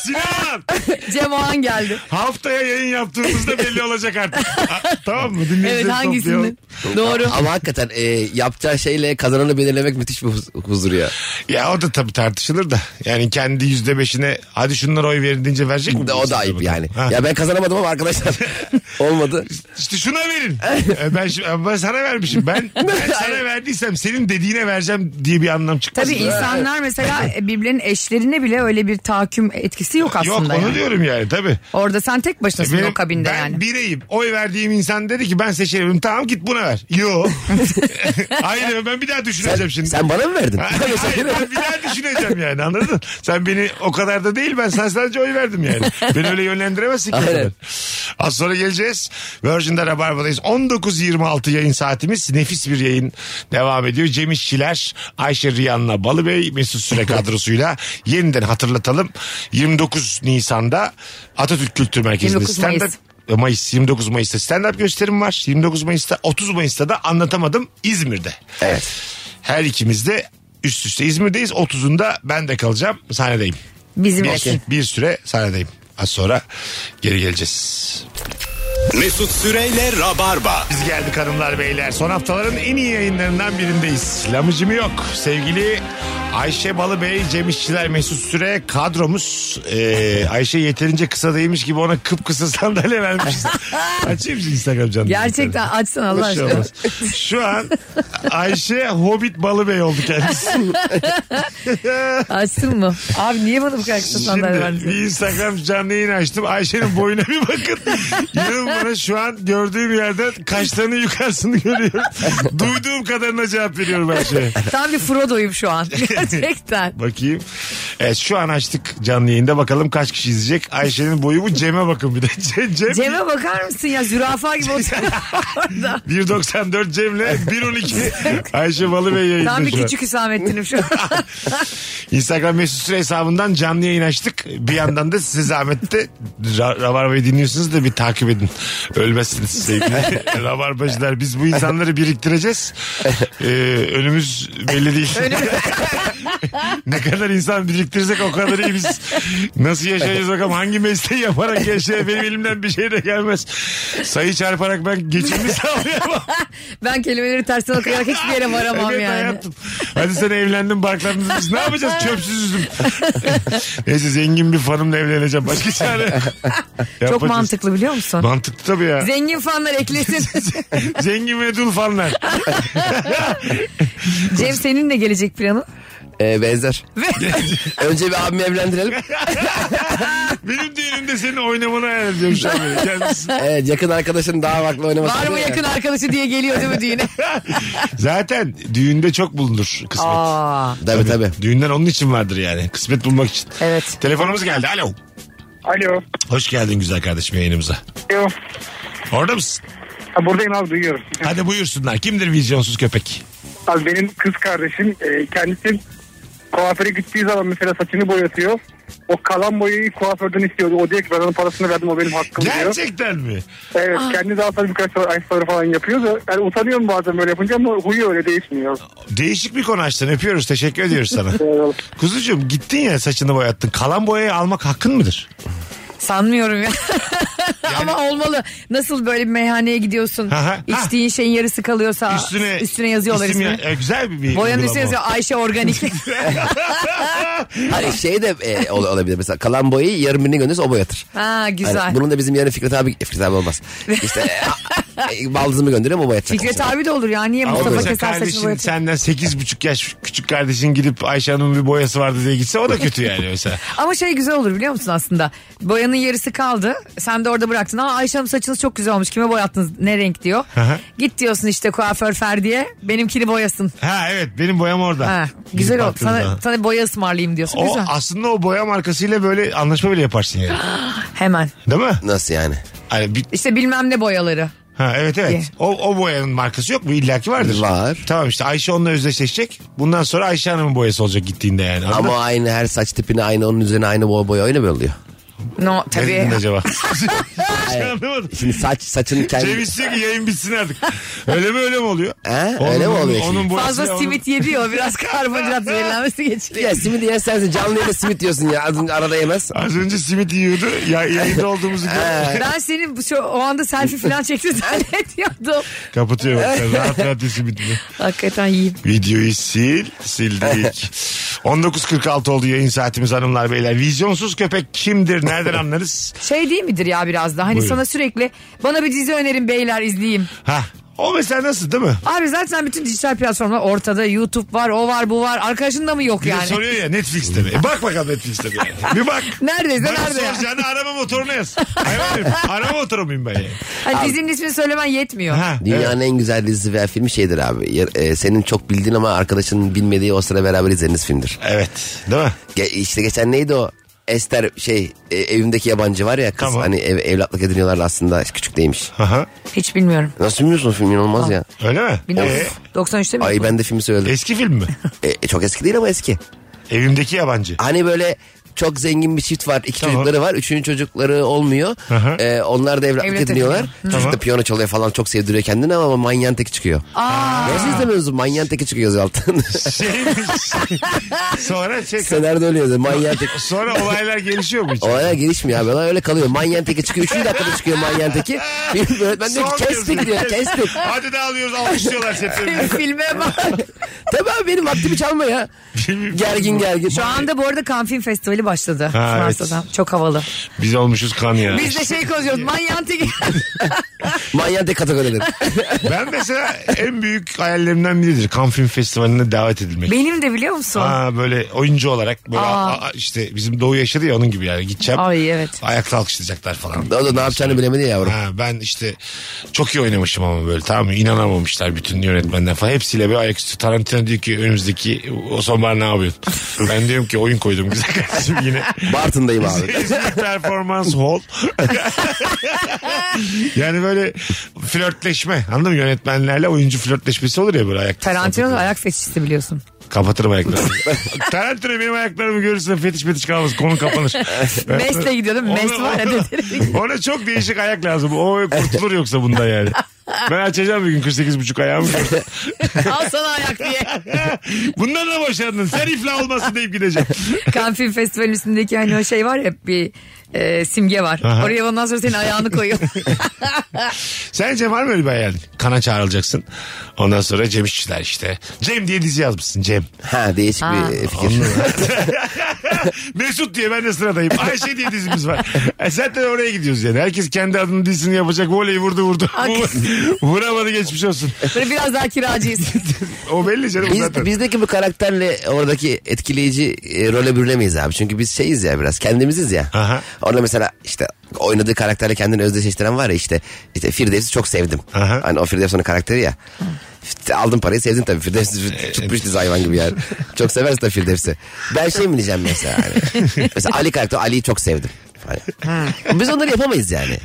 [SPEAKER 4] Sinan!
[SPEAKER 5] Cem Oğan geldi.
[SPEAKER 4] Haftaya yayın yaptığımızda belli olacak artık. Ha, tamam mı? Dinleyicileri
[SPEAKER 5] Evet hangisini?
[SPEAKER 4] toplayalım.
[SPEAKER 5] [laughs] Doğru.
[SPEAKER 9] Ama hakikaten e, yapacağı şeyle kazananı belirlemek müthiş bir huz- huzur ya.
[SPEAKER 4] Ya o da tabii tartışılır da. Yani kendi yüzde beşine hadi şunlara oy verin deyince verecek mi?
[SPEAKER 9] De, o da ayıp yani. Ya ben kazanamadım ama arkadaşlar olmadı.
[SPEAKER 4] İşte şuna verin. E, ben, şu- e, ben sana vermişim.
[SPEAKER 5] [laughs]
[SPEAKER 4] Ben, ben sana verdiysem senin dediğine vereceğim diye bir anlam çıkmaz.
[SPEAKER 5] Tabii
[SPEAKER 4] mı?
[SPEAKER 5] insanlar mesela birbirinin eşlerine bile öyle bir tahakküm etkisi yok
[SPEAKER 4] Yok onu
[SPEAKER 5] aslında. yani.
[SPEAKER 4] diyorum yani tabii. E,
[SPEAKER 5] Orada sen tek başınasın
[SPEAKER 4] Benim-
[SPEAKER 5] o kabinde
[SPEAKER 4] ben
[SPEAKER 5] yani.
[SPEAKER 4] bireyim. Oy verdiğim insan dedi ki ben seçerim. Tamam git buna ver.
[SPEAKER 5] [laughs]
[SPEAKER 4] Yo. [laughs] Aynen ben bir daha düşüneceğim şimdi.
[SPEAKER 9] Sen bana mı
[SPEAKER 4] [laughs]
[SPEAKER 9] verdin?
[SPEAKER 4] Hayır, hayır, ben bir daha düşüneceğim yani anladın? mı? Sen beni o kadar da değil ben sana sadece oy verdim yani. Beni öyle yönlendiremezsin ki. o
[SPEAKER 9] Aynen.
[SPEAKER 4] kadar. Az sonra geleceğiz. Virgin'de Rabarba'dayız. 19.26 yayın saatimiz. Nefis bir yayın devam ediyor. Cem İşçiler, Ayşe Riyan'la Balıbey, Mesut Süre kadrosuyla yeniden hatırlatalım. 29 Nisan'da Atatürk Kültür Merkezi'nde
[SPEAKER 5] 29 Mayıs.
[SPEAKER 4] stand-up E, Mayıs 29 Mayıs'ta stand-up gösterim var. 29 Mayıs'ta 30 Mayıs'ta da anlatamadım İzmir'de.
[SPEAKER 9] Evet.
[SPEAKER 4] Her ikimiz de üst üste İzmir'deyiz. 30'unda ben de kalacağım. Sahnedeyim. Bir,
[SPEAKER 5] Bizimlesin.
[SPEAKER 4] bir süre sahnedeyim. Az sonra geri geleceğiz.
[SPEAKER 3] Mesut Süreyle Rabarba.
[SPEAKER 4] Biz geldik hanımlar beyler. Son haftaların en iyi yayınlarından birindeyiz. Lamıcım yok. Sevgili Ayşe Balıbey, Cem İşçiler, Mesut Süre kadromuz. Ee, Ayşe yeterince kısa değilmiş gibi ona kıpkısa [laughs] sandalye vermişiz. Açayım şimdi Instagram canlı.
[SPEAKER 5] Gerçekten açsın Allah
[SPEAKER 4] Hoş
[SPEAKER 5] aşkına.
[SPEAKER 4] olmaz. Şu an Ayşe Hobbit Balıbey oldu kendisi.
[SPEAKER 5] Açsın mı? Abi niye bana bu kadar kısa sandalye
[SPEAKER 4] Şimdi
[SPEAKER 5] verdin?
[SPEAKER 4] bir Instagram canlı yayını açtım. Ayşe'nin boyuna bir bakın. İnanın bana şu an gördüğüm yerden kaşlarının yukarısını görüyorum. Duyduğum kadarına cevap veriyorum Ayşe'ye.
[SPEAKER 5] Tam bir Frodo'yum şu an. Gerçekten.
[SPEAKER 4] Bakayım. Evet şu an açtık canlı yayında. Bakalım kaç kişi izleyecek. Ayşe'nin boyu bu. Cem'e bakın bir de. Cem, Cem,
[SPEAKER 5] Cem'e bakar mısın ya zürafa gibi oturuyor orada.
[SPEAKER 4] 1.94 Cem'le 1.12 Ayşe Balıbey yayında
[SPEAKER 5] Tam bir
[SPEAKER 4] şu an.
[SPEAKER 5] küçük Hüsamettin'im şu an.
[SPEAKER 4] Instagram mesut süre hesabından canlı yayın açtık. Bir yandan da size zahmette Ra- Rabarba'yı dinliyorsunuz da bir takip edin. Ölmezsiniz sevgili Rabarbacılar. Biz bu insanları biriktireceğiz. Ee, önümüz belli değil. [laughs] ne kadar insan biriktirirsek o kadar iyi biz. Nasıl yaşayacağız bakalım hangi mesleği yaparak yaşaya benim elimden bir şey de gelmez. Sayı çarparak ben geçimimi sağlayamam.
[SPEAKER 5] Ben kelimeleri tersten okuyarak hiçbir yere varamam
[SPEAKER 4] Evet
[SPEAKER 5] yani.
[SPEAKER 4] hayatım. Hadi sen evlendin barklandın. Biz ne yapacağız çöpsüz üzüm. Neyse zengin bir fanımla evleneceğim. Başka çare.
[SPEAKER 5] Çok
[SPEAKER 4] Yapacağız.
[SPEAKER 5] mantıklı biliyor musun?
[SPEAKER 4] Mantıklı tabii ya.
[SPEAKER 5] Zengin fanlar eklesin.
[SPEAKER 4] [laughs] zengin ve dul fanlar.
[SPEAKER 5] Cem senin de gelecek planı.
[SPEAKER 9] Ee, benzer. [laughs] Önce bir abimi evlendirelim.
[SPEAKER 4] Benim düğünümde senin oynamanı hayal ediyorum şu an. böyle. Kendisi-
[SPEAKER 9] Evet, E, yakın arkadaşın daha farklı oynaması.
[SPEAKER 5] Var mı yakın arkadaşı diye geliyor değil
[SPEAKER 4] [laughs]
[SPEAKER 5] mi düğüne?
[SPEAKER 4] Zaten düğünde çok bulunur kısmet.
[SPEAKER 5] Aa,
[SPEAKER 9] Tabii tabii.
[SPEAKER 4] Düğünden onun için vardır yani. Kısmet bulmak için.
[SPEAKER 5] evet.
[SPEAKER 4] Telefonumuz geldi. Alo.
[SPEAKER 6] Alo.
[SPEAKER 4] Hoş geldin güzel kardeşim yayınımıza.
[SPEAKER 6] Alo.
[SPEAKER 4] Orada mısın?
[SPEAKER 6] Ha, buradayım abi duyuyorum.
[SPEAKER 4] Hadi buyursunlar. Kimdir vizyonsuz köpek?
[SPEAKER 6] Abi benim kız kardeşim e, kendisi kuaföre gittiği zaman mesela saçını boyatıyor. O kalan boyayı kuaförden istiyor. O diyor ki ben onun parasını verdim o benim hakkım diyor.
[SPEAKER 4] Gerçekten mi?
[SPEAKER 6] Evet kendi daha sonra birkaç ay sonra falan yapıyor da ben utanıyorum bazen böyle yapınca ama huyu öyle değişmiyor.
[SPEAKER 4] Değişik bir konu açtın. Öpüyoruz. Teşekkür ediyoruz sana.
[SPEAKER 6] [laughs] Eyvallah.
[SPEAKER 4] Kuzucuğum gittin ya saçını boyattın. Kalan boyayı almak hakkın mıdır?
[SPEAKER 5] Sanmıyorum ya. Ama olmalı. Nasıl böyle bir meyhaneye gidiyorsun.
[SPEAKER 4] Aha,
[SPEAKER 5] içtiğin şeyin yarısı kalıyorsa
[SPEAKER 4] Üstüne
[SPEAKER 5] üstüne, yazıyorlar
[SPEAKER 4] isim
[SPEAKER 5] ismini.
[SPEAKER 4] ya- e, güzel bir, bir
[SPEAKER 5] Boyanın
[SPEAKER 4] uygulama [laughs]
[SPEAKER 5] üstüne yazıyor [laughs] Ayşe Organik.
[SPEAKER 9] Hani şey de e, ol- olabilir mesela kalan boyayı yarım birine gönderirse o boyatır.
[SPEAKER 5] ha güzel.
[SPEAKER 9] Hani bunun da bizim yarın Fikret abi Fikret abi olmaz. İşte
[SPEAKER 5] [laughs]
[SPEAKER 9] e, e, baldızımı gönderiyorum o boyatacak.
[SPEAKER 5] Fikret abi de olur ya. Niye
[SPEAKER 4] Ama
[SPEAKER 5] Mustafa
[SPEAKER 4] mesela
[SPEAKER 5] Keser saçını
[SPEAKER 4] kardeşin
[SPEAKER 5] boyatıyor?
[SPEAKER 4] senden 8,5 yaş küçük kardeşin gidip Ayşe Hanım'ın bir boyası vardı diye gitse o da kötü yani mesela.
[SPEAKER 5] Ama şey güzel olur biliyor musun aslında. Boyanın yarısı kaldı. Sen de orada bıraktın. Aa Ayşe Hanım saçınız çok güzel olmuş. Kime boyattınız? Ne renk diyor.
[SPEAKER 4] hı.
[SPEAKER 5] Git diyorsun işte kuaför Ferdi'ye. Benimkini boyasın.
[SPEAKER 4] Ha evet benim boyam orada.
[SPEAKER 5] Ha,
[SPEAKER 4] Gidip
[SPEAKER 5] güzel oldu.
[SPEAKER 4] baktığınız zaman.
[SPEAKER 5] Sana, sana boya ısmarlayayım diyorsun.
[SPEAKER 4] O
[SPEAKER 5] güzel.
[SPEAKER 4] aslında o boya markasıyla böyle anlaşma bile yaparsın yani.
[SPEAKER 5] Hemen.
[SPEAKER 4] Değil mi?
[SPEAKER 9] Nasıl yani?
[SPEAKER 4] Hani bir,
[SPEAKER 5] İşte bilmem ne boyaları.
[SPEAKER 4] ha, evet
[SPEAKER 5] Ye.
[SPEAKER 4] evet. O, o boyanın markası yok mu? İlla ki vardır.
[SPEAKER 9] Var.
[SPEAKER 4] Tamam işte Ayşe onunla özdeşleşecek. Bundan sonra Ayşe Hanım'ın boyası olacak gittiğinde yani. Anladın
[SPEAKER 9] Ama aynı her saç tipine aynı onun üzerine aynı boy boya oynamıyor oluyor.
[SPEAKER 5] No
[SPEAKER 4] Ne
[SPEAKER 5] tabii.
[SPEAKER 4] dedin
[SPEAKER 5] [laughs]
[SPEAKER 4] acaba? Hiç anlamadım.
[SPEAKER 9] Şimdi saç saçın
[SPEAKER 4] Cem
[SPEAKER 9] kendi...
[SPEAKER 4] istiyor ki yayın bitsin artık. Öyle mi öyle mi oluyor?
[SPEAKER 9] He, öyle mi oluyor şimdi?
[SPEAKER 4] boyası ya,
[SPEAKER 5] Fazla
[SPEAKER 4] onun-
[SPEAKER 5] simit yedi ya, o
[SPEAKER 4] [laughs]
[SPEAKER 5] biraz karbonhidrat zehirlenmesi geçiriyor.
[SPEAKER 9] Ya simit yersen canlı yayında simit diyorsun ya Az önce arada yemez.
[SPEAKER 4] Az önce simit yiyordu. Ya, yayında
[SPEAKER 9] [laughs]
[SPEAKER 4] olduğumuzu gördü.
[SPEAKER 5] Ben senin bu- şu, o anda selfie
[SPEAKER 4] [laughs]
[SPEAKER 5] falan çekti zannediyordum.
[SPEAKER 4] Kapatıyor. bak.
[SPEAKER 9] [laughs]
[SPEAKER 4] Rahat rahat ye simitini.
[SPEAKER 5] Hakikaten yiyeyim.
[SPEAKER 4] Videoyu sil. Sildik. 19.46 oldu yayın saatimiz hanımlar beyler. Vizyonsuz köpek kimdir? Nereden anlarız?
[SPEAKER 5] Şey değil midir ya biraz da hani
[SPEAKER 4] Buyurun.
[SPEAKER 5] sana sürekli bana bir dizi önerin beyler izleyeyim.
[SPEAKER 4] Ha. O mesela nasıl değil mi?
[SPEAKER 5] Abi zaten bütün dijital platformlar ortada YouTube var o var bu var arkadaşın da mı yok
[SPEAKER 4] Bir de
[SPEAKER 5] yani?
[SPEAKER 4] soruyor ya Netflix'te mi? E bak bakalım Netflix'te mi? Bir bak.
[SPEAKER 5] Neredeyse
[SPEAKER 4] Bana
[SPEAKER 5] nerede ya?
[SPEAKER 4] soracağını arama motoruna yaz. Hayır, arama motoru muyum ben yani?
[SPEAKER 5] Hani dizinin ismini söylemen yetmiyor.
[SPEAKER 4] Ha, evet.
[SPEAKER 9] Dünyanın en güzel dizisi veya filmi şeydir abi. Yer- e, senin çok bildiğin ama arkadaşının bilmediği o sıra beraber izlediğiniz filmdir.
[SPEAKER 4] Evet. Değil mi?
[SPEAKER 9] Ge- işte geçen neydi o? Ester şey e, evimdeki yabancı var ya kız
[SPEAKER 4] Tamam.
[SPEAKER 9] hani ev- evlatlık ediniyorlardı aslında küçük değilmiş.
[SPEAKER 4] Aha.
[SPEAKER 5] Hiç bilmiyorum.
[SPEAKER 9] Nasıl bilmiyorsun filmin olmaz ya.
[SPEAKER 4] Öyle mi? Ee,
[SPEAKER 5] 1993'te mi?
[SPEAKER 9] [laughs] Ay ben de filmi söyledim.
[SPEAKER 4] eski film mi?
[SPEAKER 9] E, çok eski değil ama eski.
[SPEAKER 4] Evimdeki yabancı.
[SPEAKER 9] Hani böyle çok zengin bir çift var. İki
[SPEAKER 4] Tamam.
[SPEAKER 9] çocukları var. Üçünün çocukları olmuyor.
[SPEAKER 4] Aha.
[SPEAKER 9] Ee, onlar da evlatlık
[SPEAKER 5] Evlat
[SPEAKER 9] ediniyorlar.
[SPEAKER 5] ediniyor.
[SPEAKER 9] Çocuk da
[SPEAKER 4] Tamam.
[SPEAKER 9] piyano çalıyor falan çok sevdiriyor kendini ama manyan teki çıkıyor.
[SPEAKER 5] Aa,
[SPEAKER 9] Nasıl izlemiyorsunuz? Manyan teki çıkıyor
[SPEAKER 4] [laughs]
[SPEAKER 9] yazıyor altında.
[SPEAKER 4] Şeymiş. sonra şey,
[SPEAKER 9] Senaryoda öyle yazıyor. Manyan teki.
[SPEAKER 4] sonra olaylar gelişiyor mu hiç?
[SPEAKER 9] Olaylar gelişmiyor abi. Olay öyle kalıyor. Manyan teki çıkıyor. Üçüncü dakikada çıkıyor
[SPEAKER 4] [laughs]
[SPEAKER 9] manyan teki. Bir öğretmen diyor
[SPEAKER 4] Son
[SPEAKER 9] ki kestik
[SPEAKER 4] yazılı.
[SPEAKER 9] diyor. Kestik. [laughs]
[SPEAKER 4] Hadi de alıyoruz almış diyorlar seferini.
[SPEAKER 5] [laughs] filme bak.
[SPEAKER 9] Tabii abi benim vaktimi çalma ya.
[SPEAKER 4] şey
[SPEAKER 9] Gergin gergin.
[SPEAKER 5] Şu anda bu arada Kanfin Festivali başladı.
[SPEAKER 4] Ha,
[SPEAKER 5] Fransa'da. Çok havalı.
[SPEAKER 4] Biz olmuşuz kan ya.
[SPEAKER 5] Biz de şey konuşuyoruz. Manyantik.
[SPEAKER 9] Manyan tek kategorileri.
[SPEAKER 4] [laughs] Ben mesela en büyük hayallerimden biridir. Kan Film Festivali'ne davet edilmek.
[SPEAKER 5] Benim de biliyor musun?
[SPEAKER 4] Aa, böyle oyuncu olarak böyle
[SPEAKER 5] Aa.
[SPEAKER 4] aa, işte bizim Doğu yaşadı ya onun gibi yani gideceğim.
[SPEAKER 5] Ay evet.
[SPEAKER 4] Ayakta alkışlayacaklar falan.
[SPEAKER 9] o da ne yapacağını bilemedi yavrum.
[SPEAKER 4] Ha, ben işte çok iyi oynamışım ama böyle tamam mı? İnanamamışlar bütün yönetmenden falan. Hepsiyle böyle ayaküstü. Tarantino diyor ki önümüzdeki o sonbahar ne yapıyorsun? ben diyorum ki oyun koydum
[SPEAKER 9] [laughs]
[SPEAKER 4] güzel kardeşim yine.
[SPEAKER 9] Bartın'dayım abi.
[SPEAKER 4] [laughs] İzmir Performans
[SPEAKER 9] [laughs]
[SPEAKER 4] Hall. yani böyle flörtleşme. Anladın mı? Yönetmenlerle oyuncu flörtleşmesi olur ya böyle ayakta.
[SPEAKER 5] Tarantino da ayak fetişisti biliyorsun.
[SPEAKER 4] Kapatırım ayaklarımı. [laughs] Tarantino benim ayaklarımı görürse fetiş fetiş kalmaz. Konu kapanır.
[SPEAKER 9] [laughs]
[SPEAKER 5] Mesle gidiyordum. Mes
[SPEAKER 4] Ona-
[SPEAKER 5] var ya
[SPEAKER 4] ona- [laughs]
[SPEAKER 5] dedi. [laughs]
[SPEAKER 4] Ona çok değişik ayak lazım. O kurtulur yoksa bundan yani. Ben açacağım bir gün 48 buçuk
[SPEAKER 5] [laughs]
[SPEAKER 4] ayağımı.
[SPEAKER 5] Al sana ayak diye.
[SPEAKER 4] bundan da boşandın. Sen iflah olmasın deyip gideceğim.
[SPEAKER 5] Kanfin Festivali üstündeki hani o şey var ya bir e, simge var.
[SPEAKER 4] Aha.
[SPEAKER 5] Oraya ondan sonra senin
[SPEAKER 4] [laughs]
[SPEAKER 5] ayağını koyuyor.
[SPEAKER 4] Sence var mı öyle bir hayal? Kana çağrılacaksın. Ondan sonra Cem İşçiler işte. Cem diye dizi yazmışsın Cem.
[SPEAKER 9] Ha değişik bir fikir.
[SPEAKER 4] Mesut diye ben de sıradayım. Ayşe diye dizimiz var. E zaten oraya gidiyoruz yani. Herkes kendi adının dizisini yapacak. Voleyi vurdu vurdu. Vur- Vuramadı geçmiş olsun.
[SPEAKER 5] Böyle biraz
[SPEAKER 4] [laughs]
[SPEAKER 5] daha kiracıyız.
[SPEAKER 4] O belli canım zaten.
[SPEAKER 9] Biz, bizdeki bu karakterle oradaki etkileyici e, role bürünemeyiz abi. Çünkü biz şeyiz ya biraz kendimiziz ya.
[SPEAKER 4] Aha.
[SPEAKER 9] Orada mesela işte oynadığı karakterle kendini özdeşleştiren var ya işte. işte Firdevs'i çok sevdim.
[SPEAKER 4] Aha.
[SPEAKER 9] Hani o Firdevs onun karakteri ya. İşte aldım parayı sevdim tabii.
[SPEAKER 4] E,
[SPEAKER 9] Firdevs'i tutmuş dizi hayvan gibi yani. çok seversin tabii Firdevs'i. Ben şey mi diyeceğim mesela hani.
[SPEAKER 4] [laughs]
[SPEAKER 9] mesela Ali karakteri Ali'yi çok sevdim. Hani. Biz onları
[SPEAKER 4] [laughs]
[SPEAKER 9] yapamayız yani.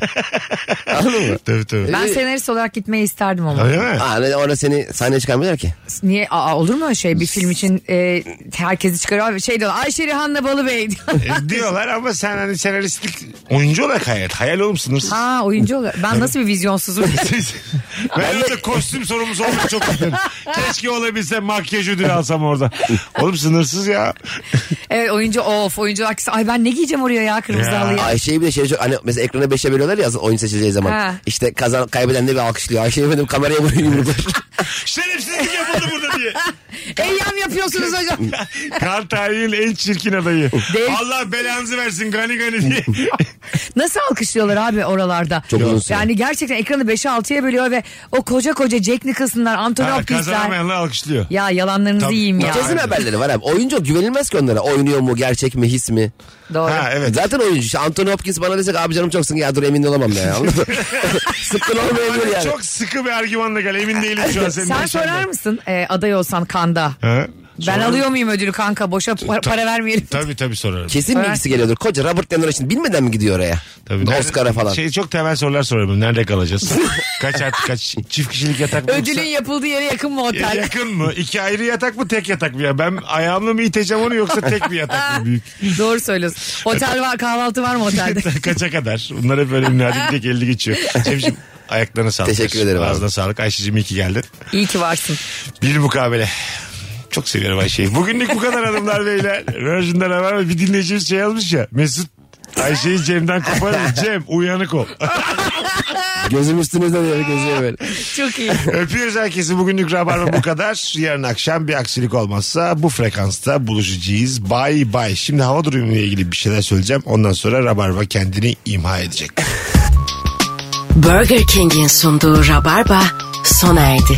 [SPEAKER 9] Anladın mı?
[SPEAKER 4] Tabii tabii.
[SPEAKER 5] Ben senarist olarak gitmeyi isterdim ama.
[SPEAKER 4] Öyle mi?
[SPEAKER 9] Aa, hani orada seni sahneye çıkarmıyorlar ki.
[SPEAKER 5] Niye? Aa, olur mu öyle şey? Bir film için e, herkesi çıkarıyor. Abi Şey diyorlar Ayşe Rihanna
[SPEAKER 4] [laughs]
[SPEAKER 5] Balıbey [laughs] diyor.
[SPEAKER 4] E, diyorlar ama sen hani senaristlik oyuncu olarak hayal. Hayal oğlum sınırsız. [laughs]
[SPEAKER 5] Ha oyuncu olarak. Ben nasıl bir vizyonsuzum?
[SPEAKER 4] ben önce kostüm sorumlusu olmak çok
[SPEAKER 5] [laughs]
[SPEAKER 4] isterim. Keşke olabilse makyaj ödülü alsam orada. Oğlum sınırsız
[SPEAKER 5] [laughs]
[SPEAKER 4] ya.
[SPEAKER 5] evet oyuncu of oyuncu olarak. Ay ben ne giyeceğim oraya ya kırmızı
[SPEAKER 4] Ya.
[SPEAKER 5] halıya.
[SPEAKER 9] Ayşe'yi bir de şey çok hani mesela ekrana beşe bölüyorlar ya oyun seçileceği zaman.
[SPEAKER 5] Ha.
[SPEAKER 9] İşte kazan kaybeden de bir alkışlıyor. Ayşe'yi benim kameraya vuruyor
[SPEAKER 4] [laughs]
[SPEAKER 9] yumruklar.
[SPEAKER 4] Şerefsizlik yapıldı burada diye.
[SPEAKER 5] Eyyam yapıyorsunuz hocam.
[SPEAKER 4] Kar tarihinin en çirkin adayı.
[SPEAKER 5] Dev-
[SPEAKER 4] Allah belanızı versin gani gani diye.
[SPEAKER 5] [laughs] Nasıl alkışlıyorlar abi oralarda?
[SPEAKER 9] Çok uzun süre.
[SPEAKER 5] Yani gerçekten ekranı 5'e 6'ya bölüyor ve o koca koca Jack Nicholson'lar, Anthony
[SPEAKER 4] Ha,
[SPEAKER 5] Hopkins'ler.
[SPEAKER 4] Kazanamayanlar alkışlıyor.
[SPEAKER 5] Ya yalanlarınızı
[SPEAKER 4] Tabii.
[SPEAKER 5] yiyeyim ya.
[SPEAKER 4] Kesin-
[SPEAKER 9] Kesin haberleri var abi. Oyuncu güvenilmez ki onlara. Oynuyor mu gerçek mi his mi?
[SPEAKER 5] Doğru.
[SPEAKER 4] Ha evet.
[SPEAKER 9] Zaten oyuncu. İşte Anthony Hopkins bana desek abi canım çoksun ya dur emin olamam ya. Anladın mı? [laughs] Sıkkın olmayabilir yani.
[SPEAKER 4] Çok sıkı bir argümanla gel. Emin değilim şu an senin.
[SPEAKER 5] Sen
[SPEAKER 4] yaşamdan.
[SPEAKER 5] sorar mısın e, aday olsan Kanda?
[SPEAKER 4] Ha?
[SPEAKER 5] Ben
[SPEAKER 4] Sorarım.
[SPEAKER 5] alıyor muyum ödülü kanka? Boşa pa- para vermeyelim.
[SPEAKER 4] Tabii tabii sorarım.
[SPEAKER 9] Kesin bilgisi geliyordur. Koca Robert De Niro için bilmeden mi gidiyor oraya?
[SPEAKER 4] Tabii.
[SPEAKER 9] Oscar'a falan.
[SPEAKER 4] Şey, çok temel sorular sorarım. Nerede
[SPEAKER 9] [laughs]
[SPEAKER 4] kalacağız? kaç artı kaç? Çift kişilik yatak mı?
[SPEAKER 5] Ödülün
[SPEAKER 4] yoksa-
[SPEAKER 5] yapıldığı yere yakın mı
[SPEAKER 4] Ya
[SPEAKER 5] otel?
[SPEAKER 4] yakın mı? İki ayrı yatak mı tek yatak mı ya? Ben ayağımla mı iteceğim onu yoksa tek bir yatak mı büyük?
[SPEAKER 5] [laughs] Doğru söylüyorsun. Otel var, kahvaltı var mı [laughs] otelde?
[SPEAKER 4] [laughs] Kaça kadar? Bunlar hep önemli. Hadi bir tek elli geçiyor. Cemciğim ayaklarına sağlık.
[SPEAKER 9] Teşekkür ederim abi.
[SPEAKER 4] Ağzına sağlık. Ayşe'cim iyi ki geldin.
[SPEAKER 5] İyi ki varsın.
[SPEAKER 4] Bir mukabele. Çok seviyorum Ayşe'yi. Bugünlük bu kadar hanımlar beyler. Virgin'den haber bir dinleyicimiz şey yazmış ya. Mesut Ayşe'yi Cem'den koparır.
[SPEAKER 9] [laughs]
[SPEAKER 4] Cem uyanık ol.
[SPEAKER 9] Gözüm üstünüzde diye gözüyor böyle.
[SPEAKER 5] Çok iyi.
[SPEAKER 4] [laughs] Öpüyoruz herkesi. Bugünlük Rabarba bu kadar. Yarın akşam bir aksilik olmazsa bu frekansta buluşacağız. Bay bay. Şimdi hava durumuyla ilgili bir şeyler söyleyeceğim. Ondan sonra Rabarba kendini imha edecek.
[SPEAKER 2] Burger King'in sunduğu Rabarba sona erdi.